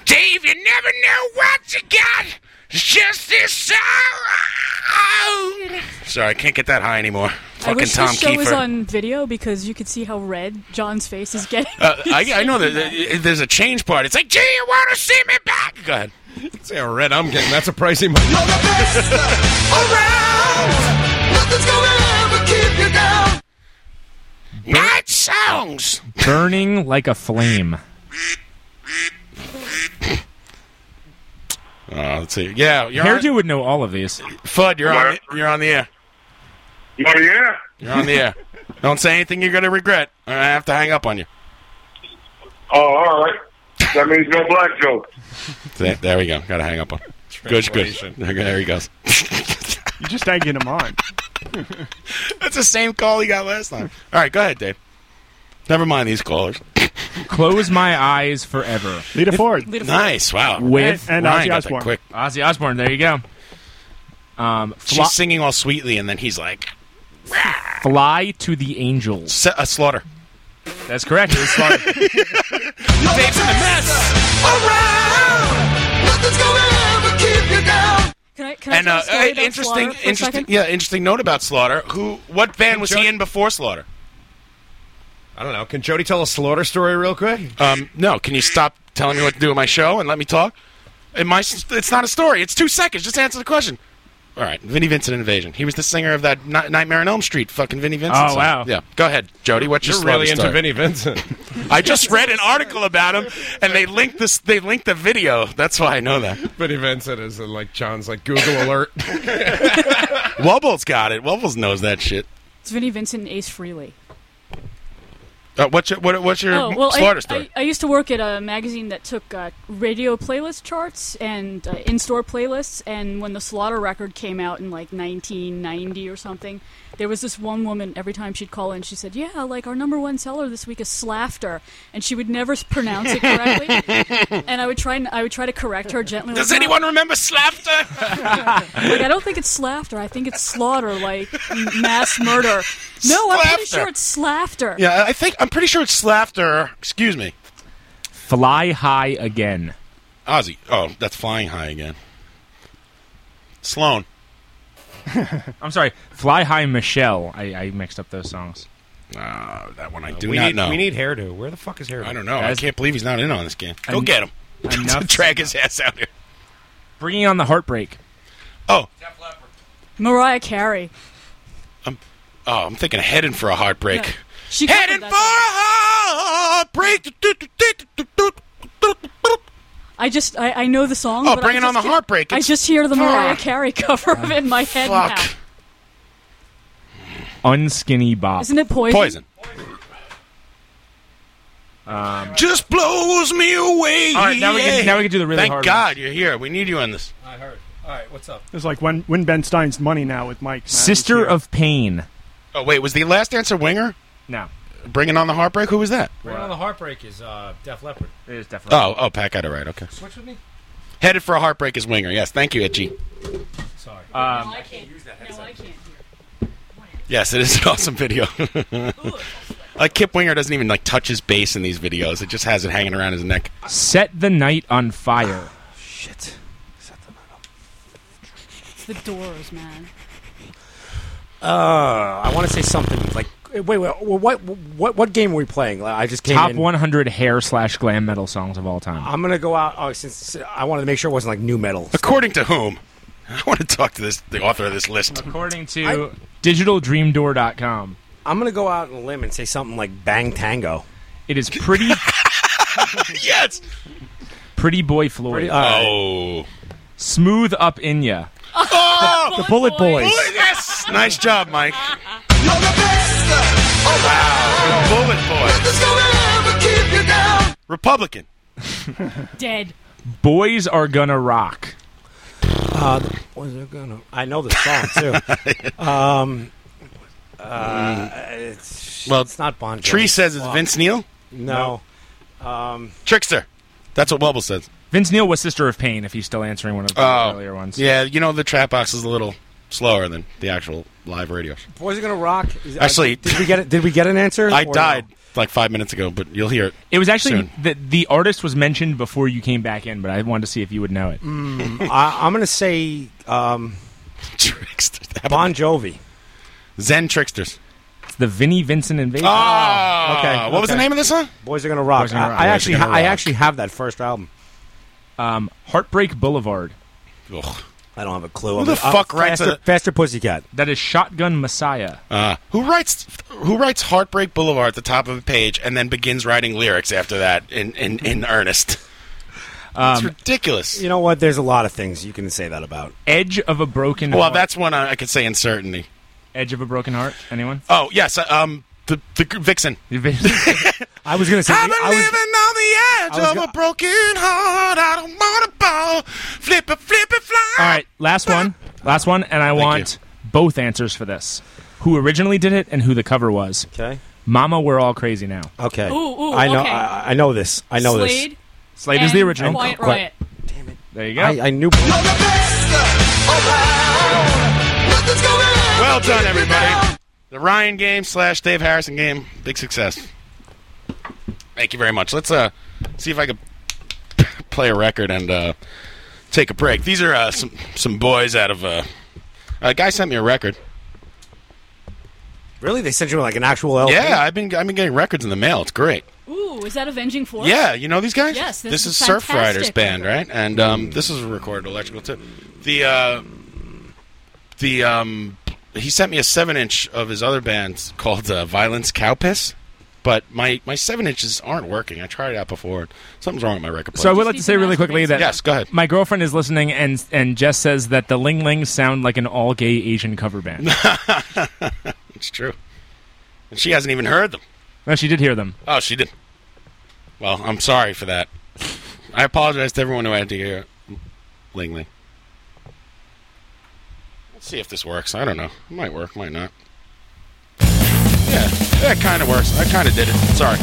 S10: Dave, you never know what you got. It's just this song.
S9: Sorry, I can't get that high anymore.
S14: I
S9: Fucking
S14: wish
S9: Tom
S14: this show was
S9: Kiefer.
S14: on video because you could see how red John's face is getting.
S9: Uh, I, I know that that- there's a change part. It's like, do you want to see me
S10: (laughs)
S9: back? Go ahead.
S2: Say how red I'm getting. That's a pricey money.
S10: Nothing's gonna ever keep you down. Night songs.
S3: Burning like a flame.
S9: (laughs) Uh, let's see. Yeah, you're
S3: Hairdo would know all of these.
S9: on. Fud, you're on. You're on the air.
S13: Oh yeah.
S9: You're on the air. Don't say anything you're gonna regret. or I have to hang up on you.
S13: Oh, all right. That means no black joke.
S9: There, there we go. Gotta hang up on. Good, good. There, (laughs) there he goes.
S12: You're just egging him on.
S9: That's the same call he got last time. All right, go ahead, Dave. Never mind these callers.
S3: (laughs) Close my eyes forever.
S12: Lita Ford.
S9: Nice. Wow.
S3: With
S12: And- and
S3: Ryan
S12: Ozzy
S3: got that
S12: Osbourne.
S9: quick.
S3: Ozzy Osbourne. There you go. Um, fly,
S9: She's singing all sweetly, and then he's like,
S3: fly to the angels.
S9: a uh, slaughter.
S3: That's correct. It was slaughter.
S9: (laughs)
S13: Dave's in the mess. Around. Nothing's gonna ever keep you down.
S14: Can I? Can I
S9: and
S14: tell
S9: uh,
S14: a story
S9: uh,
S14: about
S9: interesting,
S14: Slaughter for a
S9: interesting,
S14: second?
S9: yeah, interesting note about Slaughter. Who, what band was he in before Slaughter?
S2: I don't know. Can Jody tell a Slaughter story real quick?
S9: Um, no. Can you stop telling me what to do with my show and let me talk? And my, s- it's not a story. It's two seconds. Just answer the question. All right, Vinnie Vincent Invasion. He was the singer of that Ni- Nightmare on Elm Street. Fucking Vinnie Vincent.
S2: Oh,
S9: song.
S2: wow.
S9: Yeah. Go ahead, Jody. What's
S2: You're
S9: your Slaughter
S2: really into
S9: story?
S2: Vinnie Vincent.
S9: I just read an article about him, (laughs) and they linked this. They linked the video. That's why I know that.
S2: Vinnie Vincent is uh, like John's like Google alert.
S9: (laughs) Wubble's got it. Wubbles knows that shit.
S14: It's Vinnie Vincent and Ace Frehley.
S9: Uh, what's your what, what's your
S14: oh, well, I,
S9: Slaughter story?
S14: I, I used to work at a magazine that took uh, radio playlist charts and uh, in-store playlists. And when the Slaughter record came out in like 1990 or something, there was this one woman. Every time she'd call in, she said, "Yeah, like our number one seller this week is Slafter," and she would never s- pronounce it
S9: (laughs)
S14: correctly. and I would try and I would try to correct her gently.
S9: Does
S14: like, "No,
S9: anyone remember Slaughter?
S14: like I don't think it's slaughter. I think it's slaughter, like m- mass murder. No, I'm pretty
S9: Slafter.
S14: sure it's slaughter.
S9: yeah, I think I'm pretty sure it's Slaughter. Excuse me,
S3: Fly high again.
S9: Ozzy. Oh, that's flying high again. Sloan.
S3: (laughs) I'm sorry. Fly high, Michelle. I, I mixed up those songs.
S9: Ah, that one I do
S2: we
S9: not
S2: need,
S9: know.
S2: We need hairdo. Where the fuck is hairdo?
S9: I don't know.
S3: Guys-
S9: I can't believe he's not in on this game. Go
S3: En-
S9: get him.
S3: (laughs) enough-
S9: (laughs) Drag his ass out here.
S3: Bringing on the heartbreak.
S9: Oh,
S14: Mariah Carey.
S9: oh, I'm thinking heading for a heartbreak.
S14: No. She
S13: Headed for a heartbreak.
S14: I just I, I know the song.
S9: Oh,
S14: but
S9: Bringing
S14: I
S9: On
S14: just
S9: the
S14: hear-
S9: Heartbreak.
S14: I
S9: It's-
S14: just hear the Mariah
S9: Fuck.
S14: Carey cover of it in my head
S9: Fuck.
S3: Unskinny Bob.
S14: now. Isn't it poison?
S9: Poison.
S3: Um,
S9: Just blows me away.
S3: All right, now we can- now we can do the really
S9: Thank
S3: hard
S9: God you're here. We need you on this.
S2: I heard. All right, what's up?
S12: It's like when, when Ben Stein's money now with Mike.
S3: Sister of Pain.
S9: Oh wait, was the last answer Winger?
S3: No.
S9: Bringing on the heartbreak. Who was that?
S21: Bringing on the heartbreak is uh, Def Leppard.
S3: It is Def
S9: Oh, oh, Pat got it right. Okay.
S21: Switch with me.
S9: Headed for a heartbreak is Winger. Yes, thank you, Itchy.
S21: Sorry.
S3: Um,
S14: I can't use that. No, I can't.
S9: Yes, it is an (laughs) awesome
S3: (laughs)
S9: video. like Kip Winger doesn't even like touch his bass in these videos. It just has it hanging around his neck.
S3: Set the night on fire.
S9: Shit.
S14: It's the Doors, man.
S5: Uh, I want to say something like, wait, wait, wh- what, what, what game are we playing? Like, I just came
S3: Top
S5: in.
S3: 100 hair slash glam metal songs of all time.
S5: I'm gonna go out. Oh, since I wanted to make sure it wasn't like new metal.
S9: According to whom? I want to talk to this the author of this list.
S3: According to DigitalDreamDoor.com.
S5: I'm gonna go out on a limb and say something like Bang Tango.
S3: It is pretty.
S9: (laughs) yes.
S3: Pretty Boy Floyd.
S5: Pretty- all right.
S9: Oh.
S3: Smooth Up In Ya.
S9: Oh,
S5: the Bullet Boys.
S9: yes. Nice job, Mike. Wow, the Bullet Boys.
S13: Nothing's gonna ever keep you down.
S9: Republican.
S14: Dead.
S3: Boys Are Gonna Rock.
S5: Uh, was it gonna? I know the
S9: (laughs)
S5: song
S3: (laughs)
S5: too. um, uh, it's,
S9: Well,
S5: it's not Bon Jovi.
S9: Tree says it's
S5: Fuck.
S9: Vince Neil.
S5: No. Um,
S9: Trickster. That's what Wubble says.
S3: Vince Neil was Sister of Pain, if he's still answering one of the
S9: Oh,
S3: earlier ones.
S9: Yeah, you know the trap box is a little slower than the actual live radio.
S5: Boys are gonna rock. Is- uh,
S9: Actually-
S5: did we get it? Did we get an answer?
S9: I
S5: or no?
S9: died like five minutes ago, but you'll hear it.
S3: It was actually
S9: soon.
S3: the, the artist was mentioned before you came back in, but I wanted to see if you would know it.
S5: Mm, I, I'm gonna say
S9: (laughs)
S5: um,
S9: Trickster.
S5: Bon Jovi.
S9: Zen Tricksters.
S3: It's the Vinnie Vincent Invasion.
S9: Ah,
S5: Oh, okay.
S9: what was the name of this song?
S5: Boys are gonna rock.
S3: Boys Are Gonna
S5: I-
S3: Rock.
S5: I,
S3: Boys Are
S5: actually,
S3: Gonna
S5: ha- I
S3: Rock.
S5: actually have that first album.
S3: Um, Heartbreak Boulevard.
S5: I don't have a clue.
S9: Who the
S5: Uh,
S9: fuck writes
S5: faster,
S9: a-
S5: faster Pussycat?
S3: That is Shotgun Messiah.
S9: Uh, who writes Who writes Heartbreak Boulevard at the top of a page and then begins writing lyrics after that in in, in earnest? it's
S5: Um,
S9: ridiculous.
S5: You know what? There's a lot of things you can say that about.
S3: Edge of a Broken
S9: Well,
S3: Heart.
S9: that's one I, I could say in certainty.
S3: Edge of a Broken Heart. Anyone?
S9: Oh yes, uh, um, the the gr- Vixen.
S5: I was gonna say.
S9: I've been
S5: I was-
S9: living on the edge
S5: I
S9: of
S5: was
S9: a broken heart. I don't want to ball. Flip it, flip it, fly.
S3: All right, last one. Last one, and I want both answers for this. Who originally did it and who the cover was.
S5: Okay.
S3: Mama, we're all crazy now.
S5: Okay.
S14: Ooh, ooh,
S5: I know.
S14: okay.
S5: I, I know this. I know
S14: Slade
S5: this.
S3: Slade is the
S14: and
S3: original.
S14: Quiet
S5: Oh, quiet.
S14: Riot.
S3: There you go.
S5: I, I knew.
S9: Well done, everybody. The Ryan game slash Dave Harrison game, big success. Thank you very much. Let's uh see if I could play a record and uh, take a break. These are uh, some some boys out of uh, a guy sent me a record.
S5: Really, they sent you like an actual LP?
S9: Yeah, I've been I've been getting records in the mail. It's great.
S14: Ooh, is that Avenging Force?
S9: Yeah, you know these guys.
S14: Yes, this,
S9: is
S14: is
S9: Surf Riders
S14: fantastic.
S9: band, right? And um, this is recorded electrical too. The uh, the um, he sent me a seven inch of his other band called uh, Violence Cowpiss, but my my seven inches aren't working. I tried it out before. Something's wrong with my record player.
S3: So I would like to say really quickly that
S9: yes, go ahead.
S3: My girlfriend is listening, and and Jess says that the Ling Lings sound like an all gay Asian
S9: (laughs)
S3: cover band.
S9: it's true. And she hasn't even heard them.
S3: no, she did hear them.
S9: Oh, she did. Well, I'm sorry for that. I apologize to everyone who had to hear Ling Ling. Let's see if this works. I don't know. It might work, might not. Yeah, that kind of works. I kind of did it. Sorry.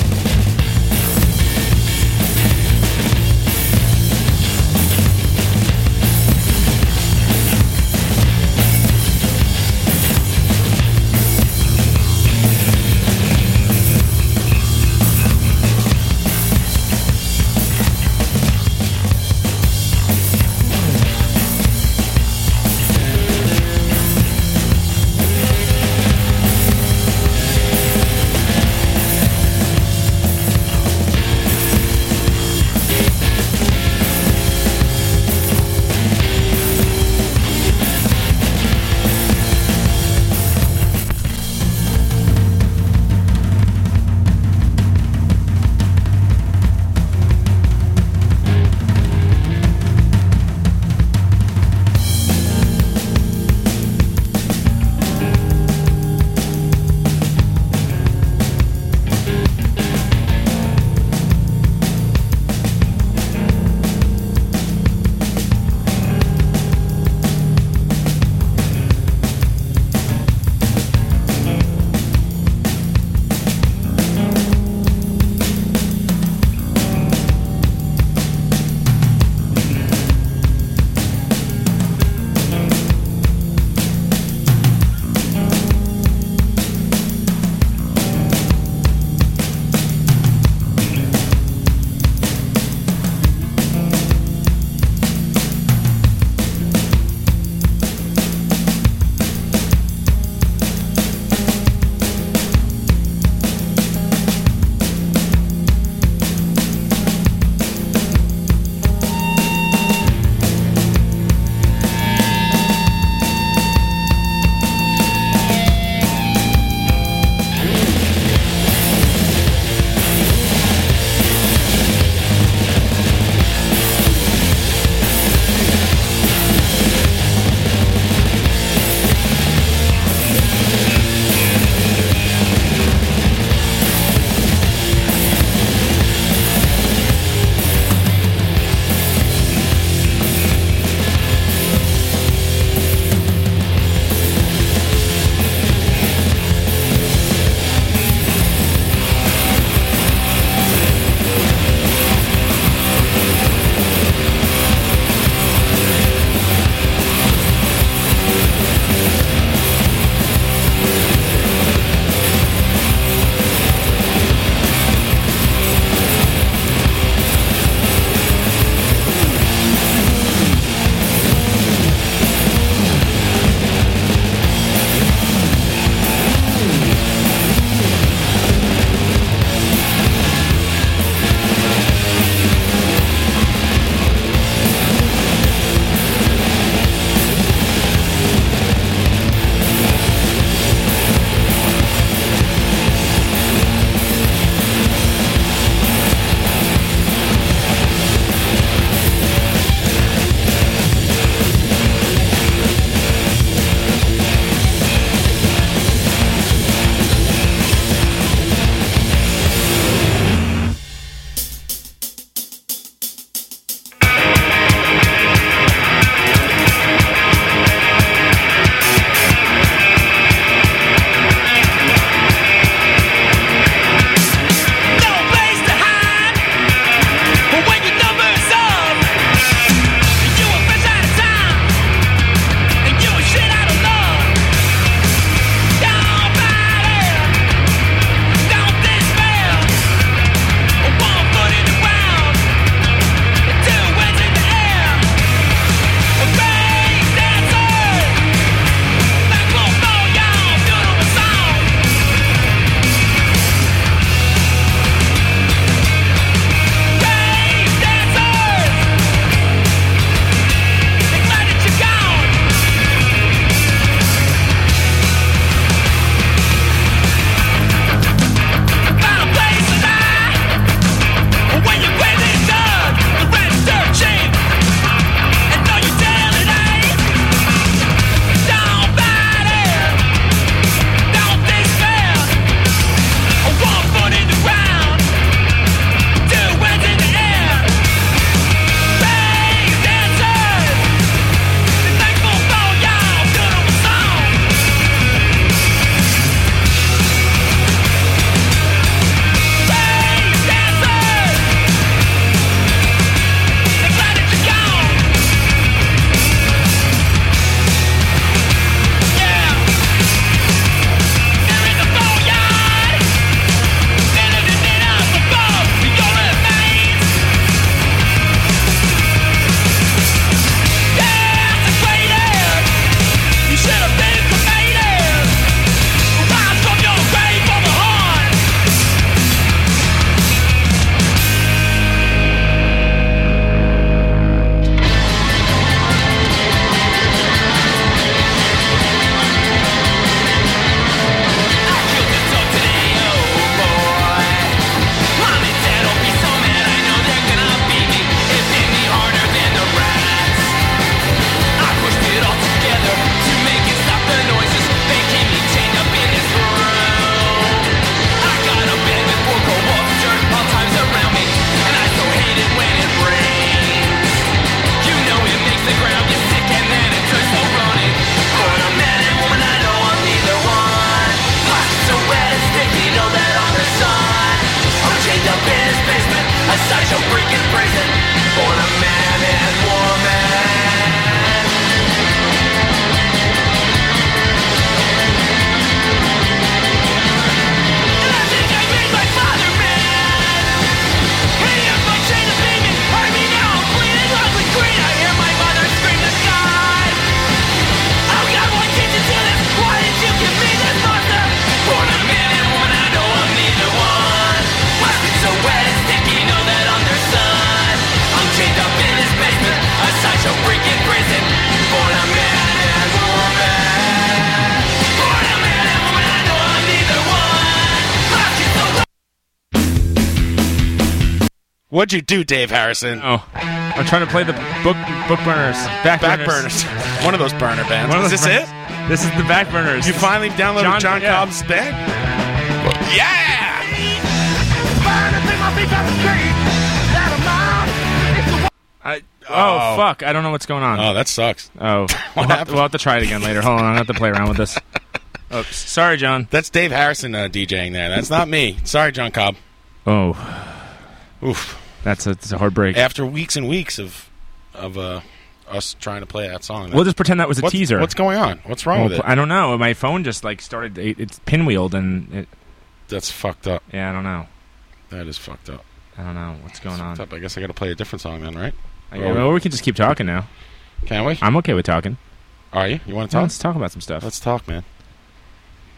S13: such a freaking prison for the man and Such a freaking prison for a man and woman. For a man and woman, I know I'm neither one. Lost you so
S9: What'd you do, Dave Harrison?
S3: Oh, I'm trying to play the book book burners. Back,
S9: Back (laughs) One of those burner bands. Is this
S3: it? This is the back burners.
S9: You finally downloaded John, Cobb's band?
S3: I, oh, fuck! I don't know what's going on. Oh,
S9: that sucks. (laughs)
S3: Oh, we'll have, we'll have to try it again later. Hold on, I have to play around with this. Oops. Sorry, John.
S9: That's Dave Harrison uh, DJing there. That's not me. Sorry, John Cobb.
S3: Oh,
S9: oof!
S3: That's a, that's a hard break.
S9: After weeks and weeks of of uh, us trying to play that song,
S3: We'll just pretend that was a
S9: What's-
S3: teaser.
S9: What's going on? What's wrong
S3: Well,
S9: with it?
S3: I don't know. My phone just like started. It, it's pinwheeled and it.
S9: That's fucked up.
S3: Yeah, I don't know.
S9: That is fucked up.
S3: I don't know what's going on.
S9: I guess I got to play a different song then, right?
S3: I, well, we can just keep talking now.
S9: Can we?
S3: I'm okay with talking.
S9: Are you? You want to
S3: Yeah,
S9: talk?
S3: let's talk about some stuff.
S9: Let's talk, man.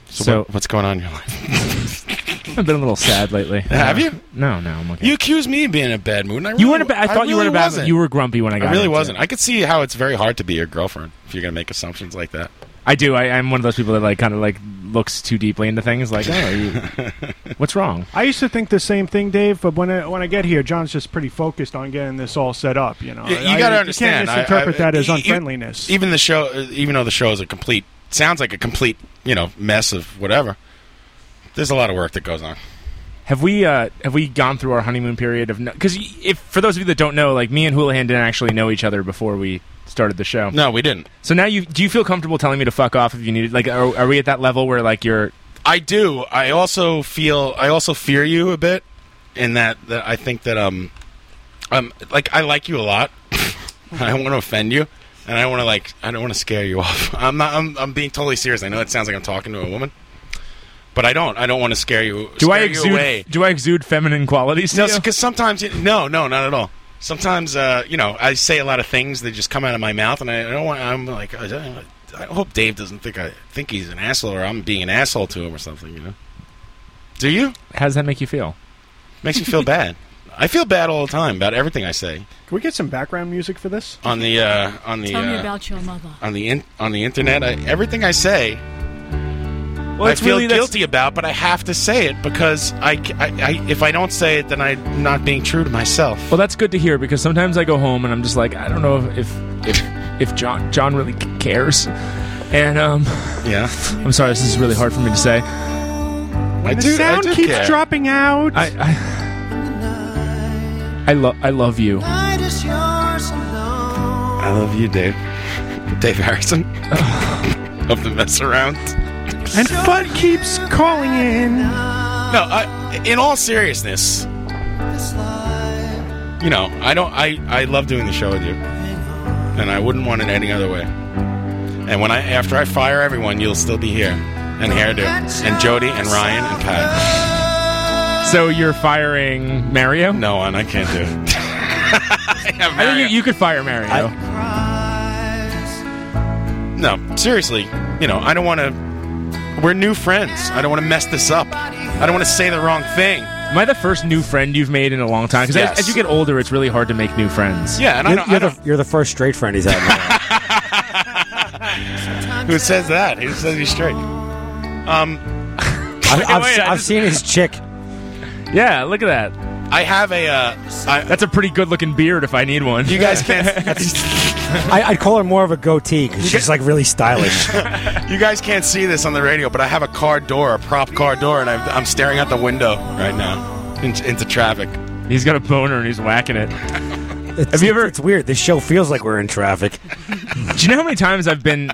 S9: So,
S3: So-
S9: what- what's going on in your life?
S3: (laughs) I've been a little sad
S9: (laughs)
S3: lately.
S9: Have you?
S3: No, no, I'm okay.
S9: You accused me of being in a bad mood. And I
S3: You
S9: really-
S3: were in a ba- I thought you were
S9: really
S3: in a bad-
S9: wasn't.
S3: you were grumpy when I got
S9: I really
S3: into
S9: wasn't. I could see how it's very hard to be your girlfriend if you're going to make assumptions like that.
S3: I do. I, I'm one of those people that like kind of like looks too deeply into things. Like, oh,
S9: (laughs)
S3: you, what's wrong?
S12: I used to think the same thing, Dave, but when I, when I get here, John's just pretty focused on getting this all set up. You know,
S9: You,
S12: I-
S9: got to
S12: You
S9: understand. I- I-
S12: can't just interpret that as
S9: e- e-
S12: unfriendliness.
S9: Even the show, even though the show is a complete, sounds like a complete, you know, mess of whatever. There's a lot of work that goes on.
S3: Have we uh, have we gone through our honeymoon period of because if for those of you that don't know, like me and Houlihan didn't actually know each other before we started the show.
S9: No, we didn't.
S3: So now you do you feel comfortable telling me to fuck off if you needed? Like, are, are we at that level where like you're?
S9: I do. I also feel. I also fear you a bit, in that that I think that um, um, like I like you a lot. (laughs) I don't want to offend you, and I don't want to like. I don't want to scare you (laughs) off. I'm not. I'm. I'm being totally serious. I know it sounds like I'm talking to a woman, but I don't. I don't want to scare you.
S3: Do
S9: scare
S3: I
S9: you
S3: exude?
S9: away.
S3: Do I exude feminine qualities? To
S9: No,
S3: you?
S9: because sometimes you, no, no, not at all. Sometimes uh, you know I say a lot of things that just come out of my mouth, and I, I don't want. I'm like, I, don't- I hope Dave doesn't think I think he's an asshole, or I'm being an asshole to him, or something. You know? Do you?
S3: How does that make you feel?
S9: Makes me
S3: (laughs)
S9: feel bad. I feel bad all the time about everything I say
S12: Can we get some background music for this?
S9: on the uh, on the
S14: Tell me
S9: uh,
S14: about your mother.
S9: on the in- on the internet. I, everything I say,
S3: Well,
S9: I
S3: it's
S9: feel
S3: really- that's-
S9: guilty about, but I have to say it because I, c- I- I- if I don't say it, then I'm not being true to myself.
S3: Well, that's good to hear because sometimes I go home and I'm just like, I don't know if if if, if John John really c- cares. And um,
S9: yeah,
S3: I'm sorry, this is really hard for me to say.
S12: When the sound keeps dropping out.
S3: I I, I love I love you.
S9: I love you, Dave. Dave
S3: (laughs)
S9: Harrison of the mess around.
S12: and Bud keeps calling in.
S9: No, I, in all seriousness, (laughs) you know, I don't. I I love doing the show with you, and I wouldn't want it any other way. And when I after I fire everyone, you'll still be here, and hairdo, and Jody, and Ryan, and Pat.
S3: So you're firing Mario?
S9: No, and I can't (laughs) do it. I
S3: think you, you could fire Mario.
S9: No, seriously, you know, I don't want to. We're new friends. I don't want to mess this up. I don't want to say the wrong thing.
S3: Am I the first new friend you've made in a long time? Because
S9: Yes.
S3: Uh, as, you get older, it's really hard to make new friends.
S9: Yeah, and I
S5: you're,
S9: don't- I
S5: you're the, you're the first straight friend he's had.
S9: Who says that? Who says he's straight? Um,
S5: (laughs)
S9: (laughs)
S5: I've,
S3: (laughs)
S5: I've, se- I've seen his chick.
S3: Yeah, look at that.
S9: I have a. Uh, I,
S3: That's a pretty good looking beard if I need one.
S9: You
S5: (laughs)
S9: guys can't.
S5: I, I'd call her more of a goatee because she's like really
S9: (laughs)
S5: stylish.
S9: you guys can't see this on the radio, but I have a car door, a prop car door, and I've, I'm staring out the window right now in, into traffic.
S3: He's got a boner and he's whacking it.
S5: It's, Have you ever? It's weird. This show feels like we're in traffic.
S3: (laughs) Do you know how many times I've been?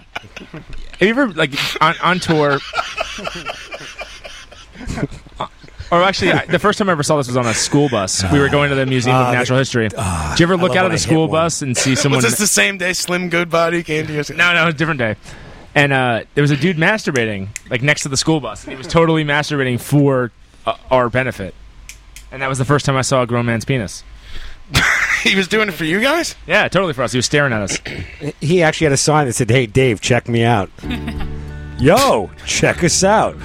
S3: Have you ever like on, on tour? Or actually, I, the first time I ever saw this was on a school bus. We were going to the Museum
S9: Ah,
S3: of Natural History. Did you ever
S9: I
S3: look
S9: love
S3: out of
S9: when I
S3: the
S9: hit
S3: school bus and see someone?
S9: (laughs) Was this the same day Slim Goodbody came to your school?
S3: No, no, it was a different day. And uh, there was a dude masturbating like next to the school bus. And he was totally masturbating for uh, our benefit. And that was the first time I saw a grown man's penis.
S9: (laughs) he was doing it for you guys?
S3: Yeah, totally for us. He was staring
S9: (laughs)
S3: at us.
S5: He actually had a sign that said, "Hey Dave, check me out." Yo, check us out.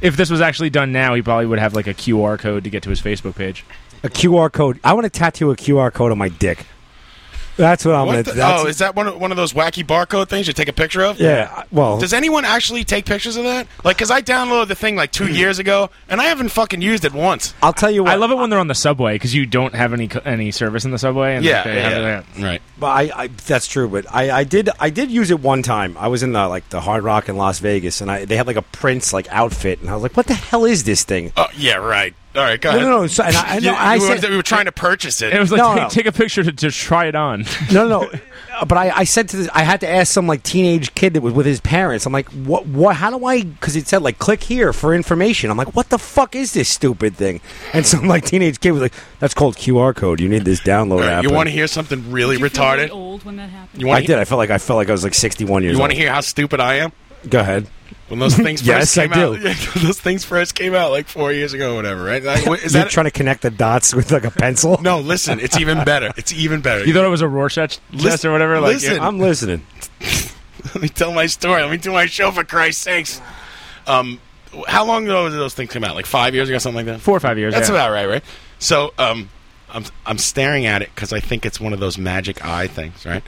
S3: if this was actually done now, he probably would have like a QR code to get to his Facebook page.
S5: A QR code. I want to tattoo a QR code on my dick. That's what I'm
S9: What
S5: gonna.
S9: the-
S5: that's-
S9: oh, is that one of, one of those wacky barcode things you take a picture of?
S5: Yeah, I- well-
S9: does anyone actually take pictures of that? Like, because I downloaded the thing like two
S5: Mm.
S9: years ago, and I haven't fucking used it once.
S5: I'll tell you
S3: what. I love it when they're on the subway because you don't have any co- any service in the subway. And like,
S5: Yeah,
S3: they
S5: yeah,
S3: have
S5: yeah.
S3: it-
S9: Right.
S5: But I, I that's true. But I, I did I did use it one time. I was in the like the Hard Rock in Las Vegas, and I they had like a Prince like outfit, and I was like, "What the hell is this thing?"
S9: Oh, yeah, right. All right, go
S5: No,
S9: ahead.
S5: no, no, so- and I- I
S9: You-
S5: know, I
S9: you were-
S5: said-
S9: we were trying to purchase it.
S3: It was like take, take a picture to, to try it on.
S5: no, no, no.
S3: (laughs)
S5: Uh, But I, I said to this, I had to ask some like teenage kid that was with his parents. I'm like, what? What? How do I? Because it said like click here for information. I'm like, what the fuck is this stupid thing? And some like teenage kid was like, that's called QR code. You need this download app.
S9: You
S5: And
S9: want to hear something really retarded?
S14: old when that happened.
S9: You
S5: I
S9: want
S5: did. I felt like I felt like I was like 61 years
S9: You
S5: old.
S9: want to hear how stupid I am?
S5: Go ahead. (laughs)
S9: When those things
S5: yes,
S9: first came
S5: I do.
S9: out, when (laughs) those things first came out like four years ago, or whatever.
S5: (laughs)
S9: Right? Like, wh- is
S5: You're
S9: that
S5: trying to connect the dots with like a pencil?
S9: no? Listen, it's even better. It's even better.
S3: You thought it was a Rorschach test
S9: Listen-
S3: or whatever. Like,
S9: listen.
S5: I'm listening.
S9: (laughs) Let me tell my story. Let me do my show for Christ's sakes. Um, how long ago did those things come out? Like five years ago, something like that.
S3: Four or five years.
S9: That's
S3: yeah.
S9: about right, right? So, um, I'm I'm staring at it because I think it's one of those magic eye things, right?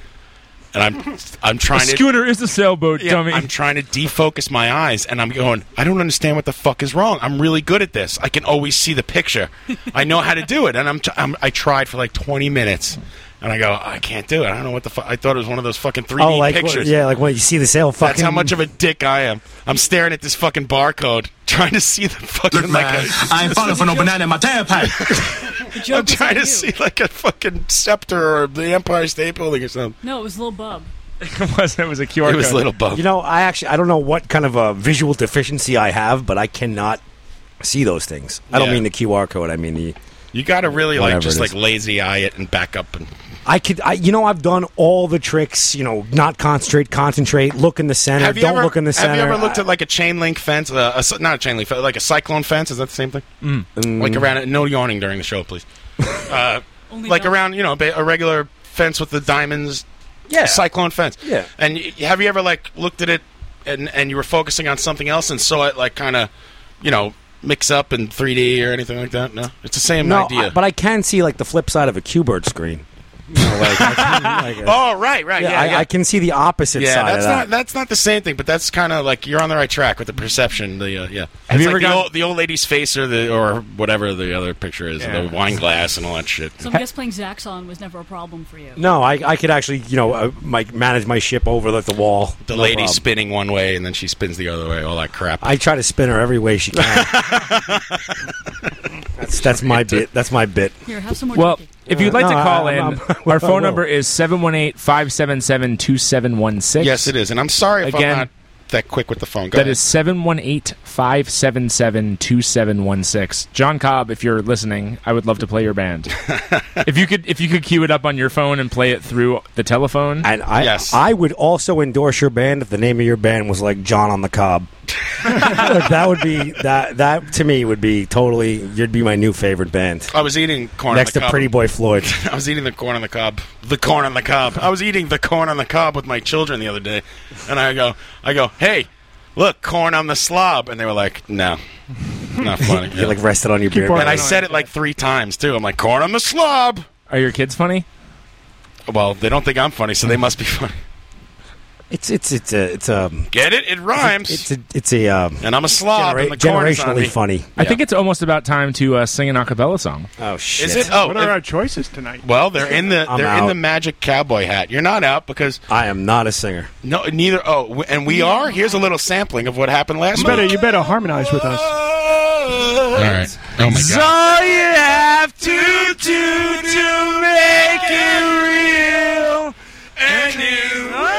S9: And I'm I'm
S3: A
S9: trying to
S3: scooter is a sailboat,
S9: Yeah,
S3: dummy. (laughs)
S9: I'm trying to defocus my eyes, and I'm going. I don't understand what the fuck is wrong. I'm really good at this. I can always see the picture. I know how to do it, and I'm, t- I'm I tried for like 20 minutes, and I go, I can't do it. I don't know what the fuck. I thought it was one of those fucking 3D
S5: oh, like
S9: pictures.
S5: yeah, like when you see the sale fucking.
S9: That's how much of a dick I am. I'm staring at this fucking barcode, (laughs) trying to see the fucking like. A,
S13: I ain't falling for no banana in my
S9: (laughs)
S13: tailpipe.
S9: I'm trying to see like a fucking scepter or the Empire State Building or something.
S14: No, it was Little Bub.
S3: it was it was a QR.
S9: It was
S3: code.
S9: little bump.
S5: You know, I actually I don't know what kind of a visual deficiency I have, but I cannot see those things. I don't
S9: Yeah.
S5: mean the QR code. I mean the.
S9: You got to really like
S5: Whatever
S9: just
S5: it
S9: like
S5: is.
S9: lazy eye it and back up and
S5: I could, I, you know, I've done all the tricks. You know, not concentrate, concentrate, look in the center,
S9: Have you
S5: don't
S9: ever-
S5: look in the center.
S9: Have you ever looked at like a chain link fence? Uh, a, cy- not a chain link, fe- like a cyclone fence. Is that the same thing?
S13: Mm.
S9: Like around it. No yawning during the
S5: (laughs)
S9: show, please. Uh, like around you know ba- a regular fence with the diamonds.
S5: Yeah.
S9: Cyclone fence.
S5: Yeah.
S9: And y- have you ever like looked at it and and you were focusing on something else and saw it like kind of you know mix up in 3D or anything like that? No, it's the same
S5: no,
S9: idea.
S5: I- but I can see like the flip side of a Q-bird screen. (laughs)
S9: oh right, right. Yeah,
S5: I,
S9: yeah.
S5: I can see the opposite
S9: Yeah,
S5: side
S9: that's
S5: of that.
S9: not that's not the same thing, but that's kind of like you're on the right track with the perception. The uh, yeah,
S3: Have
S9: It's like
S3: you ever
S9: the
S3: gone-
S9: old, the old lady's face or the or whatever the other picture is,
S3: Yeah.
S9: the wine glass and all that shit.
S14: So I guess playing Zaxxon was never a problem for you.
S5: no, I, I could actually, you know, uh, my, manage my ship over like, the wall.
S9: the
S5: No
S9: lady
S5: problem.
S9: spinning one way and then she spins the other way, all that crap.
S5: I try to spin her every way she can.
S9: (laughs)
S5: that's that's my bit. That's my bit.
S14: Here, have some more.
S3: Well,
S14: jerky.
S3: if you'd like
S5: No,
S3: to call
S5: I-
S3: in,
S5: I'm- I'm- (laughs)
S3: our
S5: I will.
S3: phone number is 718-577-2716.
S9: yes, it is, and I'm sorry if
S3: Again,
S9: I'm not that quick with the phone. Go
S3: That is 718-577-2716. John Cobb, if you're listening, I would love to play your band. if you could if you could cue it up on your phone and play it through the telephone.
S5: And I,
S3: Yes.
S5: I would also endorse your band if the name of your band was like John on the
S9: (laughs)
S5: Cob. Like, that would be that. That to me would be totally. You'd be my new favorite band
S9: I was eating corn
S5: next
S9: on the
S5: to
S9: cob.
S5: Pretty Boy Floyd.
S9: (laughs) I was eating the corn on the cob. The corn on the cob. I was eating the corn on the cob with my children the other day, and I go, I go, hey, look, corn on the slob, and they were like, no, not
S5: (laughs)
S9: funny.
S5: you like rested on your beer.
S9: and I said it like three times too. I'm like, corn on the slob.
S3: Are your kids funny?
S9: Well, they don't think I'm funny, so they must be funny.
S5: It's it's it's a it's a
S9: Get it? It rhymes.
S5: it's a it's a um,
S9: and I'm a slob. and Ah, the corn is on me.
S5: generationally funny.
S3: I think it's almost about time to uh, sing an a cappella song.
S5: Oh shit.
S9: Is it? Oh,
S12: what are
S9: it-
S12: our choices tonight?
S9: well, they're in the
S12: I'm
S9: they're in
S12: out.
S9: the magic cowboy hat. You're not out because
S5: I am not a singer.
S9: No, neither. Oh, w- and we are. Here's a little sampling of what happened last
S12: You better,
S9: week.
S12: you better harmonize with us.
S9: All right. Oh my
S13: So
S9: god.
S13: you have to do to make it real, and you learn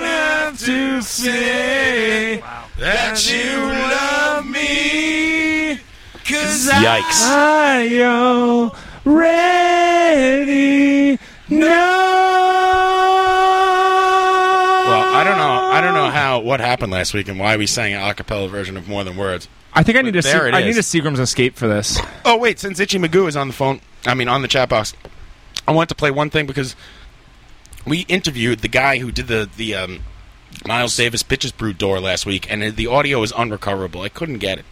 S13: have to say that you love me. Cause
S9: Yikes.
S13: I already know.
S9: Well, I don't know. I don't know how what happened last week and why we sang an a cappella version of More Than Words.
S3: I think I need to.
S9: there
S3: Se-
S9: it
S3: I need a
S9: is.
S3: Seagram's escape for this.
S9: Oh wait, since Itchy Magoo is on the phone, I mean on the chat box, I want to play one thing because we interviewed the guy who did the the um, Miles Davis Pitches Brew door last week, and the audio is unrecoverable. I couldn't get it.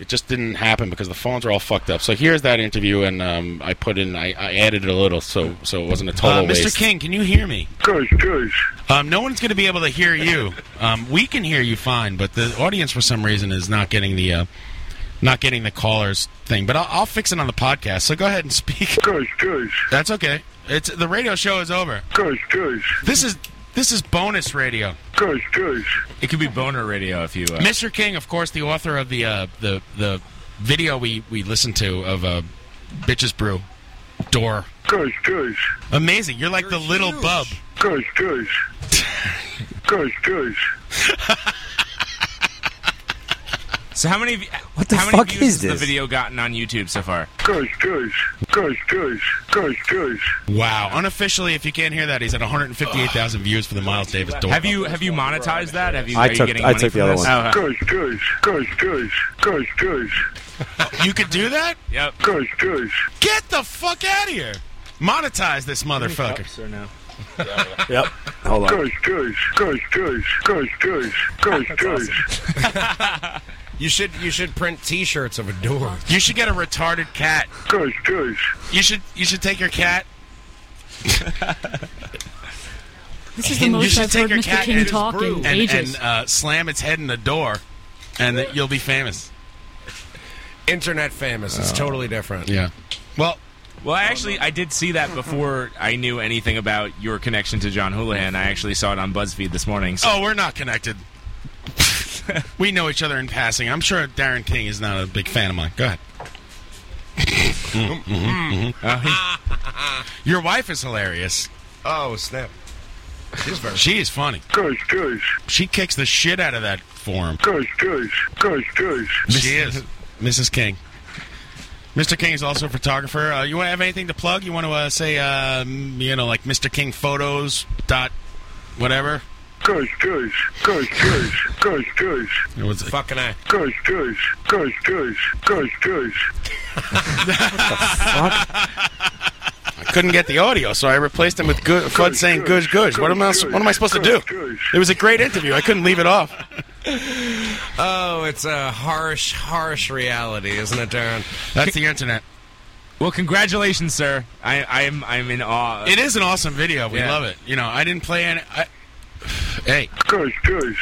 S9: It just didn't happen because the phones are all fucked up. So here's that interview, and um, I put in, I, I added it a little, so so it wasn't a total
S22: Uh,
S9: waste.
S22: Mr. King, can you hear me?
S8: Good, good.
S9: Um, no one's going to be able to hear you. Um, we can hear you fine, but the audience for some reason is not getting the uh, not getting the callers thing. But I'll, I'll fix it on the podcast. So go ahead and speak.
S8: Good, good.
S9: That's okay. It's the radio show is over.
S8: Good, good.
S9: This is this is bonus radio.
S8: Good, good.
S3: It could be boner radio if you. Uh,
S9: Mr. King, of course, the author of the uh, the the video we we listened to of uh, Bitches Brew Door.
S8: Good, good.
S9: Amazing. You're like the little bub.
S8: Good,
S9: (laughs)
S8: good. Good, good.
S3: so how many? What
S8: the
S3: how many
S8: fuck
S3: views
S8: is
S3: has the
S8: this?
S3: video gotten on YouTube so far?
S8: Good, good. Good, good. Good, good.
S9: Wow. Unofficially, if you can't hear that, he's at 158,000 views for the Miles Davis Door.
S3: Have you have you monetized that? Have you?
S9: I
S3: are you
S9: took-
S3: getting
S9: I
S3: money
S9: took the
S3: from
S9: other
S3: this?
S9: one.
S3: Oh,
S8: Good, good. Good, good. Good, good.
S9: You could do that?
S3: Yep.
S8: Good, good.
S9: Get the fuck out of here. Monetize this motherfucker.
S5: Yep. Hold on.
S8: Good, good. Good, good. Good, good. Good, good.
S9: You should you should print T-shirts of a door. You should get a retarded cat.
S8: Good, good.
S9: You should you should take your cat.
S14: This is the
S9: and (laughs) you
S14: most
S9: should
S14: I've
S9: take
S14: heard
S9: your
S14: Mr.
S9: cat
S14: King
S9: and-
S14: talk in
S9: and,
S14: ages.
S9: and uh, slam its head in the door, and that you'll be famous.
S2: Internet famous. It's
S9: Oh.
S2: totally different.
S9: Yeah. Well,
S3: well, actually, I did see that before I knew anything about your connection to John Houlihan. I actually saw it on BuzzFeed this morning. So.
S9: Oh, we're not connected. we know each other in passing. I'm sure Darren King is not a big fan of mine. Go ahead. Mm, mhm, mhm. Your wife is hilarious.
S2: Oh snap! She's very.
S9: She is funny.
S8: Good, good.
S9: She kicks the shit out of that form.
S8: Good, good. Good, good.
S9: She is Mrs. King. Mr. King is also a photographer. Uh, you want to have anything to plug? You want to uh, say, um, you know, like Mr. King Photos dot whatever.
S8: Good, good. Good, good. Good, good.
S9: It was
S2: fucking I.
S8: Good, good. Good, good. Good, good.
S9: I couldn't get the audio, so I replaced him with good, Fudd saying "good, good." What am I? What am I supposed to do? It was a great interview. I couldn't leave it off.
S2: Oh, it's a harsh, harsh reality, isn't it, Darren?
S9: That's the internet.
S3: Well, congratulations, sir. I, I'm I'm in awe.
S9: It is an awesome video. We
S3: Yeah.
S9: love it. You know, I didn't play any. I, hey,
S8: Good, good.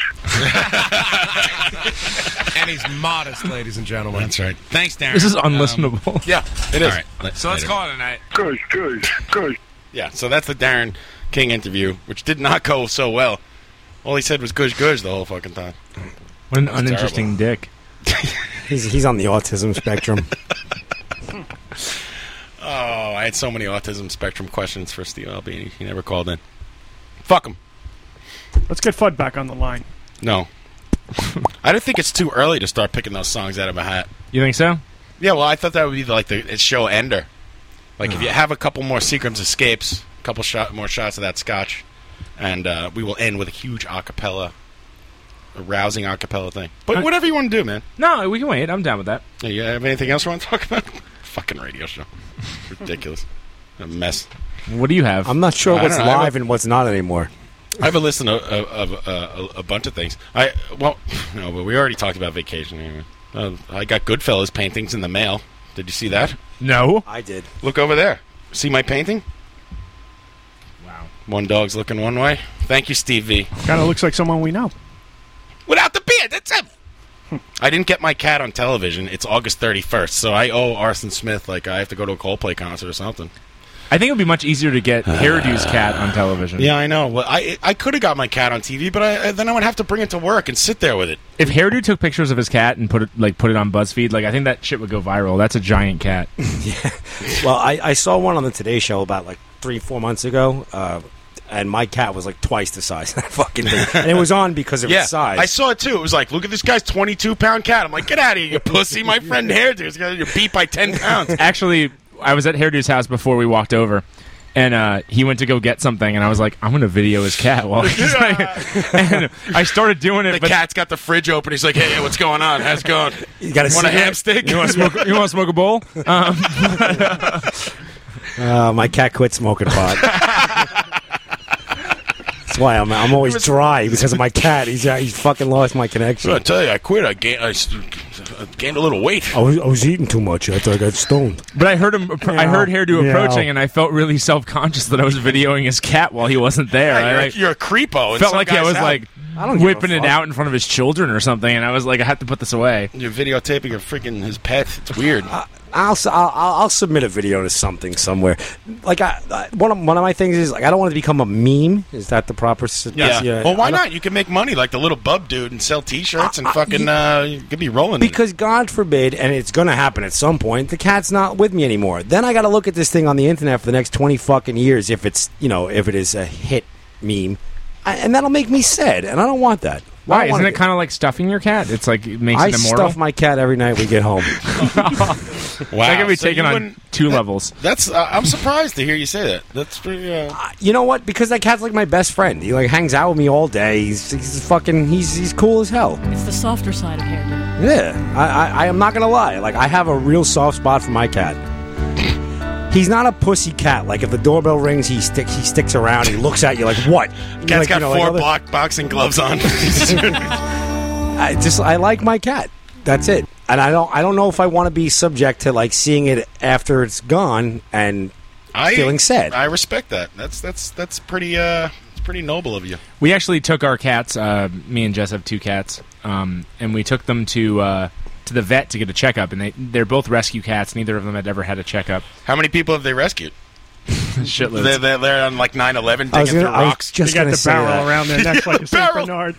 S2: and he's modest, ladies and gentlemen.
S9: That's right. Thanks, Darren.
S3: This is unlistenable.
S2: yeah,
S9: it is. All right, let-
S3: so let's
S9: later.
S3: call it a night.
S8: Good, good. Good.
S9: Yeah, so that's the Darren King interview, which did not go so well. All he said was "gush gush" the whole fucking time.
S5: What an
S9: It's uninteresting
S5: dick. (laughs) he's, he's on the autism spectrum.
S9: Oh, I had so many autism spectrum questions for Steve Albini. He never called in. Fuck him.
S12: Let's get Fudd back on the line.
S9: No, I don't think it's too early to start picking those songs out of a hat.
S3: You think so?
S9: Yeah, well, I thought that would be like the it's show ender. Like
S3: Hmm.
S9: if you have a couple more Seagram's escapes, a couple shot more shots of that scotch, and uh, we will end with a huge acapella, a rousing acapella thing. But whatever you want to do, man.
S3: Uh, No, we can wait. I'm down with that.
S9: Yeah, you have anything else you want to talk about? (laughs) Fucking radio show, ridiculous, a mess.
S3: What do you have?
S5: I'm not sure
S9: I
S5: what's
S9: don't know. I
S5: live and what's not anymore.
S9: I have a list of, of, of uh, a, a bunch of things. I well, (laughs) no, but we already talked about vacation. Anyway. Uh, I got Goodfellas paintings in the mail. Did you see that?
S3: No,
S5: I did.
S9: Look over there. See my painting? Wow. One dog's looking one way. Thank you, Steve V.
S12: Kind of looks like someone we know.
S9: Without the beard, that's him. I didn't get my cat on television. It's August 31st, so I owe Arson Smith like I have to go to a Coldplay concert or something.
S3: I think it would be much easier to get Hairdo's cat on television.
S9: Yeah, I know. Well, I I could have got my cat on TV, but I, then I would have to bring it to work and sit there with it.
S3: If Hairdo took pictures of his cat and put it like put it on BuzzFeed, like I think that shit would go viral. That's a
S9: (laughs)
S3: giant cat.
S5: well, I, I saw one on the Today Show about like three, four months ago. Uh, and my cat was like twice the size (laughs) of that fucking thing, and it was on because of
S9: yeah,
S5: its size.
S9: I saw it too. It was like, look at this guy's 22 pound cat. I'm like, get out of here, you pussy.
S3: (laughs)
S9: My friend Hairdo's going to beat by 10 pounds.
S3: Actually, I was at Hairdo's house before we walked over, and uh, he went to go get something, and I was like, I'm gonna video his cat
S9: (laughs)
S3: while he's like, (laughs) and I started doing it.
S9: The cat's got the fridge open. He's like, hey, what's going on? How's it going?
S3: You got a
S9: Want a
S3: cigarette?
S9: ham stick?
S3: (laughs) You wanna smoke- you wanna smoke
S7: (laughs)
S3: a bowl? Um,
S5: Uh, my cat quit smoking
S9: (laughs)
S5: pot. That's why I'm I'm always dry because of my cat. He's uh, he's fucking lost my connection.
S9: I tell you, I quit. I gained, I s- I gained a little weight.
S5: I was I was eating too much. I thought I got stoned.
S3: But I heard him. I heard Hairdo
S5: Meow.
S3: approaching, and I felt really self conscious that I was videoing his cat while he wasn't there.
S9: Yeah,
S3: I
S9: you're,
S3: like,
S9: a, you're a creepo. in some
S3: felt like I
S9: guy's
S3: was
S9: house.
S3: like whipping it out in front of his children or something, and I was like, I have to put this away.
S9: You're videotaping your freaking his pet. It's weird.
S5: I'll, s- I'll I'll I'll submit a video to something somewhere. Like I, I one of, one of my things is like I don't want to become a meme. Is that the proper? s-
S9: Yeah. Well,
S5: I
S9: why
S5: don't-
S9: not? You can make money like the little bub dude and sell T-shirts and fucking. uh, you could be rolling. in it.
S5: Because God forbid, and it's going to happen at some point, the cat's not with me anymore. Then I got to look at this thing on the internet for the next 20 fucking years if it's, you know, if it is a hit meme. I, and that'll make me sad, and I don't want that.
S3: Why isn't it kind of like stuffing your cat? It's like it makes
S5: I
S3: it immortal.
S5: stuff my cat every night we get
S3: (laughs)
S5: home. (laughs)
S9: Wow.
S3: That can be
S9: So
S3: taken
S9: you
S3: on
S9: wouldn't-
S3: two levels.
S9: That's. Uh, I'm surprised to hear you say that. That's pretty. Uh,
S5: you know what? Because that cat's like my best friend. He like hangs out with me all day. He's, he's fucking. He's he's cool as hell.
S22: It's the softer side of hairdo.
S5: Yeah, I, I, I am not gonna lie. Like, I have a real soft spot for my cat. He's not a pussy cat. Like, if the doorbell rings, he sticks. He sticks around. He looks at you like, "What?" Cat's
S9: Cat's got four block boxing gloves
S3: (laughs)
S9: on.
S5: I just I like my cat. That's it. And I don't I don't know if I want to be subject to like seeing it after it's gone and
S9: I
S5: feeling sad.
S9: I respect that. That's that's that's pretty. Uh, it's pretty noble of you.
S3: We actually took our cats. Uh, me and Jess have two cats, um, and we took them to uh, to the vet to get a checkup. And they they're both rescue cats. Neither of them had ever had a checkup.
S9: How many people have they rescued?
S3: (laughs) Shitloads.
S9: They're, they're, they're on like 9/11
S3: I was
S9: digging through
S3: gonna- I was
S9: rocks.
S3: just They got gonna the say barrel that. around their neck
S9: (laughs)
S3: like
S9: The
S12: a Saint
S9: barrel.
S12: Bernard.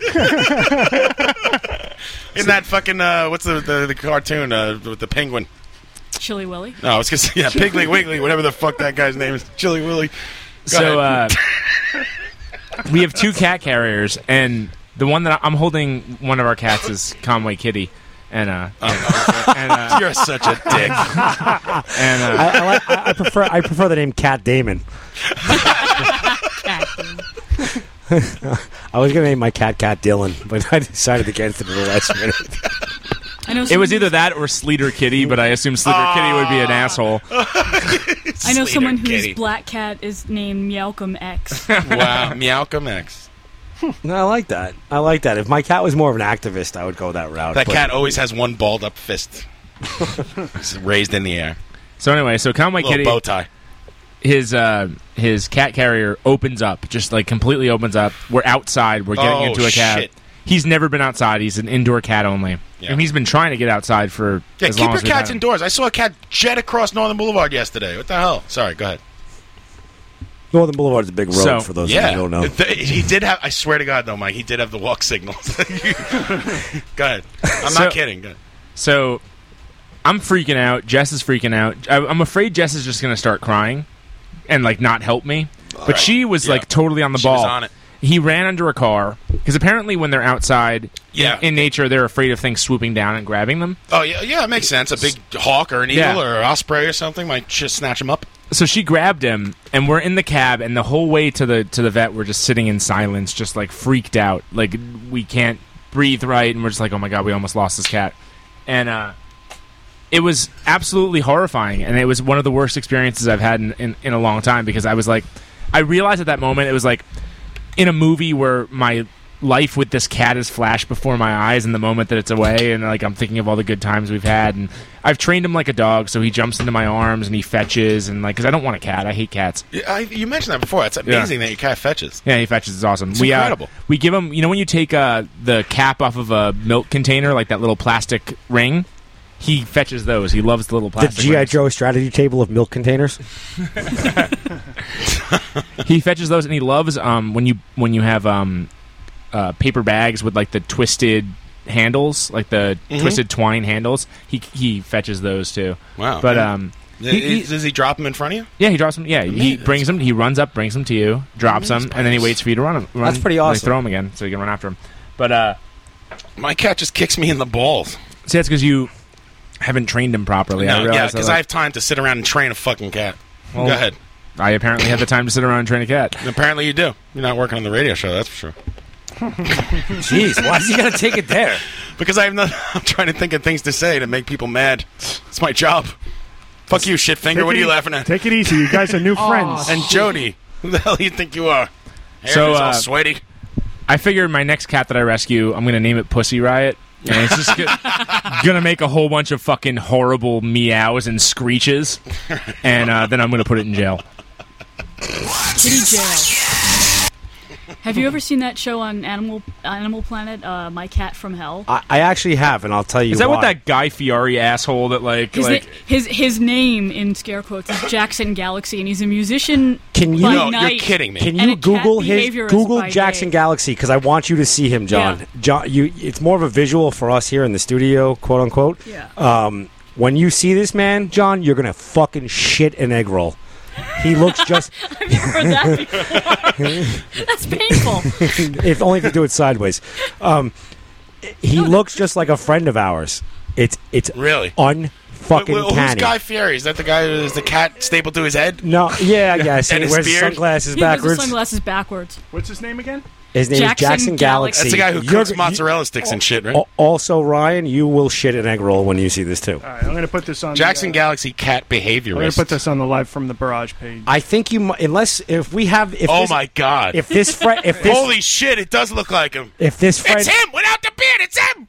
S9: In that fucking uh, what's the, the the cartoon uh, with the penguin?
S22: Chilly Willy.
S9: No, I was gonna say yeah, Piggly Wiggly, whatever the fuck that guy's name is, Chilly Willy. Go
S3: so uh,
S9: ahead. (laughs)
S3: we have two cat carriers, and the one that I- I'm holding, one of our cats is Conway Kitty, and uh, and, uh,
S9: Oh, You're such a dick.
S3: (laughs) and uh,
S5: I, I, like, I, I prefer I prefer the name Cat Damon. (laughs)
S9: (laughs)
S5: I was gonna name my cat Cat Dylan, but I decided against it at the last minute.
S22: I know
S3: it was
S22: someone-
S3: either that or Sleater Kitty, but I assume Sleater Kitty would be an asshole.
S22: I know
S3: Sleater
S22: someone whose
S3: kitty.
S22: black cat is named Meowcom X.
S3: (laughs)
S9: wow, Meowcom X.
S5: (laughs) No, I like that. I like that. If my cat was more of an activist, I would go that route.
S9: That
S5: but-
S9: cat always has one balled up
S3: (laughs)
S9: fist. It's raised in the air.
S3: So anyway, so Conway
S9: Little
S3: Kitty
S9: bow tie.
S3: His uh, his cat carrier opens up, just like completely opens up. We're outside. We're getting
S9: Oh,
S3: into a cab.
S9: shit.
S3: He's never been outside. He's an indoor cat only, and he's been trying to get outside for
S9: Yeah,
S3: as
S9: keep
S3: long
S9: your
S3: as we've had
S9: cats
S3: him.
S9: indoors. I saw a cat jet across Northern Boulevard yesterday. What the hell? Sorry, go ahead.
S5: Northern Boulevard's a big road
S3: So-
S5: for those
S9: yeah,
S5: of you who don't know.
S9: Th- he did have. I swear to God, though, Mike, he did have the walk signals. (laughs) go ahead. I'm
S3: So-
S9: not kidding. Go ahead.
S3: So I'm freaking out. Jess is freaking out. I, I'm afraid Jess is just going to start crying and like not help me. But
S9: Right.
S3: she was like totally on the
S9: She was
S3: ball.
S9: on it.
S3: He ran under a car because apparently when they're outside
S9: Yeah.
S3: in, in nature, they're afraid of things swooping down and grabbing them.
S9: Oh yeah, yeah, it makes sense. A big hawk or an eagle
S3: Yeah.
S9: or an osprey or something might just snatch him up.
S3: So she grabbed him, and we're in the cab, and the whole way to the to the vet, we're just sitting in silence, just like freaked out, like we can't breathe right, and we're just like, oh my god, we almost lost this cat, and uh, it was absolutely horrifying, and it was one of the worst experiences I've had in, in, in a long time because I was like, I realized at that moment it was like in a movie where my life with this cat is flashed before my eyes in the moment that it's away and like I'm thinking of all the good times we've had and I've trained him like a dog so he jumps into my arms and he fetches and like cuz I don't want a cat I hate cats
S9: Yeah, I, you mentioned that before. It's amazing that your cat fetches.
S3: yeah he fetches is awesome
S9: It's
S3: we, uh,
S9: incredible.
S3: we give him you know when you take uh, the cap off of a milk container like that little plastic ring he fetches those he loves the little
S5: The
S3: plastic
S5: GI
S3: rings.
S5: Joe strategy table of milk containers.
S3: he fetches those and he loves um, when you when you have um, uh, paper bags with like the twisted handles like the
S9: Mhm.
S3: twisted twine handles he he fetches those too
S9: Wow.
S3: but um
S9: He- he- does he drop him in front of you?
S3: Yeah, he drops them. Yeah, he brings them. He runs up, brings them to you, drops them, and then he waits for you to run. 'em- run
S9: That's pretty
S3: and they
S9: awesome.
S3: throw him again, so you can run after him. But uh,
S9: my cat just kicks me in the balls.
S3: See, that's because you haven't trained him properly.
S9: No,
S3: I realize
S9: yeah,
S3: that,
S9: because I
S3: like-
S9: have time to sit around and train a fucking cat.
S3: Well,
S9: Go ahead.
S3: I apparently have the time to sit around and train a cat.
S9: Apparently, you do. You're not working on the radio show, that's for sure. (laughs)
S5: Jeez, why is he gotta take it there?
S9: because I have no, (laughs) I'm trying to think of things to say to make people mad. It's my job. Fuck you, shit finger.
S12: Take
S9: What
S12: it
S9: are you
S12: ea-
S9: laughing at?
S12: Take it easy. You guys are
S9: (laughs)
S12: new friends.
S9: and Jody, who the hell do you think you are? Hair
S3: So,
S9: is all
S3: uh,
S9: sweaty.
S3: I figure my next cat that I rescue, I'm gonna name it Pussy Riot, and it's just go- gonna make a whole bunch of fucking horrible meows and screeches, and uh, then I'm gonna put it in jail.
S22: Kitty jail. Have you ever seen that show on Animal Animal Planet? Uh, My Cat from Hell.
S5: I, I actually have, and I'll tell you.
S3: Is that
S5: why.
S3: what that Guy Fieri asshole that like
S22: His,
S3: like
S22: na- his his name in scare quotes is Jackson Galaxy, and he's a musician.
S5: Can you?
S22: By night.
S5: Can
S22: And
S5: you
S22: a cat
S5: Google his
S22: behaviorist
S5: Google
S22: by
S5: Jackson
S22: day.
S5: Galaxy? Because I want you to see him, John.
S22: Yeah.
S5: John, you. It's more of a visual for us here in the studio, quote unquote.
S22: Yeah.
S5: Um, when you see this man, John, you're gonna fucking shit an egg roll. He looks just.
S22: (laughs) I've heard that
S5: (laughs)
S22: before. (laughs) That's painful.
S5: if only if you do it sideways. Um, he looks just like a friend of ours. It's it's
S9: really
S5: unfucking
S9: Wait, wait, who's
S5: canny.
S9: Guy Fieri? Is that the guy who is the cat stapled to his head?
S5: No,
S9: (laughs)
S5: yeah, I guess.
S9: And
S5: he
S9: his
S5: wears
S9: beard?
S5: sunglasses
S22: He wears the
S5: backwards.
S22: sunglasses backwards. What's his name again?
S5: His name is Jackson Galaxy.
S9: That's the guy who
S5: You're-
S9: cooks mozzarella sticks and shit, right?
S5: Al- Also, Ryan, you will shit an egg roll when you see this too.
S12: All right, I'm going to put this
S9: (laughs)
S12: on.
S9: Jackson
S12: the, uh,
S9: Galaxy cat
S12: I'm going to put
S9: behaviorist.
S12: this on the live from the barrage page.
S5: I think you, mu- unless if we have, if
S9: oh
S5: this,
S9: my god!
S5: if this fri- if this-
S9: holy shit, it does look like him.
S5: if this friend,
S9: It's him without the beard. It's him.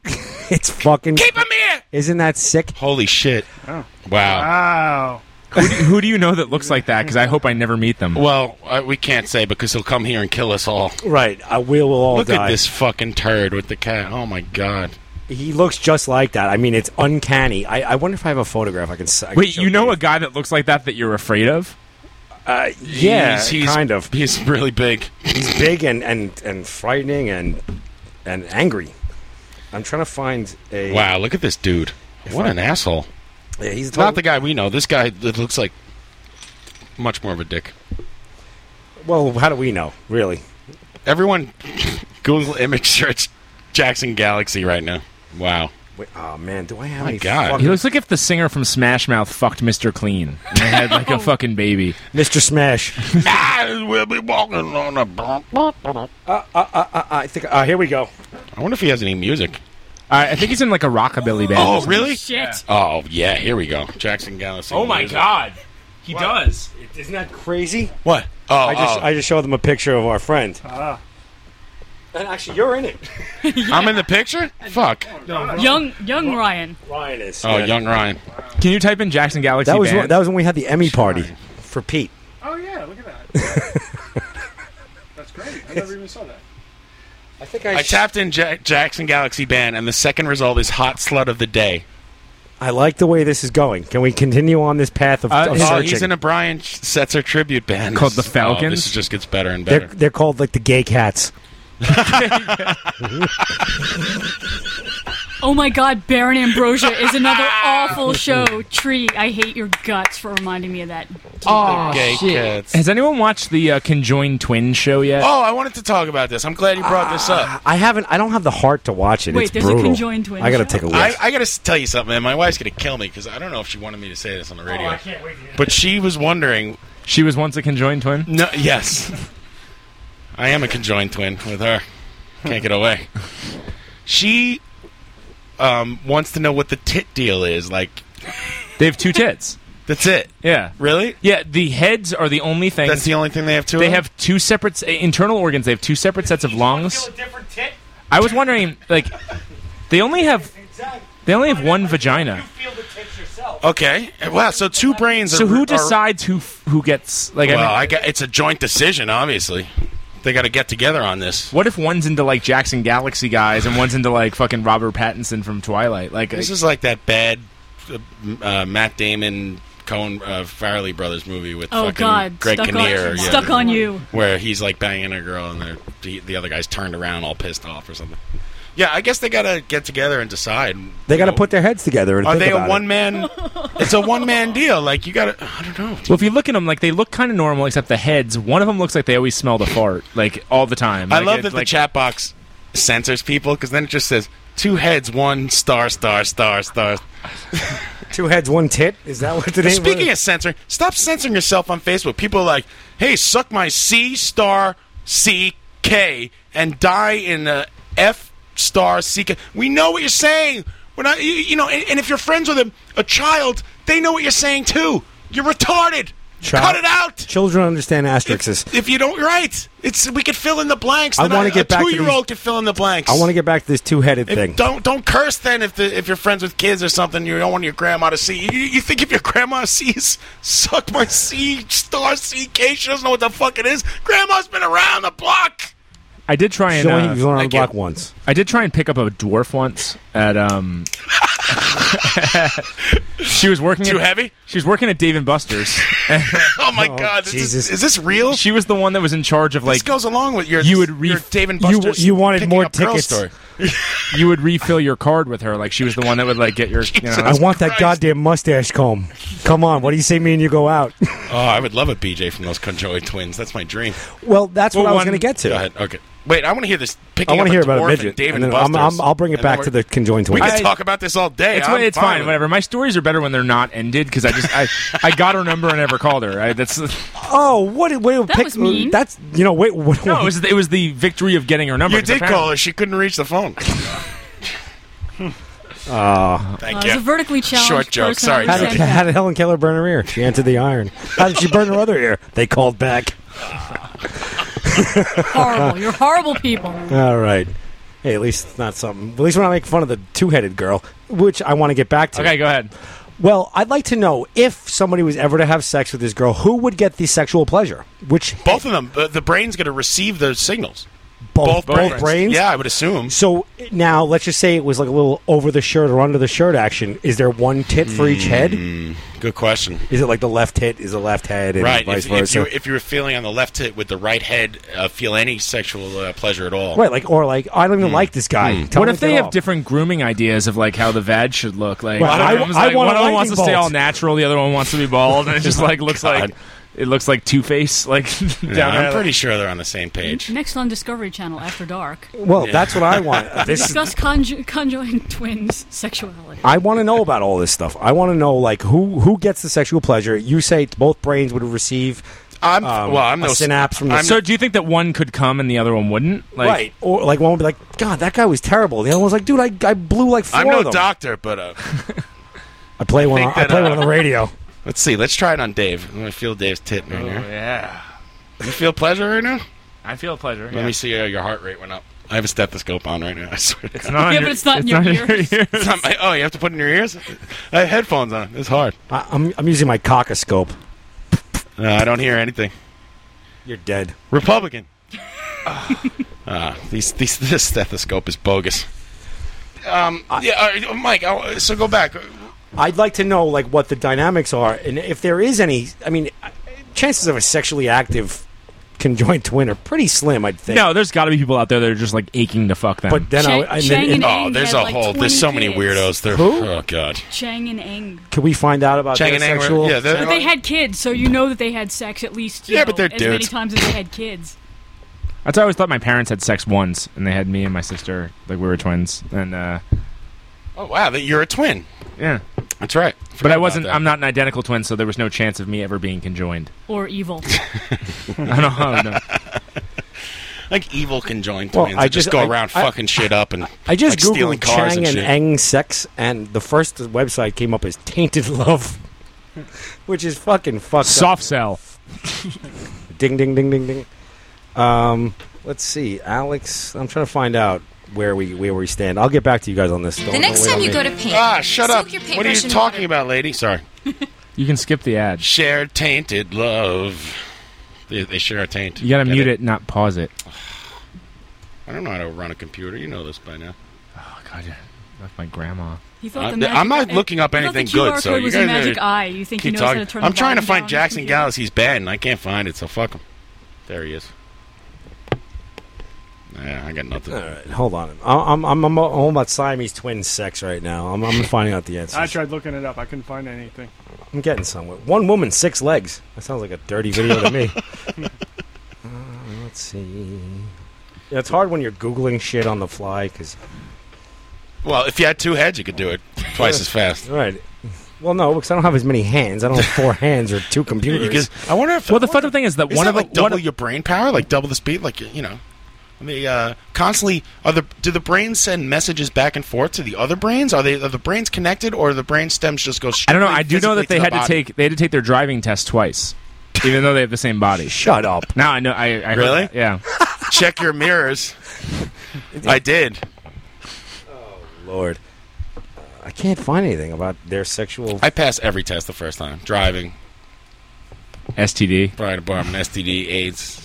S5: it's fucking,
S9: Keep him here.
S5: isn't that sick?
S9: Holy shit!
S12: Oh.
S9: Wow.
S12: Wow.
S3: who, do, who do you know that looks like that? Because I hope I never meet them.
S9: Well, I, we can't say because he'll come here and kill us all.
S5: Right, I will, will all
S9: Look
S5: die.
S9: at this fucking turd with the cat. Oh my god.
S5: He looks just like that. I mean, it's uncanny. I, I wonder if I have a photograph I can. s- I can
S3: Wait,
S5: show
S3: you know a guy that looks like that that you're afraid of?
S5: Uh, yeah,
S9: He's- he's-
S5: kind of.
S9: He's really big.
S5: He's big and and and frightening and and angry. I'm trying to find a.
S9: Wow, look at this dude. What
S5: I-
S9: an asshole.
S5: Yeah, he's
S9: It's not the guy we know. This guy that looks like much more of a dick.
S5: Well, how do we know, really?
S9: Everyone, (laughs) Google image search Jackson Galaxy right now. Wow.
S5: Wait, oh man, do I have
S9: My
S5: any
S9: God.
S5: fucking-
S3: He looks like if the singer from Smash Mouth fucked Mr. Clean and they
S5: (laughs)
S3: had like a fucking baby.
S5: Mr.
S3: (laughs)
S5: Smash.
S9: Ah, we'll be walking on a
S5: Uh,
S9: bump.
S5: I think. Uh, here we go.
S9: I wonder if he has any music.
S3: I I think he's in like a rockabilly band.
S9: Oh, really?
S22: Shit.
S9: Oh, yeah, here we go. Jackson Galaxy. music.
S3: Oh he does.
S5: Isn't that crazy?
S9: What? Oh,
S5: I just
S9: oh.
S5: I just showed them a picture of our friend.
S13: And
S5: Uh, actually, you're in it.
S9: I'm in
S5: (laughs)
S9: the picture? Fuck.
S22: Young young Ryan.
S5: Ryan is.
S9: Oh, young Ryan.
S3: Can you type in Jackson Galaxy?
S5: That was
S3: band?
S5: when, that was when we had the Emmy party for Pete.
S12: Oh, yeah. Look
S5: (laughs)
S12: at that. That's great. I never even saw that.
S5: I think
S9: I tapped in Ja- Jackson Galaxy Band, and the second result is Hot Slut of the Day.
S5: I like the way this is going. Can we continue on this path of,
S9: Uh,
S5: of
S9: oh,
S5: searching?
S9: he's in a Brian Setzer tribute band
S3: Called the
S9: This-
S3: Falcons?
S9: Oh, this just gets better and
S5: they're
S9: better.
S5: they're called like the gay cats.
S22: Oh my God, Baron Ambrosia is
S5: (laughs)
S22: another awful show. Tree, I hate your guts for reminding me of that.
S5: Oh,
S9: Aw, Gay shit. kids.
S3: Has anyone watched the uh, conjoined twin show yet?
S9: oh, I wanted to talk about this. I'm glad you brought this
S3: (sighs)
S9: up.
S5: I haven't. I don't have the heart to watch it.
S9: Wait,
S5: it's
S9: there's a
S5: brutal.
S9: conjoined twin
S5: I gotta
S9: show?
S5: take a look.
S9: I, I got to tell you something, man. My wife's going to kill me because I don't know if she wanted me to say this on the radio. But she was wondering.
S3: She was once a conjoined twin.
S9: No,
S3: (laughs)
S9: yes. I am a conjoined twin with her. Can't get
S3: (laughs)
S9: away. She um, wants to know what the tit deal is. Like,
S3: they have two tits.
S9: That's it.
S3: Yeah.
S9: Really?
S3: Yeah. The heads are the only thing. That's
S9: the only thing they have two.
S3: They
S9: of?
S3: have two separate s- internal organs. They have two separate sets of lungs. I was wondering, like, they only have they only have one vagina.
S9: Okay. Wow. So two brains.
S3: So
S9: are,
S3: who
S9: are-
S3: decides who f- who gets like?
S9: well,
S3: I mean,
S9: I got, it's a joint decision, obviously. They got to get together on this.
S3: what if one's into like Jackson Galaxy guys and one's into like fucking Robert Pattinson from Twilight? Like,
S9: This is like that bad uh, m- uh, Matt Damon Cohen uh, Farley brothers movie with
S22: Oh
S9: fucking
S22: God,
S9: Greg
S22: stuck
S9: Kinnear,
S22: on
S9: yeah.
S22: stuck on you.
S9: where he's like banging a girl and the the other guy's turned around all pissed off or something. Yeah, I guess they gotta get together and decide.
S23: They got to put their heads together. And
S9: Are
S23: think
S9: they a
S23: about it.
S9: one man? it's a one man deal. Like you gotta. I don't know.
S3: Well, if you look at them, like they look kind of normal, except the heads. One of them looks like they always smelled a fart, like all the time.
S9: I
S3: Like,
S9: love
S3: it-
S9: that the
S3: like-
S9: chat box censors people because then it just says two heads, one star, star, star, star.
S5: Two heads, one tit. Is that what the name?
S9: Speaking of censoring, stop censoring yourself on Facebook. People are like, "Hey, suck my C star C K and die in a F star C K." We know what you're saying. We're not, you, you know. And, and if you're friends with a, a child, they know what you're saying too. You're retarded. Cut it out.
S5: Children understand asterisks.
S9: If you don't, right? It's we could fill in the blanks.
S5: I
S9: Then
S5: wanna
S9: a-
S5: get
S9: a
S5: back to these-
S9: two-year-old could fill in the blanks.
S5: I want to get back to this two-headed
S9: If-
S5: thing.
S9: Don't don't curse then if the, if you're friends with kids or something. You don't want your grandma to see. You, you think if your grandma (laughs) sees suck my C star C K, she doesn't know what the fuck it is. Grandma's been around the block.
S3: I did try and
S5: She's only-
S3: uh,
S5: she's only on the block once.
S3: I did try and pick up a dwarf once at um. (laughs) she was working
S9: Too
S3: at,
S9: heavy?
S3: She was working at Dave and Buster's.
S9: (laughs) oh my god, this is, is this real?
S3: She was the one that was in charge of like.
S9: this goes along with your
S3: you would re-
S9: your Dave and
S3: you-
S9: Buster's.
S3: you wanted
S9: picking
S3: more
S9: up girl
S3: tickets.
S9: Story.
S3: (laughs) you would refill your card with her. Like she was the one that would like get your. You know,
S5: I want that goddamn mustache comb. Come on, what do you say? Me and you go
S9: (laughs)
S5: out.
S9: Oh, I would love a BJ from those Conjoy twins. That's my dream.
S5: Well, that's what I was
S9: one-
S5: gonna get to.
S9: Go ahead. Okay. Wait, I want to hear this. Picking
S5: I want to
S9: up
S5: hear
S9: a
S5: about
S9: dwarf
S5: a
S9: and
S5: midget.
S9: Dave
S5: and
S9: and
S5: then I'm-
S9: Buster's,
S5: I'm- I'll bring it
S9: and then
S5: back to
S9: we're-
S5: the conjoined
S9: We
S5: twins.
S9: can talk about this all day.
S3: It's,
S9: I'm
S3: it's
S9: fine
S3: fine,
S9: with it.
S3: whatever. My stories are better when they're not ended because I just I, I got her number and never called her. I, that's (laughs)
S5: oh, what? what
S3: That was mean.
S5: That's you know. Wait, what?
S3: no, it was, it was the victory of getting her number.
S9: You
S3: 'cause
S9: did
S3: apparently-
S9: call her. She couldn't reach the phone.
S5: Oh.
S9: Thank
S22: Uh,
S9: you.
S22: it's a vertically challenged
S9: Short joke.
S22: person.
S9: Sorry.
S5: How did, (laughs) how did Helen Keller burn her ear? She answered the iron. How did she burn her other ear? They called
S3: (laughs)
S5: back.
S22: horrible. You're horrible people.
S5: (laughs) All right. Hey, at least it's not something. At least we're not making fun of the two-headed girl, which I want to get back to.
S3: Okay, go ahead.
S5: Well, I'd like to know if somebody was ever to have sex with this girl, who would get the sexual pleasure? Which
S9: Both of them. Uh, the brain's going to receive those signals.
S5: both, both brains.
S9: Yeah, I would assume.
S5: So now, let's just say it was like a little over the shirt or under the shirt action. Is there one tit for each head?
S9: Mm, Good question.
S5: Is it like the left tit is the left head and
S9: Right.
S5: vice
S9: If, if
S5: versa?
S9: you if you were feeling on the left hip with the right head, uh, feel any sexual uh, pleasure at all?
S5: right, like or like I don't
S9: Hmm.
S5: even like this guy. Tell
S3: what
S5: him
S3: if
S5: to
S3: they
S5: get
S3: have
S5: off.
S3: different grooming ideas of like how the vag should look? Like,
S5: Well,
S3: one
S5: I-
S3: of them's
S5: I
S3: like,
S5: want
S3: one
S5: a
S3: of them wants to
S5: lightning
S3: stay
S5: bolt.
S3: all natural, the other one wants to be bald, and it
S5: (laughs) Oh
S3: just like looks like it looks like Two Face. Like, (laughs) down
S9: Yeah, I'm
S3: there.
S9: pretty sure they're on the same page.
S22: Next on Discovery Channel after dark.
S5: Well, that's what I
S9: (laughs)
S5: want.
S22: This
S5: This is-
S22: discuss conju- conjoined (laughs) twins sexuality.
S5: I want to know about all this stuff. I want to know like who who gets the sexual pleasure. You say both brains would receive.
S9: I'm
S5: um, a synapse from the
S3: so, do you think that one could come and the other one wouldn't? Like,
S5: right, or like one would be like, "God, that guy was terrible." The other one's like, "Dude, I, I blew like 4
S9: I'm no
S5: of them."
S9: doctor, but
S3: (laughs)
S9: uh,
S5: I play one.
S9: think
S5: On, I
S9: that,
S5: play
S9: uh,
S5: one on the radio.
S9: let's see. Let's try it on Dave. I'm gonna feel Dave's tit right here.
S3: Oh, Yeah.
S9: You feel pleasure right now?
S3: I feel pleasure.
S9: Let me see uh, your heart rate went up. I have a stethoscope on right now. I swear. It's
S3: not on Yeah, your- but it's not in it's your not in your ears.
S9: It's not my- oh, you have to put it in your ears. I have headphones on. It's hard.
S5: I, I'm I'm using my cockoscope.
S9: No, Uh, I don't hear anything.
S5: You're dead.
S9: Republican. (laughs) Ah, these, these, this stethoscope is bogus. Um, yeah, uh, Mike. Uh, so go back.
S5: I'd like to know like what the dynamics are, and if there is any. I mean, I- chances of a sexually active conjoined twin are pretty slim. I'd think.
S3: No, there's got to be people out there that are just like aching to fuck them.
S5: But then I- Shang- I- and then- Shang and
S9: oh,
S5: Aang
S9: there's
S5: had,
S9: a
S5: like,
S9: whole. There's so many
S5: 20
S9: weirdos. There.
S5: Who?
S9: Oh God.
S22: Chang and Eng.
S5: Can we find out about
S9: Chang
S5: their
S9: and Ang were-
S5: sexual?
S9: yeah, they're-
S22: But they had kids, so you know that they had sex at least you
S9: Yeah,
S22: know,
S9: but they're
S22: as many
S3: dudes.
S22: times as they had kids.
S3: That's why I always thought my parents had sex once, and they had me and my sister. Like we were twins, and uh,
S9: Oh wow, that you're a twin.
S3: yeah,
S9: that's right.
S3: but
S9: Forgot
S3: I
S9: about
S3: wasn't.
S9: that.
S3: I'm not an identical twin, so there was no chance of me ever being conjoined. (laughs)
S22: Or
S9: (laughs)
S22: evil.
S3: I don't I don't know.
S9: like evil conjoined
S5: Well,
S9: twins.
S5: I
S9: that just,
S5: just-
S9: go
S5: I-
S9: around
S5: I-
S9: fucking shit up and
S5: I just
S9: like, stealing
S5: googled
S9: cars
S5: Chang
S9: and
S5: and
S9: shit.
S5: Eng sex, and the first website came up as (laughs) Tainted Love, (laughs) which is fucking fucked.
S3: Soft sell.
S5: (laughs) ding ding ding ding ding. Um, let's see, Alex. I'm trying to find out where we where we stand. I'll get back to you guys on this. Don't-
S24: The next
S5: don't wait
S24: time
S5: on
S24: you
S5: me.
S24: go to paint,
S9: Ah, shut
S24: soak
S9: up.
S24: Your
S9: What are you
S24: paintbrush in
S9: talking about, lady? Sorry.
S3: You can skip the ad.
S9: Share tainted love. They, they share a taint.
S3: You gotta mute it, not pause it.
S9: I don't know how to run a computer. You know this by now.
S3: Oh god, yeah. like my grandma.
S22: He thought
S9: I'm,
S22: the magic
S9: Uh, I'm not
S22: eye-
S9: looking up
S22: he thought
S9: anything
S22: the QR
S9: good, so
S22: code
S9: you
S22: was
S9: guys
S22: a magic
S9: are-
S22: eye. You think he
S9: keep
S22: knows how to
S9: talking.
S22: turn the
S9: I'm trying to
S22: volume
S9: find
S22: down?
S9: Jackson Galaxy's bad, and I can't find it. So fuck him. There he is. Yeah, I got nothing.
S5: All right, hold on. I'm I'm I'm, I'm all about Siamese twin sex right now. I'm I'm finding out the answer.
S12: I tried looking it up. I couldn't find anything.
S5: I'm getting somewhere. One woman, six legs. That sounds like a dirty video to
S9: (laughs)
S5: me. Uh, let's see. Yeah, it's hard when you're googling shit on the fly because
S9: Well, if you had two heads, you could do it
S5: (laughs)
S9: twice as fast.
S5: Right. Well, no, because I don't have as many hands. I don't have
S9: (laughs)
S5: four hands or two computers.
S9: I wonder if.
S3: Well, the funny thing is that
S9: Isn't
S3: one
S9: that
S3: of
S9: like
S3: the one
S9: double your brain power, like double the speed, like you know. I mean, uh, constantly are the do the brains send messages back and forth to the other brains? Are they are the brains connected, or the brain stems just go?
S3: I don't know. I
S9: strictly
S3: do know that
S9: physically
S3: they had
S9: the
S3: to
S9: body?
S3: take they had to take their driving test twice, even though they have the same body.
S5: Shut up.
S3: Now I know. I, I heard
S9: Really?
S3: that, Yeah.
S9: (laughs) Check your mirrors. I did.
S5: Oh, Lord. Uh, I can't find anything about their sexual.
S9: I passed every test the first time. Driving,
S3: STD.
S9: Brian Barman, STD, AIDS.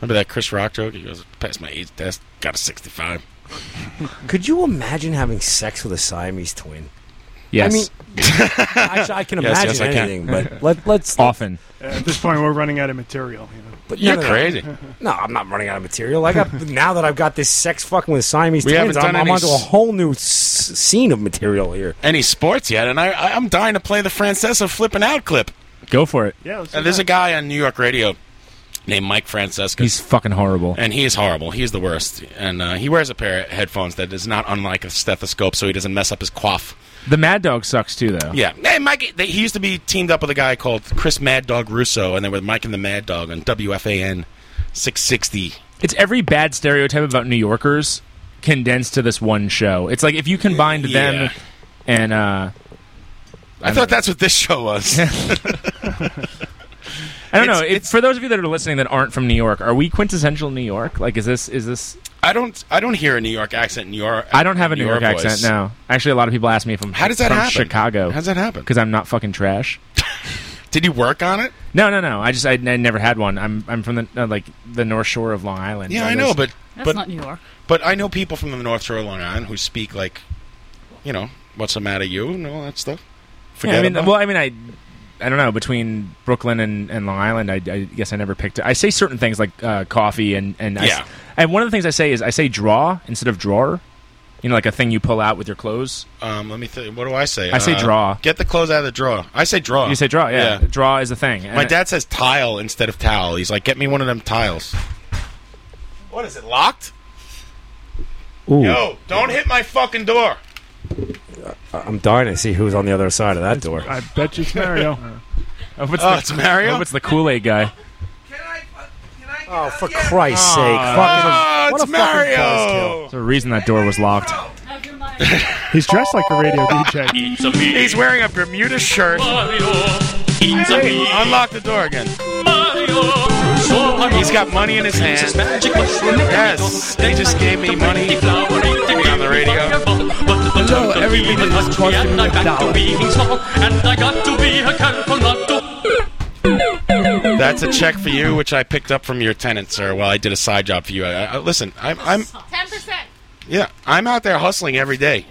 S9: Remember that Chris Rock joke? He goes, "Passed my AIDS test, got a 65."
S5: Could you imagine having sex with a Siamese twin?
S9: Yes.
S5: I mean, actually, I can
S9: (laughs) Yes,
S5: imagine
S9: yes, I can.
S5: anything,
S9: (laughs)
S5: but let, let's
S3: often.
S12: Uh, At this point, we're running out of material. You know?
S5: But
S9: You're
S5: no, no, no.
S9: crazy.
S5: (laughs) No, I'm not running out of material. I
S9: (laughs)
S5: got now that I've got this sex fucking with Siamese
S9: We
S5: twins.
S9: haven't
S5: I'm,
S9: done
S5: I'm
S9: any
S5: onto a
S9: s-
S5: whole new s- scene of material here.
S9: Any sports yet? And I, I, I'm dying to play the Francesa flipping out clip.
S3: Go for it.
S12: Yeah,
S9: And there's a guy on New York radio named Mike Francesca,
S3: He's fucking horrible.
S9: and he is horrible. He's the worst. And uh, he wears a pair of headphones that is not unlike a stethoscope, so he doesn't mess up his quaff.
S3: The Mad Dog sucks too, though.
S9: Yeah. Hey, Mike. They, he used to be teamed up with a guy called Chris Mad Dog Russo, and they were Mike and the Mad Dog on WFAN 660.
S3: It's every bad stereotype about New Yorkers condensed to this one show. It's like if you combined
S9: Yeah.
S3: them and uh,
S9: I, thought that's what this show
S3: (laughs)
S9: was.
S3: I don't know. It, for those of you that are listening that aren't from New York, are we quintessential New York? Like, is this is this?
S9: I don't. I don't hear a New York accent. in New York.
S3: I don't have a New
S9: your
S3: York
S9: voice.
S3: accent now. Actually, a lot of people ask me if I'm
S9: How does that
S3: from
S9: happen?
S3: Chicago.
S9: How does that happen?
S3: Because I'm not fucking trash.
S9: (laughs) Did you work on it?
S3: No, no, no. I just I, I never had one. I'm I'm from the uh, like the North Shore of Long Island.
S9: Yeah,
S3: So
S9: I
S3: there's-
S9: know, but
S22: That's
S9: but
S22: not New York.
S9: But I know people from the North Shore of Long Island who speak like, you know, what's the matter you and all that stuff.
S3: Yeah,
S9: Forget
S3: I mean,
S9: about
S3: well, I mean, I, I don't know. Between Brooklyn and, and Long Island, I, I guess I never picked. I say certain things like uh, coffee and and I s-
S9: Yeah.
S3: and one of the things I say is I say draw instead of drawer. You know, like a thing you pull out with your clothes.
S9: um, let me think. What do I say?
S3: I say
S9: Uh,
S3: draw.
S9: Get the clothes out of the drawer. I say draw.
S3: You say draw. Yeah, draw is a thing.
S9: My
S3: And-
S9: dad says tile instead of towel. He's like, get me one of them tiles. What is it locked?
S5: Ooh,
S9: Yo, don't hit my fucking door.
S5: I- I'm dying to see who's on the other side of that door.
S12: I bet you it's Mario.
S3: (laughs) I hope it's,
S9: Oh,
S3: the,
S9: it's Mario?
S3: I hope it's the Kool Aid guy.
S5: Oh, for Christ's
S3: Oh,
S5: sake!
S3: yeah.
S5: Fucking-
S9: Oh,
S5: what
S9: it's
S5: a fucking
S9: Mario.
S5: buzzkill.
S3: There's a reason that door was locked.
S12: (laughs) He's dressed like a radio DJ.
S9: He's wearing a Bermuda shirt. Hey, unlock the door again. He's got money in his hand. Yes, they just gave me money on the radio.
S13: Hello, everybody that's costing me a
S9: That's a check for you, which I picked up from your tenant, sir. While I did a side job for you. I, I, listen, I'm, I'm,
S13: Ten percent.
S9: yeah, I'm out there hustling every day.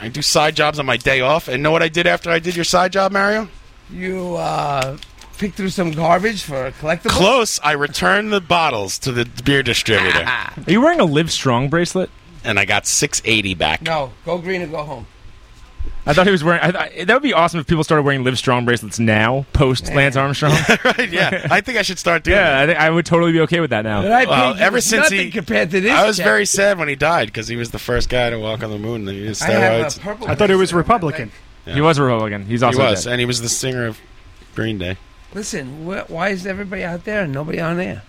S9: I do side jobs on my day off, and know what I did after I did your side job, Mario?
S7: You uh, picked through some garbage for a collectible.
S9: Close. I returned the bottles to the beer distributor,
S3: Are you wearing a Live (laughs) Strong bracelet?
S9: and I got six eighty back.
S7: No, go green and go home.
S3: I thought he was wearing. I th- that would be awesome if people started wearing Live Strong bracelets now, post Lance Armstrong.
S9: (laughs) right?
S3: (laughs)
S9: Yeah, I think I should start doing.
S3: yeah, I, think I would totally be okay with that now.
S7: But I
S9: Well,
S7: paid you
S9: ever
S7: with
S9: since
S7: nothing
S9: he,
S7: compared to this,
S9: I was
S7: check.
S9: very sad when he died because he was the first guy to walk on the moon. And he used
S7: I have
S9: steroids.
S7: a purple.
S12: I thought it was Republican.
S3: He was a Republican. He's
S9: he
S3: also
S9: was,
S3: dead.
S9: and he was the singer of Green Day.
S7: Listen, wh- why is everybody out there and nobody on there?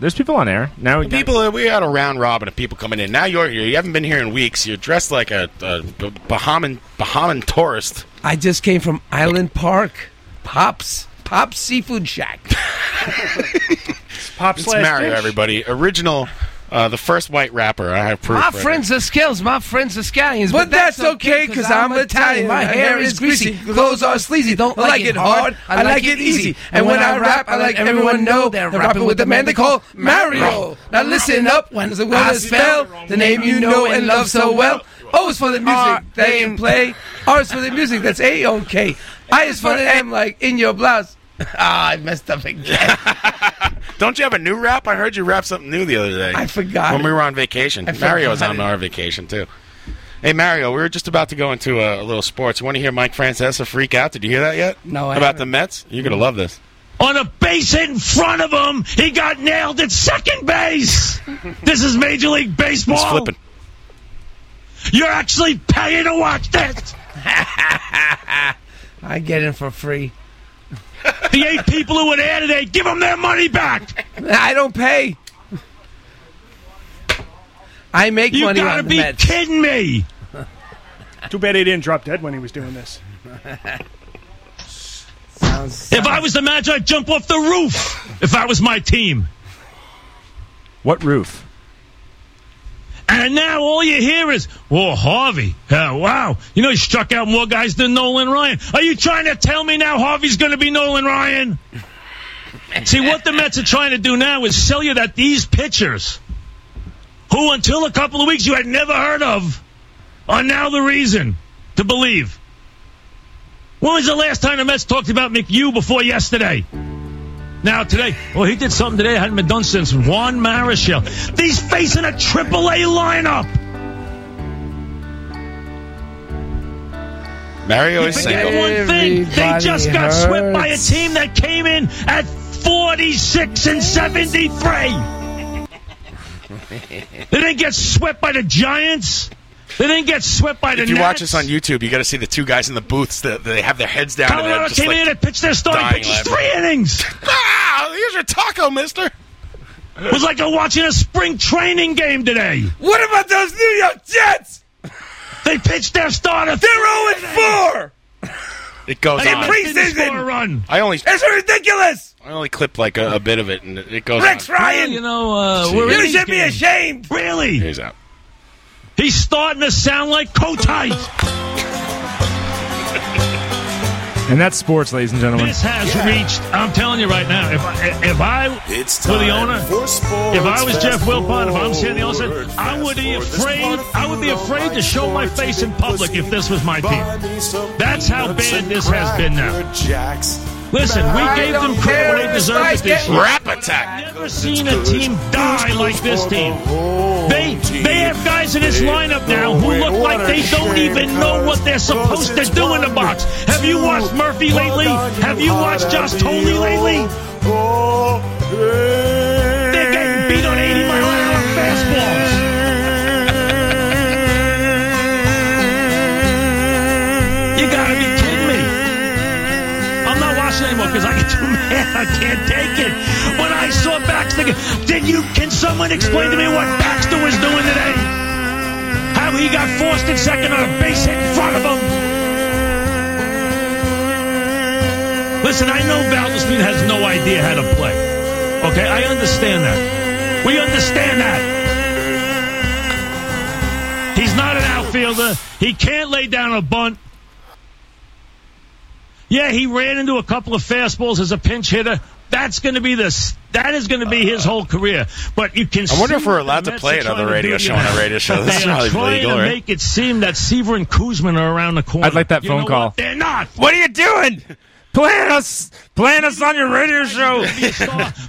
S3: There's people on air now. We got-
S9: People, we had a round robin of people coming in. Now you're here. You haven't been here in weeks. You're dressed like a, a B- Bahaman Bahaman tourist.
S7: I just came from Island Park, Pops, Pops Seafood Shack.
S12: Pop
S9: It's
S12: slash
S9: Mario,
S12: fish.
S9: every- everybody. Original, uh, the first white rapper. I have proof.
S7: My
S9: right
S7: friends are scales. My friends are scallions.
S23: But that's okay, 'cause I'm Italian.
S7: My hair is greasy. Clothes are sleazy. Don't like it hard. I like it easy. And when I rap, I let everyone know that I'm rapping with the man they call Mario. Now listen up when the word I spell the name you know and love so well. O is for the music they can play. R is for the music that's a (laughs) okay. I is for the M like in your blouse. Ah, I messed up again.
S9: there. Don't you have a new rap? I heard you rap something new the other day.
S7: I forgot
S9: When we
S7: it.
S9: were on vacation.
S7: I
S9: Mario was
S7: forgot
S9: on
S7: it.
S9: our vacation, too. Hey, Mario, we were just about to go into a, little sports. You want to hear Mike Francesa freak out? Did you hear that yet?
S7: No, I
S9: About
S7: haven't.
S9: the Mets? You're going to love this.
S13: On a base hit in front of him, he got nailed at second base. This is Major League Baseball.
S9: He's flipping.
S13: You're actually paying to watch this.
S7: I get in for free.
S13: the eight people who were there today, give them their money back.
S7: I don't pay. I make
S13: You
S7: money
S13: gotta
S7: on the
S13: be
S7: Mets.
S13: kidding me.
S12: Too bad he didn't drop dead when he was
S5: (laughs)
S12: doing this.
S13: If I was the manager, I'd jump off the roof. If I was my team.
S3: What roof?
S13: And now all you hear is, "Well, Harvey, uh, wow, you know he struck out more guys than Nolan Ryan." Are you trying to tell me now Harvey's going to be Nolan Ryan? See, what the Mets are trying to do now is sell you that these pitchers, who until a couple of weeks you had never heard of, are now the reason to believe. When was the last time the Mets talked about McHugh before yesterday? Now today, well, he did something today that hadn't been done since Juan Marichal. He's facing a AAA lineup.
S9: Mario is
S13: Forget
S9: single.
S13: one thing. They just got swept by a team that came in at 46 and 73. They didn't get swept by the Giants. They didn't get swept by the
S9: If you watch
S13: Nats.
S9: this on YouTube, you got to see the two guys in the booths that they have their heads down. and
S13: Colorado
S9: they're just
S13: came
S9: like
S13: in and pitched their starting
S9: dying
S13: pitches
S9: laughing.
S13: three innings.
S9: Ah, here's your taco, mister.
S13: It was like watching a spring training game today.
S7: What about those New York Jets?
S13: They pitched their starter.
S7: They're 0 4.
S9: It goes
S13: And in
S9: on.
S13: preseason- Didn't score a run.
S9: I only
S7: It's ridiculous.
S9: I only clipped like a, a bit of it, and it it goes.
S7: Rex
S9: on.
S7: Ryan.
S13: You know, uh,
S9: we're in
S7: you
S9: these
S7: should be
S9: games.
S7: ashamed.
S13: Really?
S9: He's out.
S13: He's starting to sound like Kotite.
S3: And that's sports, ladies and gentlemen.
S13: This has reached. I'm telling you right now. If I, if I were the owner, if I was Jeff Wilpon, if I'm sitting the other side, I would be afraid. I would be afraid to show my face in public if this was my team. That's how bad this has been now. Listen, we
S9: I
S13: gave
S9: don't
S13: them credit when
S9: care.
S13: they deserved
S9: Nice
S13: it this
S9: game.
S13: year.
S9: Rap attack.
S13: I've never seen a team die like this team. They they have guys in this lineup now who look like they don't even know what they're supposed to do in the box. Have you watched Murphy lately? Have you watched Josh Toley lately? They're getting beat on 80 mile an hour fastballs. You gotta be kidding me. I'm not watching anymore because I get too mad. I can't take it. When I saw Baxter, did you? Can someone explain to me what Baxter was doing today? How he got forced in second on a base hit in front of him? Listen, I know Valdersmean has no idea how to play. Okay, I understand that. We understand that. He's not an outfielder. He can't lay down a bunt. Yeah, he ran into a couple of fastballs as a pinch hitter. That's going to be this. That is going to be his whole career. But you can.
S9: I wonder
S13: see
S9: if we're
S13: what
S9: allowed
S13: the
S9: to
S13: Mets
S9: play
S13: are
S9: it on the
S13: trying to do
S9: radio show.
S13: now.
S9: On a radio show, this is
S13: They are
S9: probably
S13: trying
S9: legal,
S13: to
S9: right?
S13: make it seem that Seaver and Kuzman are around the corner.
S3: I'd like that
S13: You
S3: phone
S13: know
S3: call.
S13: what? They're not.
S3: What are you doing? Playing us, playing us on your radio
S9: (laughs)
S3: show.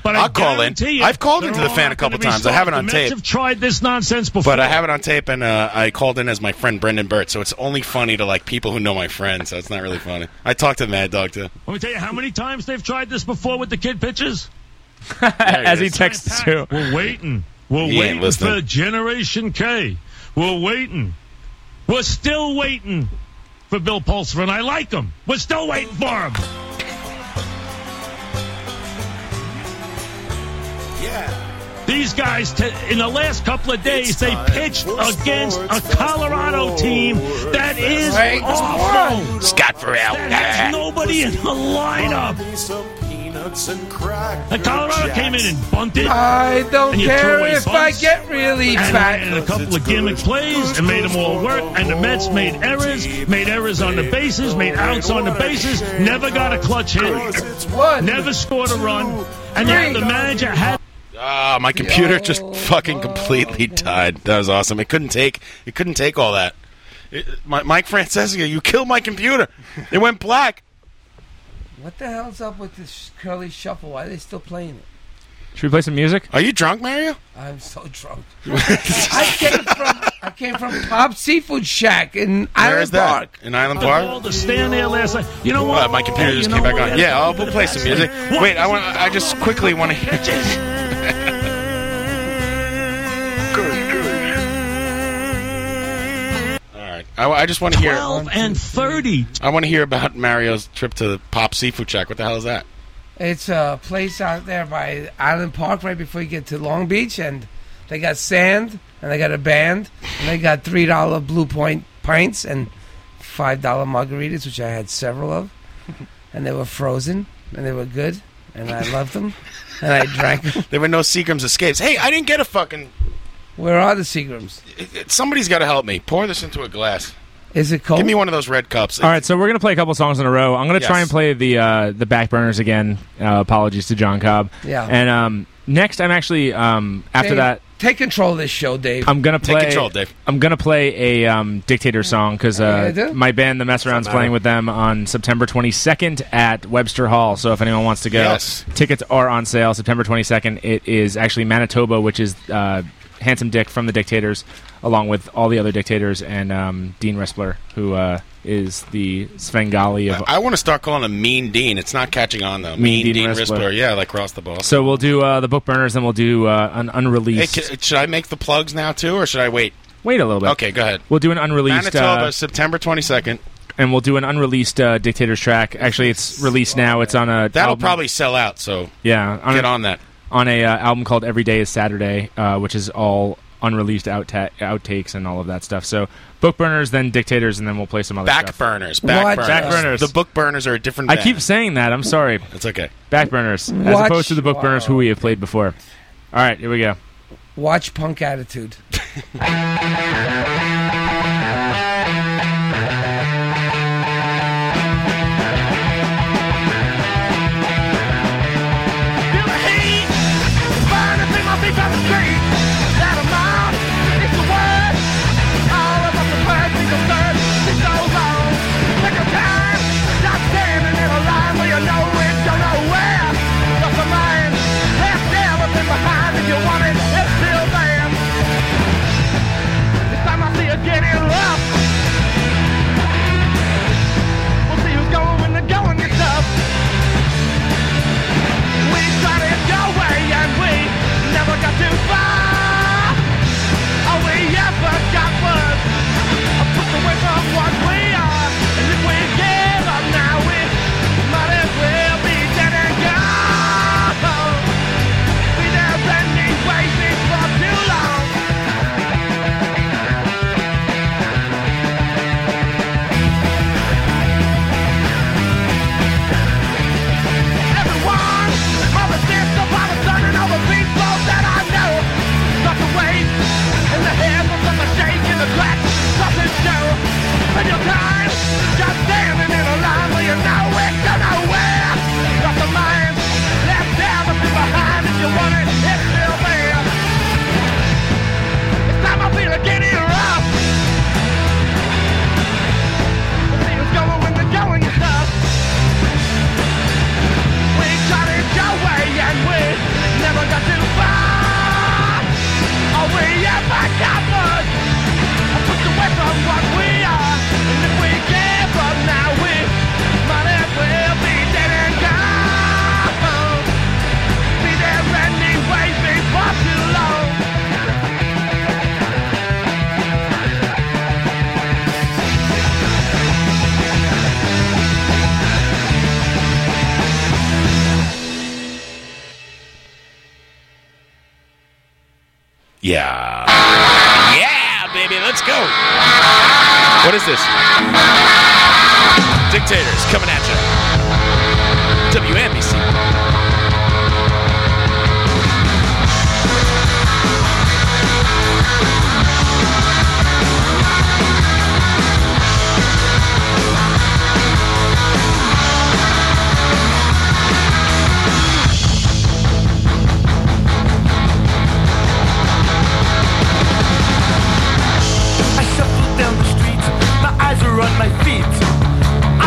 S13: But
S9: I'll call in.
S13: guarantee you,
S9: I've called
S13: they're
S9: into the
S13: all
S9: fan a
S13: not
S9: couple
S13: gonna be
S9: times. I have it
S13: stopped.
S9: on
S13: The Mets
S9: tape.
S13: have tried this nonsense before.
S9: But I have it on tape, and uh, I called in as my friend Brendan Burt, so it's only funny to like people who know my friend, so it's not really funny. I talked to the Mad Dog too.
S13: Let me tell you how many times they've tried this before with the kid
S9: (laughs)
S13: pitches.
S3: As he texts too.
S13: We're waiting. We're
S3: He ain't
S13: waiting
S3: listening.
S13: for Generation K. We're waiting. We're still waiting for Bill Pulser, and I like him. We're still waiting for him. These guys, t- in the last couple of days, they pitched against a Colorado team that is Right. awful.
S9: Scott Farrell.
S13: That has nobody in the lineup. And Colorado came in and bunted.
S7: I don't
S13: And you threw
S7: care
S13: away
S7: if I
S13: bunts.
S7: get really
S13: and,
S7: fat.
S13: and a couple of gimmick plays and made them all work. And the Mets made errors, made errors on the bases, made outs on the bases, never got a clutch hit, never scored a run. And now the manager had.
S9: Ah, my computer just fucking completely died. That was awesome. It couldn't take. It couldn't take all that. It, my, Mike Francesca, you killed my computer. It went black.
S7: What the hell's up with this curly shuffle? Why are they still playing it?
S3: Should we play some music?
S9: Are you drunk, Mario?
S7: I'm so drunk. I came from I came from Pop Seafood Shack in Island Park.
S9: In Island Park? Uh,
S13: to stand there last night. You know what?
S9: my computer just came back on. Yeah, I'll, we'll play some music. Wait, I want. I just quickly want to hear. All right. I, I just want to hear.
S13: 12 and 30.
S9: I want to hear about Mario's trip to the Pop Seafood Shack. What the hell is that?
S7: It's a place out there by Island Park, right before you get to Long Beach, and they got sand, and they got a band, and they got three dollar Blue Point pints and five dollar margaritas, which I had several
S9: (laughs)
S7: of, and they were frozen, and they were good, and I loved them, and I drank them.
S9: (laughs) There were no Seagram's escapes. Hey, I didn't get a fucking.
S7: Where are the Seagrams?
S9: It- it- Somebody's got to help me. Pour this into a glass.
S7: Is it cold?
S9: Give me one of those red cups.
S3: All right, so we're gonna play a couple songs in a row. I'm gonna
S9: Yes.
S3: try and play the uh, the back burners again. Uh, apologies to John Cobb.
S7: Yeah.
S3: And um, next, I'm actually um, after
S7: Dave,
S3: that,
S7: take control of this show, Dave.
S3: I'm gonna play.
S9: Dave.
S3: I'm gonna play a um, dictator song because
S7: Yeah,
S3: uh,
S7: do.
S3: my band, The Mess Around's
S7: matter.
S3: playing with them on September 22nd at Webster Hall. So if anyone wants to go,
S9: Yes.
S3: tickets are on sale September 22nd. It is actually Manitoba, which is uh, Handsome Dick from the Dictators, along with all the other dictators and um, Dean Rispler, who uh, is the Svengali of.
S9: I want to start calling him Mean Dean. It's not catching on though. Mean, Dean, Rispler. Yeah, like cross the ball.
S3: So we'll do uh, the book burners, then we'll do uh, an
S9: Hey,
S3: unreleased.
S9: ca- should I make the plugs now too, or should I wait?
S3: Wait a little bit.
S9: Okay, go ahead.
S3: We'll do an unreleased.
S9: Manitoba,
S3: uh,
S9: September 22nd.
S3: and we'll do an unreleased uh, Dictators track. Actually, it's released now. It's on a
S9: That'll
S3: album-
S9: probably sell out. So
S3: yeah. On
S9: get
S3: a,
S9: on that.
S3: on a uh, album called Every Day Is Saturday, uh, which is all unreleased outta- outtakes and all of that stuff. So book burners, then Dictators, and then we'll play some other
S9: Back
S3: stuff.
S9: burners. Back burners.
S3: Back burners.
S9: The book burners are a different.
S3: I
S9: band.
S3: keep saying that. I'm sorry.
S9: That's okay.
S3: Back burners, as
S7: Watch-
S3: opposed to the book burners who we have played before. All right, here we go.
S7: Watch Punk
S9: (laughs)
S7: Attitude.
S9: Yeah. Yeah, baby, let's go. What is this? Dictators coming at you. WNBC.
S10: I shuffle down the street, my eyes are on my feet.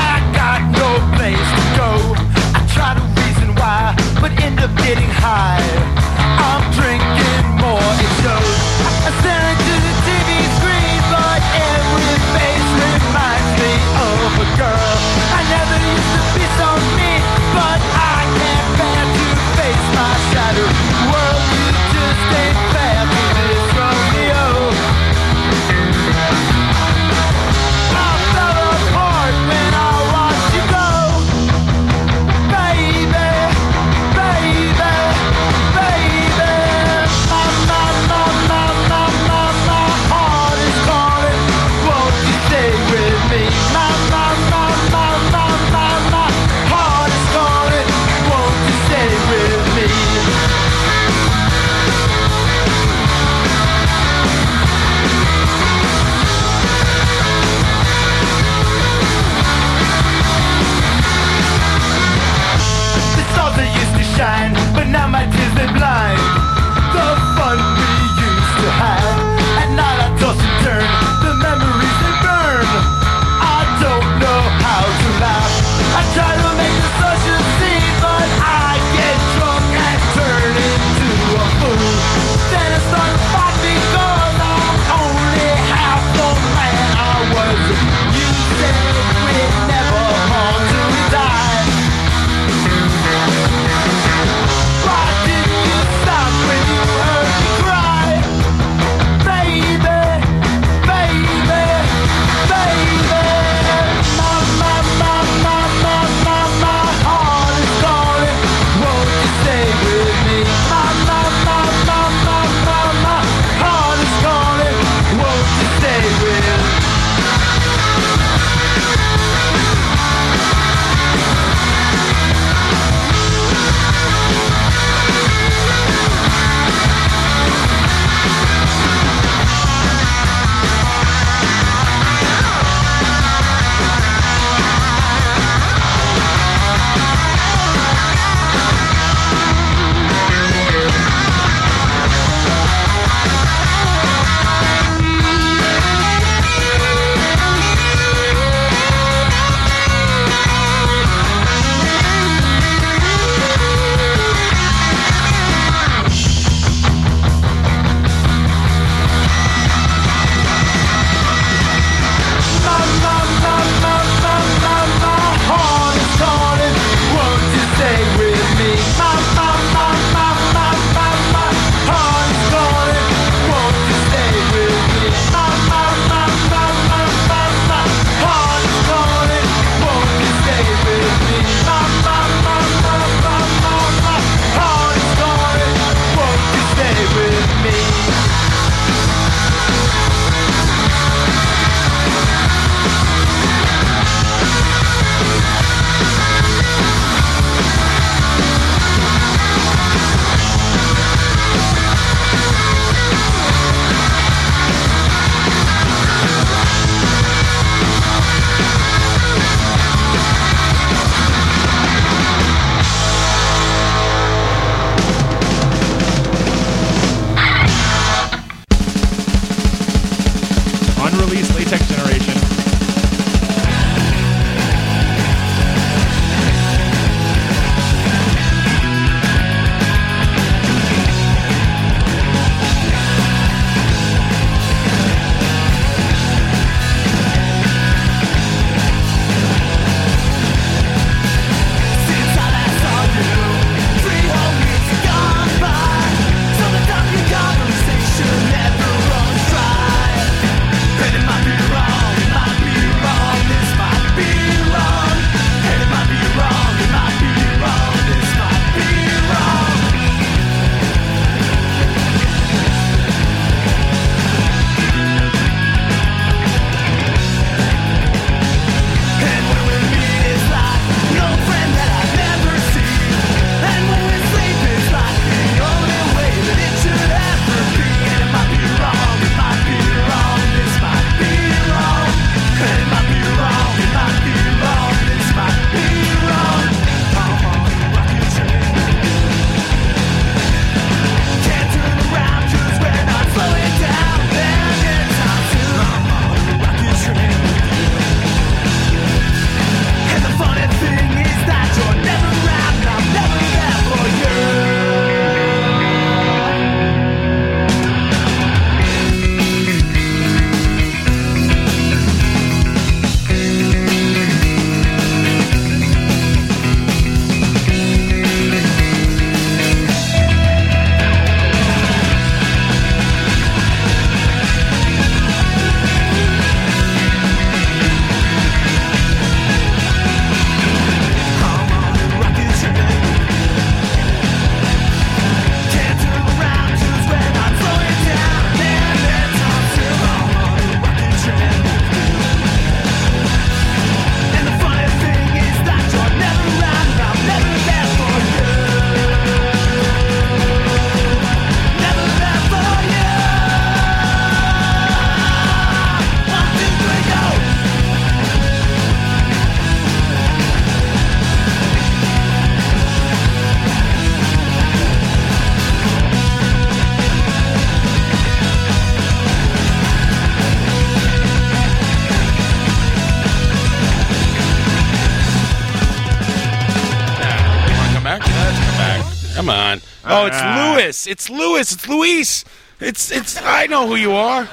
S9: Come on. Oh, it's
S25: Ah.
S9: Lewis. It's Lewis. It's Luis. It's it's. I know who you are.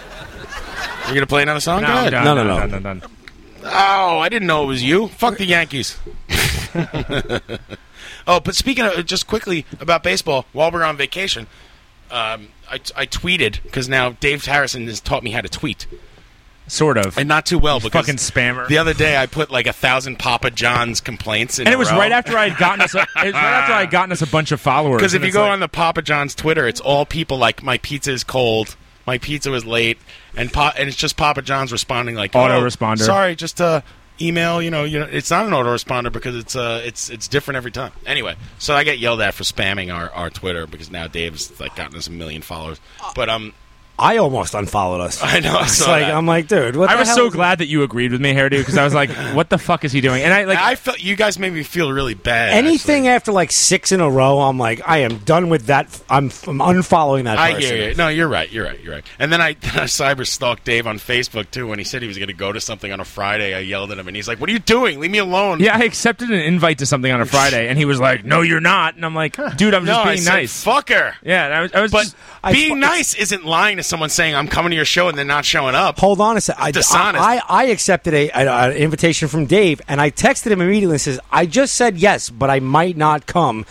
S9: You're gonna play another song?
S25: No,
S9: Go
S25: I'm
S9: ahead.
S25: done, No, no, I'm no. done, done, done.
S9: Oh, I didn't know it was you. Fuck the
S3: (laughs)
S9: Yankees. oh, but speaking of just quickly about baseball, while we're on vacation, um, I, I tweeted because now Dave Harrison has taught me how to tweet.
S3: Sort of.
S9: And not too well because
S3: fucking spammer.
S9: The other day I put like a thousand Papa John's complaints, in
S3: and
S9: a
S3: it was
S9: row.
S3: right after I had gotten us. A, it was right after I had gotten us a bunch of followers.
S9: Because if
S3: and
S9: you
S3: it's
S9: go
S3: like-
S9: on the Papa John's Twitter, it's all people like my pizza is cold, my pizza was late, and pa- and it's just Papa John's responding like
S3: Autoresponder.
S9: "Oh, Sorry, just uh, email. You know, you know, it's not an autoresponder because it's uh, it's it's different every time. Anyway, (laughs) so I get yelled at for spamming our, our Twitter because now Dave's like gotten us a million followers. But um,
S5: I almost unfollowed us.
S9: (laughs) I know, I
S5: It's
S9: saw
S5: like
S9: that.
S5: I'm like, dude. What
S3: I
S5: the
S3: was
S5: hell
S3: so
S5: is-
S3: glad that you agreed with me, Hairdo, because I
S5: (laughs)
S3: was like, "What the fuck is he doing?" And I like,
S9: I felt you guys made me feel really bad.
S5: Anything after like six in a row, I'm like, I am done with that. f- I'm, I'm unfollowing that.
S9: I
S5: person.
S9: hear you. No, you're right. You're right. You're right. And then I, (laughs) then I cyber stalked Dave on Facebook too. When he said he was going to go to something on a Friday, I yelled at him, and he's like, "What are you doing? Leave me alone."
S3: yeah, I accepted an invite to something on a Friday, and he was like, "No, you're not." And I'm like, "Dude, I'm just
S9: No, I
S3: being
S9: said,
S3: nice."
S9: Fuck her.
S3: Yeah, and I was. I was
S9: But
S3: just,
S9: being nice isn't lying to someone saying I'm coming to your show and then not showing up.
S5: Hold on a sec. I,
S9: Dishonest.
S5: I, I accepted a, a- an invitation from Dave, and I texted him immediately and says, I just said yes, but I might not come.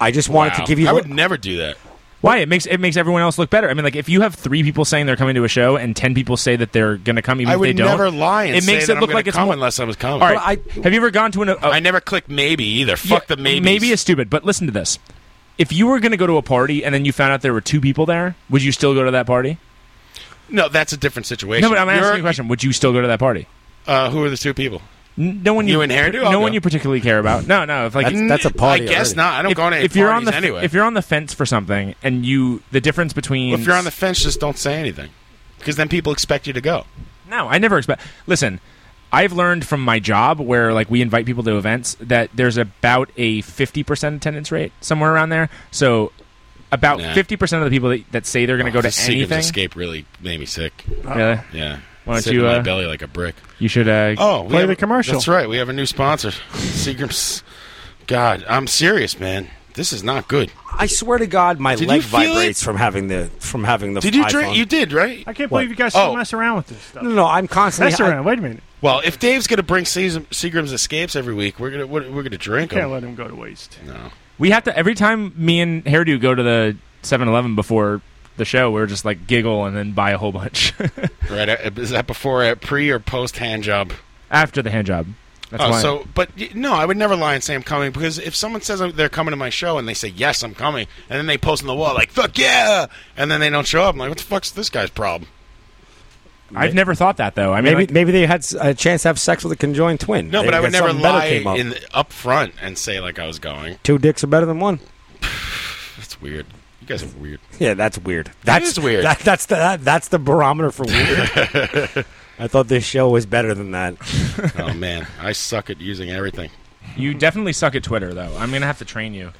S5: I just wanted to
S3: Wow.
S5: give you.
S3: I
S5: the-
S3: would
S9: never do that.
S3: Why it makes it makes everyone else look better. I mean, like if you have three people saying they're coming to a show and ten people say that they're going to come, even
S9: I
S3: if
S9: would
S3: they don't,
S9: never lie and
S3: it
S9: say
S3: makes
S9: that
S3: it
S9: I'm
S3: look
S9: gonna
S3: like it's
S9: come
S3: more-
S9: unless I was coming.
S3: All right, have you ever gone to an? a-
S9: I never clicked maybe either. Fuck the maybe.
S3: Maybe it's stupid, but listen to this. If you were going to go to a party and then you found out there were two people there, would you still go to that party?
S9: No, that's a different situation.
S3: No, but I'm asking
S9: You're-
S3: you a question. Would you still go to that party?
S9: Uh, who are the two people?
S3: N- No one you,
S9: You and Hairdo?
S3: No
S9: I'll
S3: one
S9: go.
S3: you particularly care about. No, no. If like
S9: That's-
S3: it's-
S9: that's a party I guess already. not. I don't
S3: if,
S9: go to any
S3: if you're on
S9: parties
S3: the f-
S9: anyway.
S3: If you're on the fence for something and you the difference between
S9: Well, if you're on the fence, just don't say anything, because then people expect you to go.
S3: No, I never expect. Listen, I've learned from my job where like we invite people to events that there's about a 50% attendance rate somewhere around there. So about
S9: Nah.
S3: 50% of the people that, that say they're going to
S9: Oh,
S3: go
S9: the
S3: to
S9: Seagram's
S3: anything.
S9: Escape really made me sick.
S3: Really?
S9: Yeah.
S3: Why don't
S9: Sitting
S3: you,
S9: in my
S3: uh,
S9: belly like a brick.
S3: You should uh,
S9: Oh, we have a- That's right. We have a new sponsor, Seagram's. God, I'm serious, man. This is not good.
S5: I swear to God, my
S9: Did you
S5: leg
S9: feel it?
S5: vibrates from having the from having the.
S9: Did you
S5: iPhone.
S9: drink? You did, right?
S12: I can't
S5: What?
S12: believe you guys still
S9: Oh.
S12: mess around with this stuff.
S5: No, no, I'm constantly.
S12: Mess around. Wait a minute.
S9: Well, if Dave's gonna bring Seagram's, Seagram's escapes every week, we're gonna we're, we're gonna drink
S12: Can't
S9: them.
S12: let him go to waste.
S9: No.
S3: We have to every time me and Hairdo go to the 7-Eleven before the show, we're just like giggle and then buy a whole bunch (laughs)
S9: Right? uh, Is that before uh, pre or post hand job?
S3: after the hand job. That's
S9: oh,
S3: why.
S9: so but y- no, I would never lie and say I'm coming because if someone says I'm- they're coming to my show and they say yes, I'm coming, and then they post on the wall like "fuck yeah," and then they don't show up, I'm like, what the fuck's this guy's problem?
S3: I've never thought that though. I mean,
S5: maybe
S3: like-
S5: maybe they had s- a chance to have sex with a conjoined twin.
S9: No,
S5: They
S9: but I
S5: got
S9: would never
S5: something better
S9: lie
S5: came up.
S9: in the, up front and say like I was going.
S5: Two dicks are better than one.
S9: That's weird. You guys are weird.
S5: Yeah, that's weird. That's
S9: is weird.
S5: That, that's the that, that's the barometer for
S9: (laughs)
S5: weird. I thought this show was better than
S3: (laughs)
S5: that.
S9: oh man, I suck at using everything.
S3: you definitely suck at Twitter though. I'm going to have to train you.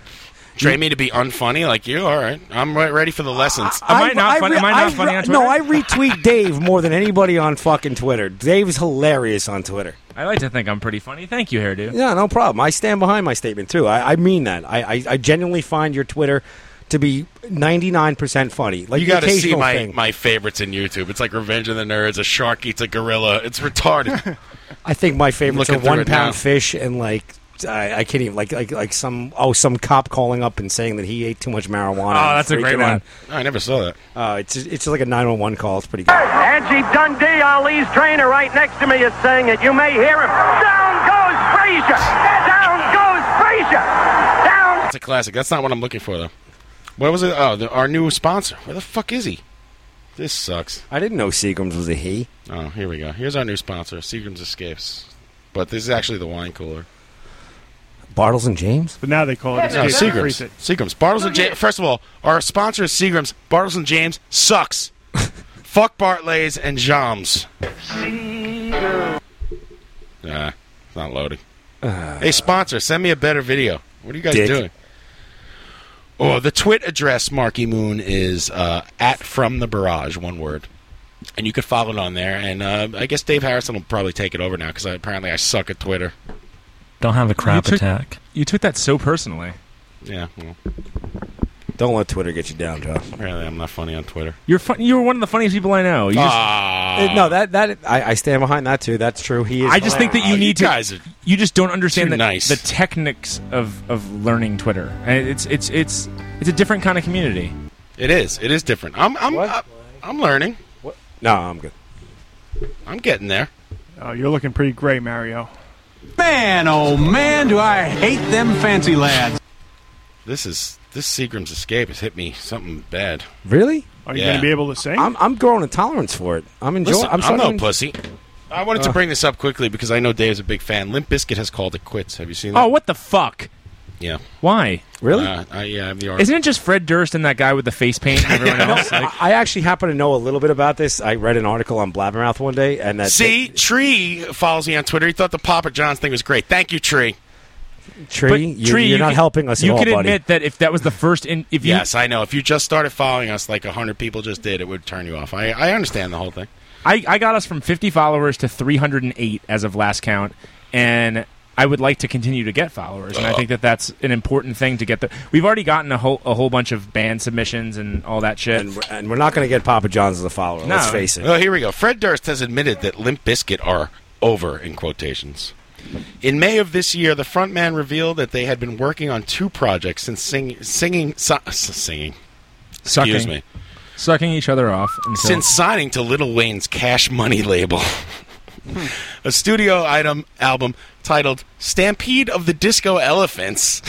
S9: Train me to be unfunny like you. All right, I'm re- ready for the lessons.
S3: Am I not fun-
S5: re-
S3: am I not
S5: I
S3: funny
S5: re-
S3: on Twitter?
S5: No, I retweet Dave more than anybody on fucking Twitter. Dave's hilarious on Twitter.
S3: I like to think I'm pretty funny. Thank you, Hairdo.
S5: Yeah, no problem. I stand behind my statement too. I, I mean that. I, I, I genuinely find your Twitter to be ninety nine percent funny. Like
S9: you
S5: the
S9: got to see
S5: occasional
S9: my,
S5: thing.
S9: my favorites in YouTube. It's like Revenge of the Nerds, a shark eats a gorilla.
S5: (laughs)
S9: It's retarded.
S5: I think my favorites
S9: looking
S5: are
S9: through
S5: one
S9: it now.
S5: pound fish and like I, I can't even like like like some oh some cop calling up and saying that he ate too much marijuana.
S9: Oh,
S5: and
S9: that's a great
S5: freaking out.
S9: I never saw that.
S5: Uh, it's it's like a nine one one call. It's pretty good.
S10: Angie Dundee, Ali's trainer, right next to me, is saying it. You may hear him. Down goes Frazier. Down goes Frazier. Down.
S9: That's a classic. That's not what I'm looking for though. What was it? Oh, the, our new sponsor. Where the fuck is he? This sucks.
S5: I didn't know Seagrams was a he.
S9: Oh, here we go. Here's our new sponsor, Seagram's Escapes. But this is actually the wine cooler.
S5: Bartles and James.
S12: But now they call it
S9: No,
S12: escape and freeze
S9: Seagrams.
S12: it.
S9: Seagrams. Bartles and James. First of all, our sponsor is Seagrams. Bartles and James
S5: (laughs)
S9: sucks. Fuck Bartlays and Jams. Nah, it's not loading.
S5: Uh,
S9: hey, sponsor, send me a better video. What are you guys
S24: Dick.
S9: doing? Oh, the twit address, Marky Moon, is uh, at from the barrage, one word. And you could follow it on there. And uh, I guess Dave Harrison will probably take it over now because apparently I suck at Twitter.
S3: Don't have a
S9: crap
S3: attack. You took that so personally.
S9: Yeah. Well.
S5: Don't let Twitter get you down, John.
S9: Really, I'm not funny on Twitter.
S3: You're fun- you're one of the funniest people I
S5: Oh,
S3: know. You just-
S9: Ah.
S5: Uh, no, that that I, I stand behind that too. That's true. He is.
S3: I just think that you need to. You just don't understand
S5: too
S3: the,
S5: nice.
S3: the techniques of, of learning Twitter. And It's it's it's it's a different kind of community.
S9: It is. It is different. I'm I'm I'm, I'm learning. What?
S5: No, I'm good.
S9: I'm getting there.
S12: Oh, you're looking pretty great, Mario.
S26: Man, oh man, do I hate them fancy lads.
S9: This is this Seagram's escape has hit me something bad.
S5: Really?
S9: Are you Yeah. gonna be able to sing?
S5: I'm, I'm growing a tolerance for it. I'm enjoying.
S9: Listen,
S5: I'm,
S9: I'm,
S5: starting
S9: no
S5: to-
S9: pussy. I wanted to
S5: Uh.
S9: bring this up quickly because I know Dave's a big fan. Limp Bizkit has called it quits. Have you seen that?
S3: Oh, what the fuck?
S9: Yeah.
S3: Why?
S9: Uh, I, yeah, I have the article.
S3: Isn't it just Fred Durst and that guy with the face paint and everyone
S5: (laughs)
S3: else? Like,
S5: I actually happen to know a little bit about this. I read an article on Blabbermouth one day, and that
S9: See, Tree follows me on Twitter. He thought the Papa John's thing was great. Thank you, Tree.
S5: Tree,
S3: But,
S5: you,
S3: Tree,
S5: are
S3: you
S5: not
S3: can-
S5: helping us
S3: you
S5: at all,
S3: can
S5: buddy.
S3: admit that if that was the first, in, if you
S9: yes, I know. If you just started following us like 100 people just did, it would turn you off. I, I understand the whole thing.
S3: I, I got us from 50 followers to 308 as of last count, and I would like to continue to get followers, and I think that that's an important thing to get. The we've already gotten a whole a whole bunch of band submissions and all that shit, and
S5: we're, and we're not going to get Papa John's as a follower. Let's face it.
S9: Well, Oh, here we go. Fred Durst has admitted that Limp Bizkit are over in quotations. In May of this year, the frontman revealed that they had been working on two projects since sing, singing, si- singing,
S3: Sucking.
S9: excuse me,
S3: sucking each other off. Until,
S9: since signing to Little Wayne's Cash Money label. (laughs) A studio item album titled "Stampede of the Disco Elephants."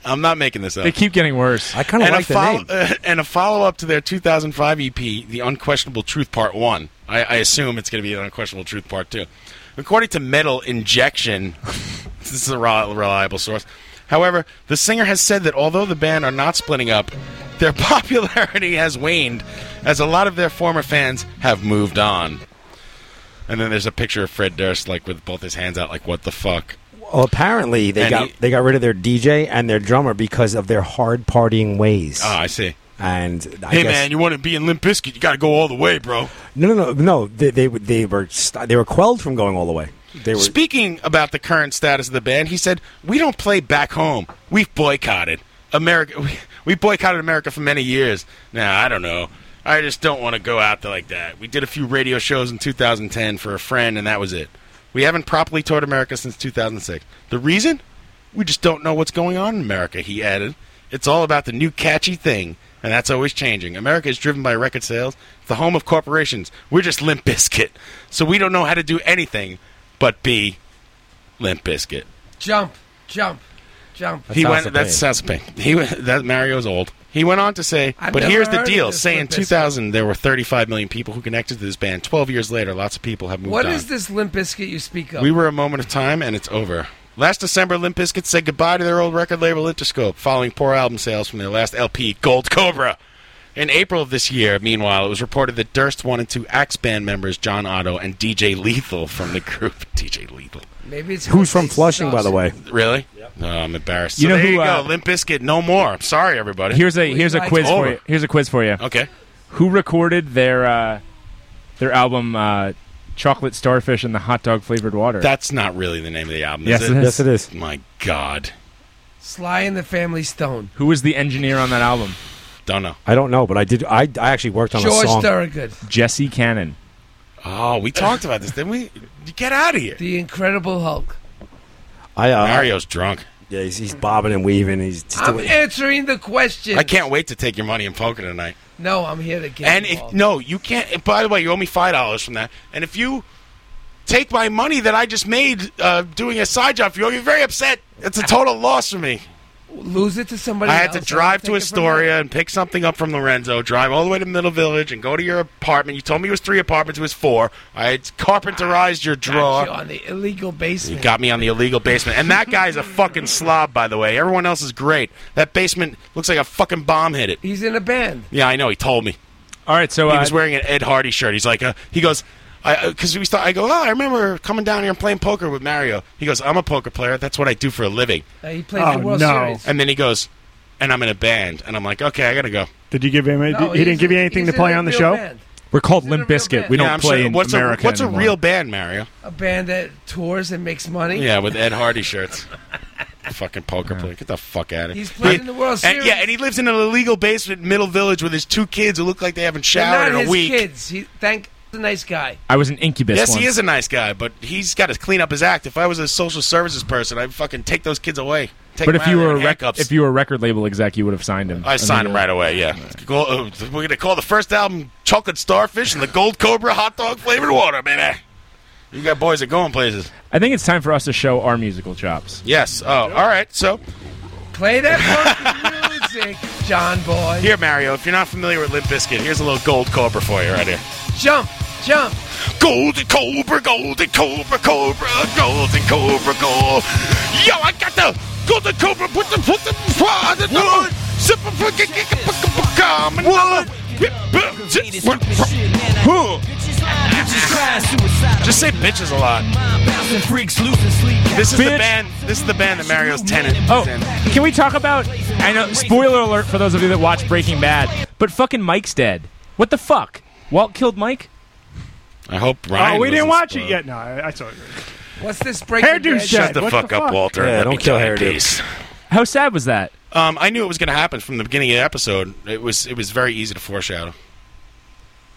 S9: (laughs) I'm not making this up.
S3: they keep getting worse. I
S9: and a follow- (laughs) and a follow up to their 2005 EP, E The Unquestionable Truth Part 1. I, I assume it's going to be The Unquestionable Truth Part 2. According to Metal Injection, (laughs) this is a rel- reliable source. However, the singer has said that although the band are not splitting up, (laughs) their popularity has waned as a lot of their former fans have moved on. And then there's a picture of Fred Durst, like with both his hands out, like what the fuck.
S5: Well, apparently they
S9: And
S5: got
S9: he-
S5: they got rid of their DJ and their drummer because of their hard partying ways.
S9: Ah, I see.
S5: and I
S9: hey
S5: guess,
S9: man, you want to be in Limp Bizkit? You got to go all the way, bro.
S5: no, no, no, no. They they, were- they were st- they were quelled from going all the way. They were.
S9: Speaking about the current status of the band, he said, "We don't play back home. We've boycotted America. We, we boycotted America for many years. Now I don't know. I just don't want to go out there like that. We did a few radio shows in 2010 for a friend, and that was it. We haven't properly toured America since 2006. The reason? We just don't know what's going on in America." He added, "It's all about the new catchy thing." And that's always changing. America is driven by record sales. It's the home of corporations. We're just limp biscuit. So we don't know how to do anything but be Limp Biscuit.
S7: Jump, jump, jump.
S9: he went. That sounds pain. He went, that Mario's old. He went on to say,
S7: I've
S9: but
S7: never
S9: here's the
S7: heard of
S9: deal.
S7: this
S9: Say in
S7: Limp Bizkit.
S9: 2000 there were 35 million people who connected to this band. 12 years later, lots of people have moved
S7: What
S9: on.
S7: is this Limp Biscuit you speak of?
S9: We were a moment of time, and it's over. Last December, Limp Bizkit said goodbye to their old record label, Interscope, following poor album sales from their last LP, Gold Cobra. In April of this year, meanwhile, it was reported that Durst wanted to axe band members John Otto and DJ Lethal from the group. (laughs) DJ Lethal.
S7: Maybe it's
S5: Who's from Flushing, by the way?
S9: Really? No, I'm embarrassed.
S3: You
S9: So
S3: know
S9: there
S3: who,
S9: you
S3: uh,
S9: go. Limp Bizkit, no more. I'm sorry, everybody.
S3: Here's a here's a quiz for
S9: Over.
S3: you. Here's a quiz for you.
S9: Okay.
S3: Who recorded their uh, their album uh, "Chocolate Starfish and the Hot Dog Flavored Water"?
S9: That's not really the name of the album.
S3: Yes,
S9: is
S3: it is. Yes, it
S5: is.
S9: My God,
S7: Sly and the Family Stone.
S3: Who was the engineer on that album?
S9: don't know.
S5: I don't know, but I did. I, I actually worked on
S7: George
S5: a song.
S7: Thorogood.
S3: Jesse Cannon.
S9: Oh, we talked about this, didn't we? Get out of here.
S7: The Incredible Hulk.
S5: I, uh,
S9: Mario's drunk.
S5: Yeah, he's, he's bobbing and weaving. He's
S7: I'm
S5: still,
S7: answering the question.
S9: I can't wait to take your money and poker tonight.
S7: No, I'm here to get
S9: And if no, you can't. and By the way, you owe me five dollars from that. And if you take my money that I just made uh, doing a side job for you, I'll be very upset. It's a total loss for me.
S7: Lose it to somebody
S9: I had
S7: else,
S9: to
S7: I'll
S9: drive
S7: take
S9: to
S7: it from
S9: Astoria and pick something up from Lorenzo, drive all the way to Middle Village, and go to your apartment. You told me it was three apartments, it was four. I had carpenterized your drawer.
S7: you on the illegal
S9: You
S7: basement.
S9: got me on the illegal basement. And that guy's a fucking slob, by the way. Everyone else is great. That basement looks like a fucking bomb hit it.
S7: He's in a band.
S9: Yeah, I know. He told me.
S3: All right, so
S9: he
S3: uh,
S9: was wearing an Ed Hardy shirt. He's like, uh, he goes, because we start. I go, oh, I remember coming down here and playing poker with Mario. He goes, I'm a poker player. That's what I do for a living.
S7: Uh, he
S9: Oh,
S7: played
S3: Oh,
S7: the World Series.
S9: And then he goes, and I'm in a band. And I'm like, okay, I gotta go.
S12: Did you give him?
S9: No,
S12: he didn't
S9: he's
S12: give you
S9: in-
S12: anything to
S9: he's in
S12: play
S9: a
S12: on the
S9: real
S12: show.
S9: band.
S3: We're called Limp Biscuit. We
S9: Yeah,
S3: don't
S9: I'm
S3: play
S9: sure-
S3: in
S9: what's a-
S3: America
S9: what's a
S3: anymore.
S9: real band, Mario?
S7: (laughs) A band that tours and makes money.
S9: Yeah, with Ed Hardy shirts. fucking poker player. Get the fuck out of here.
S7: He's playing in the World
S9: And,
S7: Series.
S9: yeah, and he lives in an illegal basement in Middle Village with his two kids who look like they haven't
S7: They're
S9: showered
S7: not
S9: in a
S7: his
S9: week.
S7: kids. He, thank the nice guy.
S3: I was an incubus.
S9: Yes,
S3: once.
S9: he is a nice guy, but he's got to clean up his act. If I was a social services person, I'd fucking take those kids away. Take
S3: but
S9: them
S3: if you
S9: out of
S3: were
S9: their
S3: a rec-
S9: handcuffs.
S3: if you were a record label exec, you would have signed him.
S9: I signed him right
S3: immediately.
S9: away. Yeah, Go- uh, we're gonna call the first album "Chocolate Starfish" and the Gold Cobra Hot Dog Flavored Water, baby. You got boys that going places.
S3: I think it's time for us to show our musical chops.
S9: Yes. Oh, all right. So
S7: play that fucking music, John boy.
S9: Here, Mario. If you're not familiar with Limp Bizkit, here's a little Gold Cobra for you right here.
S7: Jump, jump.
S9: Golden Cobra, Golden Cobra, Cobra, Golden Cobra, Gold. Yo, I got the Golden Cobra. Put the put the put the wood. Super fucking kick a fucking common wood. Just say bitches a lot. This is the
S3: Bitch.
S9: band. This is the band that Mario's tenant. is
S3: Oh,
S9: in.
S3: can we talk about? I know. Spoiler alert for those of you that watch Breaking Bad. But fucking Mike's dead. What the fuck? Walt killed Mike.
S9: I hope
S12: oh, we didn't watch it yet. No, I, I saw it.
S7: What's this breaking?
S12: Hairdo
S7: bad?
S12: shed. what the fuck?
S9: Walter.
S3: Yeah,
S9: Let
S3: don't
S9: me
S3: kill
S9: die in
S3: Hairdo.
S9: peace.
S3: How sad was that?
S9: Um, I knew it was going to happen from the beginning of the episode. It was it was very easy to foreshadow.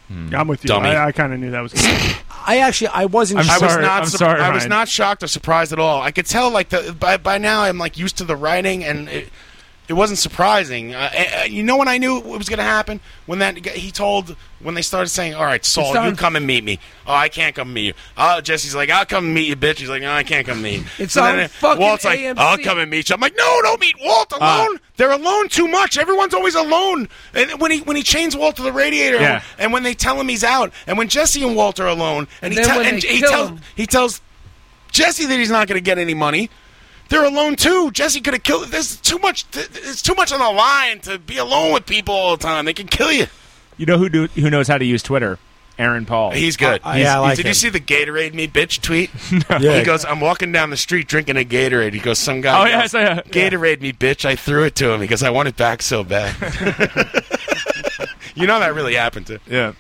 S12: I'm with you.
S9: Dummy.
S12: I, I kind of knew that was.
S5: I actually, I wasn't.
S9: I was not. sur- I was not shocked or surprised at all. I could tell like the by by now I'm like used to the writing and it, it wasn't surprising. Uh, uh, you know when I knew it was going to happen when that guy- he told when they started saying, "All right, Saul,
S7: It's on-
S9: you come and meet me." Oh, I can't come meet you. Oh, Jesse's like, "I'll come meet you, bitch." He's like, "No, I can't come meet." you."
S7: It's
S9: And
S7: on
S9: then uh,
S7: fucking
S9: Walt's like,
S7: AMC.
S9: "I'll come and meet you." I'm like, "No, don't meet Walt alone. They're alone too much. Everyone's always alone." And when he when he chains Walt to the radiator,
S7: Yeah.
S9: and when they tell him he's out, and when Jesse and Walt are alone, and,
S7: And
S9: he,
S7: then
S9: tell
S7: when
S9: and
S7: they
S9: he
S7: kill
S9: tells
S7: him-
S9: he tells Jesse that he's not going to get any money. They're alone too. Jesse could have killed. There's too much. th- There's too much on the line to be alone with people all the time. They can kill you.
S3: You know who do, who knows how to use Twitter? Aaron Paul.
S9: He's good.
S3: He's-
S9: He's-
S3: he's-
S9: did you see the Gatorade me bitch
S3: (laughs)
S9: tweet?
S3: Yeah.
S9: He goes, "I'm walking down the street drinking a Gatorade." He goes, "Some guy.
S3: Oh, yeah,
S9: goes,
S3: I saw that.
S9: Gatorade me bitch. I threw it to him. He goes, I want it back so
S3: (laughs)
S9: bad. you know that really happened to.
S3: Yeah.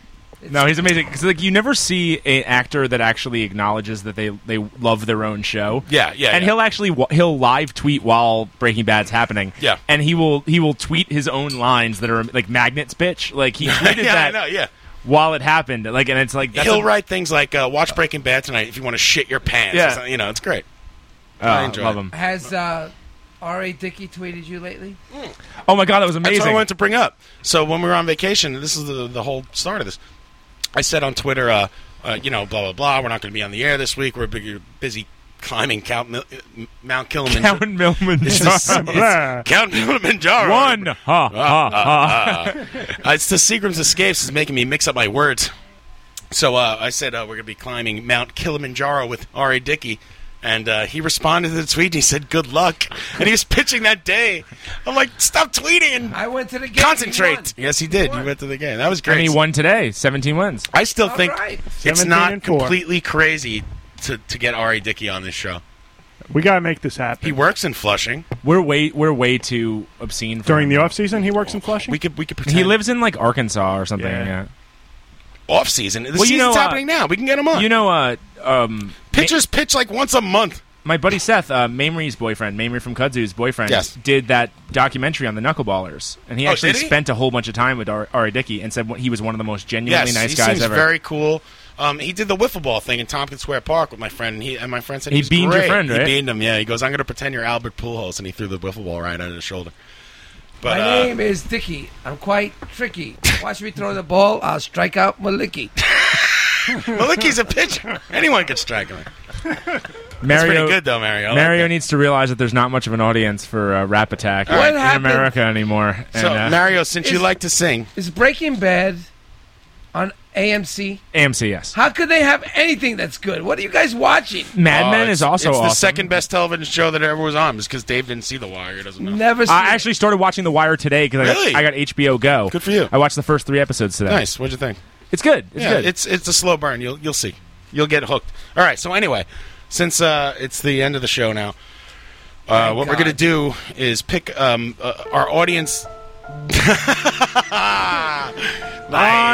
S3: No, he's amazing. 'Cause, like you never see an actor that actually acknowledges that they they love their own show.
S9: Yeah, yeah, yeah.
S3: And he'll actually wa- he'll live tweet while Breaking Bad's happening.
S9: Yeah.
S3: and he will he will tweet his own lines that are like magnets, bitch. Like he
S9: (laughs)
S3: tweeted
S9: Yeah, I
S3: that.
S9: know, yeah.
S3: While it happened, like, and it's like that's
S9: He'll
S3: a-
S9: write things like, uh, "Watch Breaking Bad tonight if you want to shit your pants." or
S3: Yeah.
S9: something. you know, it's great.
S3: Oh,
S9: I enjoy
S3: love
S9: it.
S3: him.
S7: Has uh, R.A. Dickey tweeted you lately?
S3: Oh my god, that was
S9: That's what I
S3: amazing.
S9: wanted to bring up. So when we were on vacation, and this is the the whole start of this. I said on Twitter, uh, uh, you know, blah blah blah. We're not going to be on the air this week. We're big, busy climbing Count Mil- uh, Mount (laughs) Kilimanjaro.
S3: Count Milman.
S9: It's just-
S3: (laughs)
S9: it's Count Kilimanjaro. (laughs)
S3: One. Ha, ha,
S9: Ah,
S3: ha.
S9: ah, ah. Uh, it's the Seagram's Escapes is making me mix up my words. So uh, I said uh, we're going to be climbing Mount Kilimanjaro with R.A. Dickey. And uh, he responded to the tweet and he said, Good luck. And he was pitching that day. I'm like, Stop tweeting.
S7: I went to the game.
S9: Concentrate. Yes, he did. You went to the game. That was great.
S3: And he won today. Seventeen wins.
S9: I still think it's
S12: 17
S9: not
S12: and four.
S9: completely crazy to, to get R.A. Dickey on this show.
S12: We gotta make this happen.
S9: He works in Flushing.
S3: We're way we're way too obscene for
S12: During
S3: him.
S12: the off season, he works in Flushing. We
S9: could we could
S3: He lives in like Arkansas or something.
S12: Yeah.
S3: Yeah.
S9: Off season. The
S3: Well, you
S9: season's
S3: know, uh,
S9: happening now. We can get him on.
S3: You know, uh, um,
S9: pitchers pitch like once a month.
S3: My buddy Seth, uh, Mamrie's boyfriend, Mamrie from Kudzu's boyfriend,
S9: Yes.
S3: did that documentary on the knuckleballers, and he
S9: Oh,
S3: actually
S9: did he?
S3: spent a whole bunch of time with Ar- Ari Dickey and said what- he was one of the most genuinely
S9: yes,
S3: nice
S9: he
S3: guys
S9: seems
S3: ever.
S9: Very cool. Um, he did the wiffle ball thing in Tompkins Square Park with my friend, and, he, and my friend said
S3: He
S9: was
S3: beamed your
S9: great.
S3: friend,
S9: He
S3: right?
S9: beamed him. Yeah, he goes, "I'm going to pretend you're Albert Pujols," and he threw the wiffle ball right under his shoulder. But
S7: My
S9: uh,
S7: name is Dickey. I'm quite tricky. Watch me throw the ball. I'll strike out Maliki.
S9: (laughs) Maliki's a pitcher. Anyone could strike him. That's
S3: Mario,
S9: pretty good though, Mario. I like
S3: Mario needs to realize that there's not much of an audience for uh, Rap Attack
S9: What
S3: in
S9: happened?
S3: America anymore.
S9: that. So
S3: and, uh,
S9: Mario, since you like to sing,
S7: Is Breaking Bad on AMC?
S3: AMC, yes.
S7: How could they have anything that's good? What are you guys watching?
S9: Oh, it's- it's the second best television show that ever was on, just because Dave didn't see The Wire. He doesn't know.
S7: Never.
S3: I actually started watching The Wire today because
S9: Really?
S3: I, got HBO Go. Good
S9: for you.
S3: I watched the first three episodes today.
S9: Nice. What'd you think?
S3: It's good. It's
S9: yeah,
S3: good.
S9: It's it's a slow burn. You'll you'll see. You'll get hooked. All right. So anyway, since uh, it's the end of the show now, uh, what we're gonna do is pick um, uh, our audience.
S12: On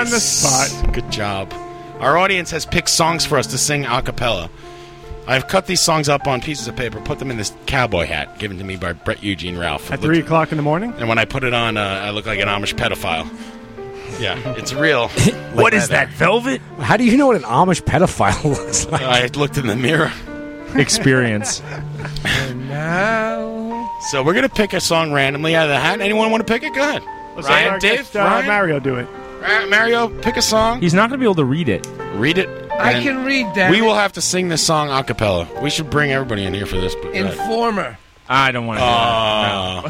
S12: the
S9: spot. Good job. Our audience has picked songs for us to sing a cappella. I've cut these songs up on pieces of paper, put them in this cowboy hat given to me by Brett Eugene Ralph.
S12: At three o'clock in the morning.
S9: And when I put it on, uh, I look like an Amish pedophile. Yeah, it's real. What is that, velvet?
S5: How do you know what an Amish pedophile (laughs) looks like?
S9: I looked in the mirror.
S23: Experience.
S9: So we're gonna pick a song randomly out of the hat. Anyone want to pick it? Go ahead.
S12: Let's let
S9: Ryan,
S12: our
S9: Dave,
S12: guest, uh,
S9: Ryan?
S12: Mario do it.
S9: Ra- Mario, pick a song.
S23: He's not going to be able to read it.
S9: Read it.
S7: I
S9: and
S7: can read that.
S9: We will have to sing this song a cappella. We should bring everybody in here for this. But
S7: Informer.
S23: I don't want
S9: to.
S7: Oh,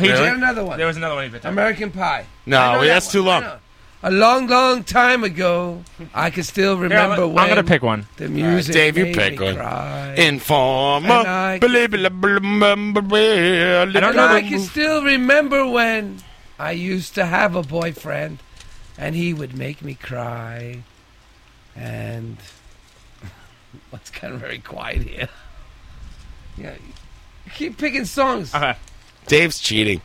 S9: do that. No. Really?
S7: another one. There was another one. American Pie. I
S9: No,
S7: know
S9: wait,
S7: that
S9: that's
S7: one.
S9: too
S7: I
S9: long.
S7: know. A long, long time ago, I can still remember
S9: I'm- I'm
S7: when.
S9: gonna pick one.
S7: The
S9: All right,
S7: music.
S9: Dave, you
S7: made
S9: pick
S7: me
S9: one.
S7: Cry.
S9: Informer.
S7: And I-
S9: Blah, blah, blah, blah, blah, blah,
S7: And I,
S9: blah, blah.
S7: can still remember when I used to have a boyfriend, and he would make me cry. And (laughs) it's kind of very quiet here. Yeah, you keep picking songs.
S9: Uh-huh. Dave's cheating.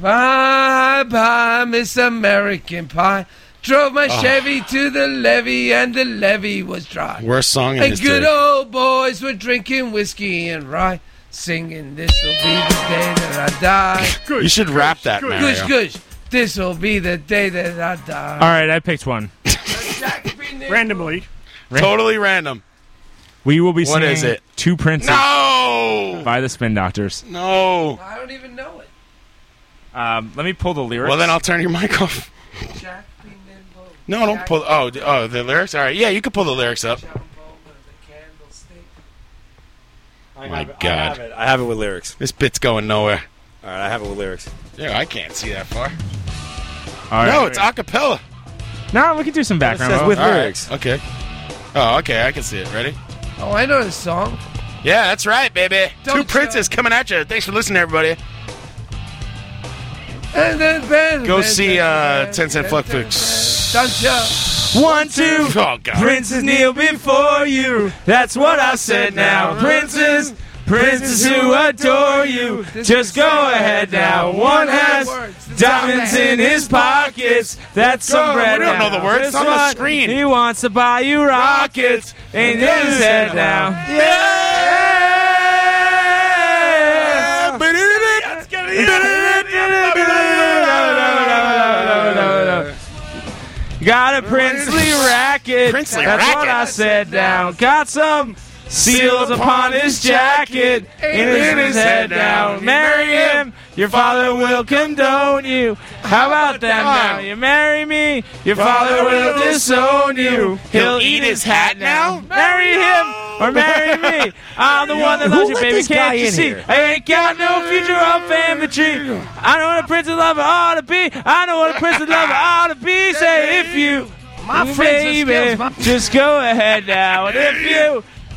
S7: Bye bye, Miss American Pie. Drove my
S9: Ugh.
S7: Chevy to the levee, and the levee was dry.
S9: Worst song in
S7: And
S9: history.
S7: good old boys were drinking whiskey and rye, singing, This'll be the day that I die.
S9: you should rap that,
S7: Gush,
S9: Mario.
S7: gush, gush. This'll be the day that I die.
S23: All right, I picked one.
S12: Randomly.
S9: Totally random.
S23: We will be
S9: What
S23: singing
S9: is it?
S23: Two Princes
S9: No!
S23: by the Spin Doctors.
S9: No.
S7: I don't even know it.
S23: Um, let me pull the lyrics.
S9: Well, then I'll turn your mic off. No, don't pull. Oh, d- oh, the lyrics. All right, yeah, you can pull the lyrics up. My God,
S5: have it. (laughs) I have it with lyrics.
S9: This bit's going nowhere.
S5: All right, I have it with lyrics.
S9: Yeah, I can't see that far.
S23: All
S9: No,
S23: right.
S9: it's acapella.
S23: No, we can do some background.
S9: says
S23: vocals.
S9: with All right. lyrics. Okay. Oh, okay, I can see it. Ready?
S7: Oh, I know this song.
S9: Yeah, that's right, baby. Two princes coming at you. Thanks for listening, everybody.
S7: And then Ben.
S9: Go see uh, Ten Cent Fluxfix.
S7: Don't you?
S23: One, two.
S9: Oh God.
S23: Princes kneel before you. That's what I said now. Princes, princes who adore you. Just go ahead now. One has diamonds in his pockets. That's some
S9: Go,
S23: bread.
S9: we don't know
S23: now.
S9: the words.
S23: Guess
S9: It's on the
S23: what?
S9: screen.
S23: He wants to buy you rockets. And in his head now. Got a princely racket.
S9: Princely
S23: That's what
S9: racket.
S23: I said now. Got some seals upon his jacket. And it's in his head now. Marry him. Your father will condone you. How about that now? You marry me. Your father will disown you. He'll eat his hat now. Marry him. Or marry (laughs) me. I'm the one that
S5: Who
S23: loves you,
S5: let
S23: baby.
S5: this guy
S23: Can't you
S5: in
S23: see?
S5: here?
S23: I ain't got no future on family tree. I know what a prince of lover ought to be. I know what a prince of lover ought to be. Say if you,
S7: My friends are
S23: baby,
S7: skills, my-
S23: just go ahead now. And if you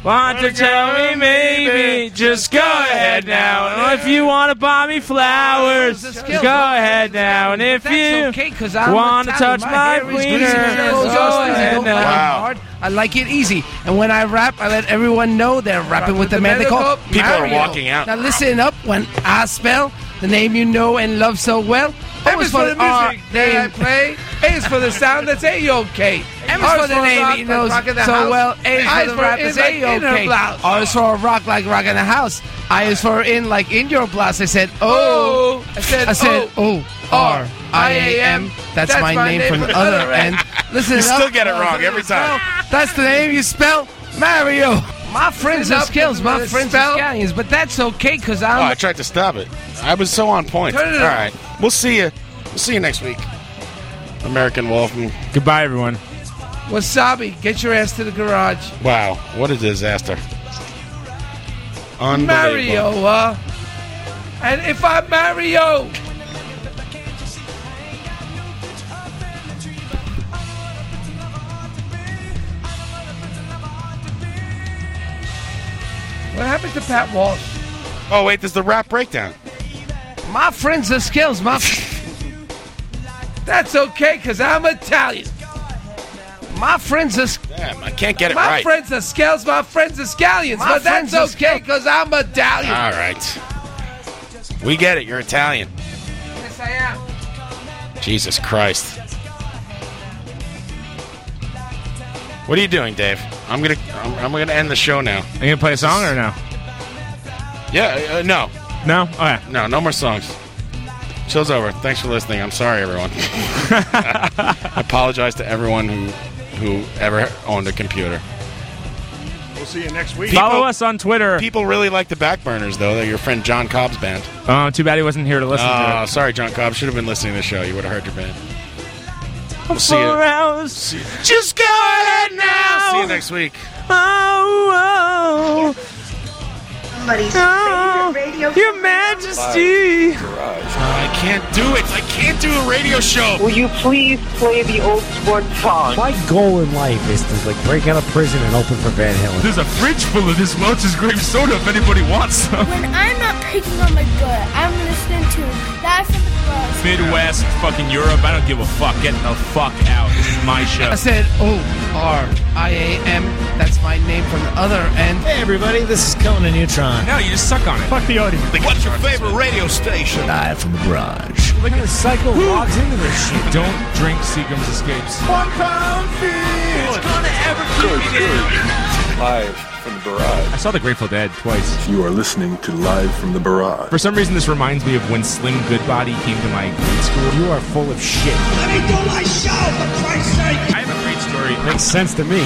S23: want to tell me maybe, just go ahead now. And if you want to buy me flowers, just go ahead now. And if you
S7: okay, 'cause I'm
S23: want to
S7: Italian.
S23: touch my
S7: hair is greasy.
S23: wiener,
S7: It goes
S23: go
S7: on, I
S23: ahead
S7: don't like it
S23: now.
S7: hard. I like it easy. And when I rap, I let everyone know they're rapping with, the man they call
S9: People are
S7: Mario.
S9: walking out.
S7: Now listen up when I spell the name you know and love so well. M is for the music that I play. A is for the sound that's A-OK. M is for the name he knows so well. A
S10: I
S7: is
S10: is
S7: for the
S10: for
S7: rap
S10: in
S7: that's
S10: like in her
S7: A-OK.
S10: blouse.
S7: R is for a rock like rock in the house. I is for in like in your blouse. I said oh.
S10: I said,
S7: I said
S10: oh.
S7: oh. R I A M. That's my name from the other end. (laughs) Listen
S9: You
S7: up.
S9: still get it wrong every time.
S7: That's the name you spell Mario. My friends are skills. My friends are scallions. But that's okay because
S9: Oh,
S7: I'm
S9: I tried to stop it. I was so on point. All
S7: Turn it
S9: right, we'll see you. We'll see you next week. American Wolfman.
S23: Goodbye, everyone.
S7: wasabi. Get your ass to the garage.
S9: Wow, what a disaster! Unbelievable.
S7: Mario, uh, and if I'm Mario, what happened to Pat Walsh?
S9: Oh wait, there's the rap breakdown.
S7: My friends are skills, my. That's okay, cause I'm Italian. My friends are.
S9: Damn, I can't get it
S7: my
S9: right.
S7: friends are scales. My friends are scallions,
S10: My
S7: but that's
S10: friends are
S7: okay, cause I'm Italian.
S9: All right, we get it. You're Italian.
S7: Yes, I am.
S9: Jesus Christ. What are you doing, Dave? I'm gonna I'm, I'm gonna end the show now.
S3: Are you gonna play a song or no?
S9: Yeah, uh, no,
S3: no, all right,
S9: no, no more songs. Show's over. Thanks for listening. I'm sorry,
S3: (laughs)
S9: everyone. (laughs) I apologize to everyone who who ever owned a computer.
S12: We'll see you next week.
S3: Follow us on Twitter.
S9: People really like the Backburners, though. They're your friend John Cobb's band.
S3: Oh, too bad he wasn't here to listen to
S9: Oh,
S3: it.
S9: sorry, John Cobb. Should have been listening to the show. You would have heard your band. We'll see
S3: Four
S9: you.
S3: hours.
S9: Just go ahead now. See you next week.
S3: Oh,
S10: Somebody's favorite radio.
S3: Your Majesty.
S9: I can't do it. I can't do a radio show.
S4: Will you please play the old sports song?
S5: My goal in life is to like break out of prison and open for Van Halen.
S25: There's a fridge full of this Welch's grape soda if anybody wants some.
S27: When I'm not picking on my butt, I'm listening to that from the Bros.
S25: Midwest, fucking Europe. I don't give a fuck. Get the fuck out. This is my show.
S7: I said O R I A M. That's my name from the other end. Hey, everybody, this is Conan Neutron.
S25: No, you just suck on it.
S7: Fuck the audience.
S24: What's your favorite radio station? I from the garage.
S5: Look (laughs) at the cycle logs into this (laughs) shit.
S3: Don't drink Seagram's Escapes.
S24: One pound feet. It's gonna ever keep me down.
S28: Live from the barrage.
S3: I saw The Grateful Dead twice.
S28: You are listening to Live from the Barrage.
S3: For some reason, this reminds me of when Slim Goodbody came to my grade school. You are full of shit.
S10: Let me do my show, for Christ's sake!
S3: I have a great story.
S10: (laughs)
S5: Makes sense to me.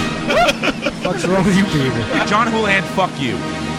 S5: What's wrong with you people?
S3: John Houlihan, fuck you.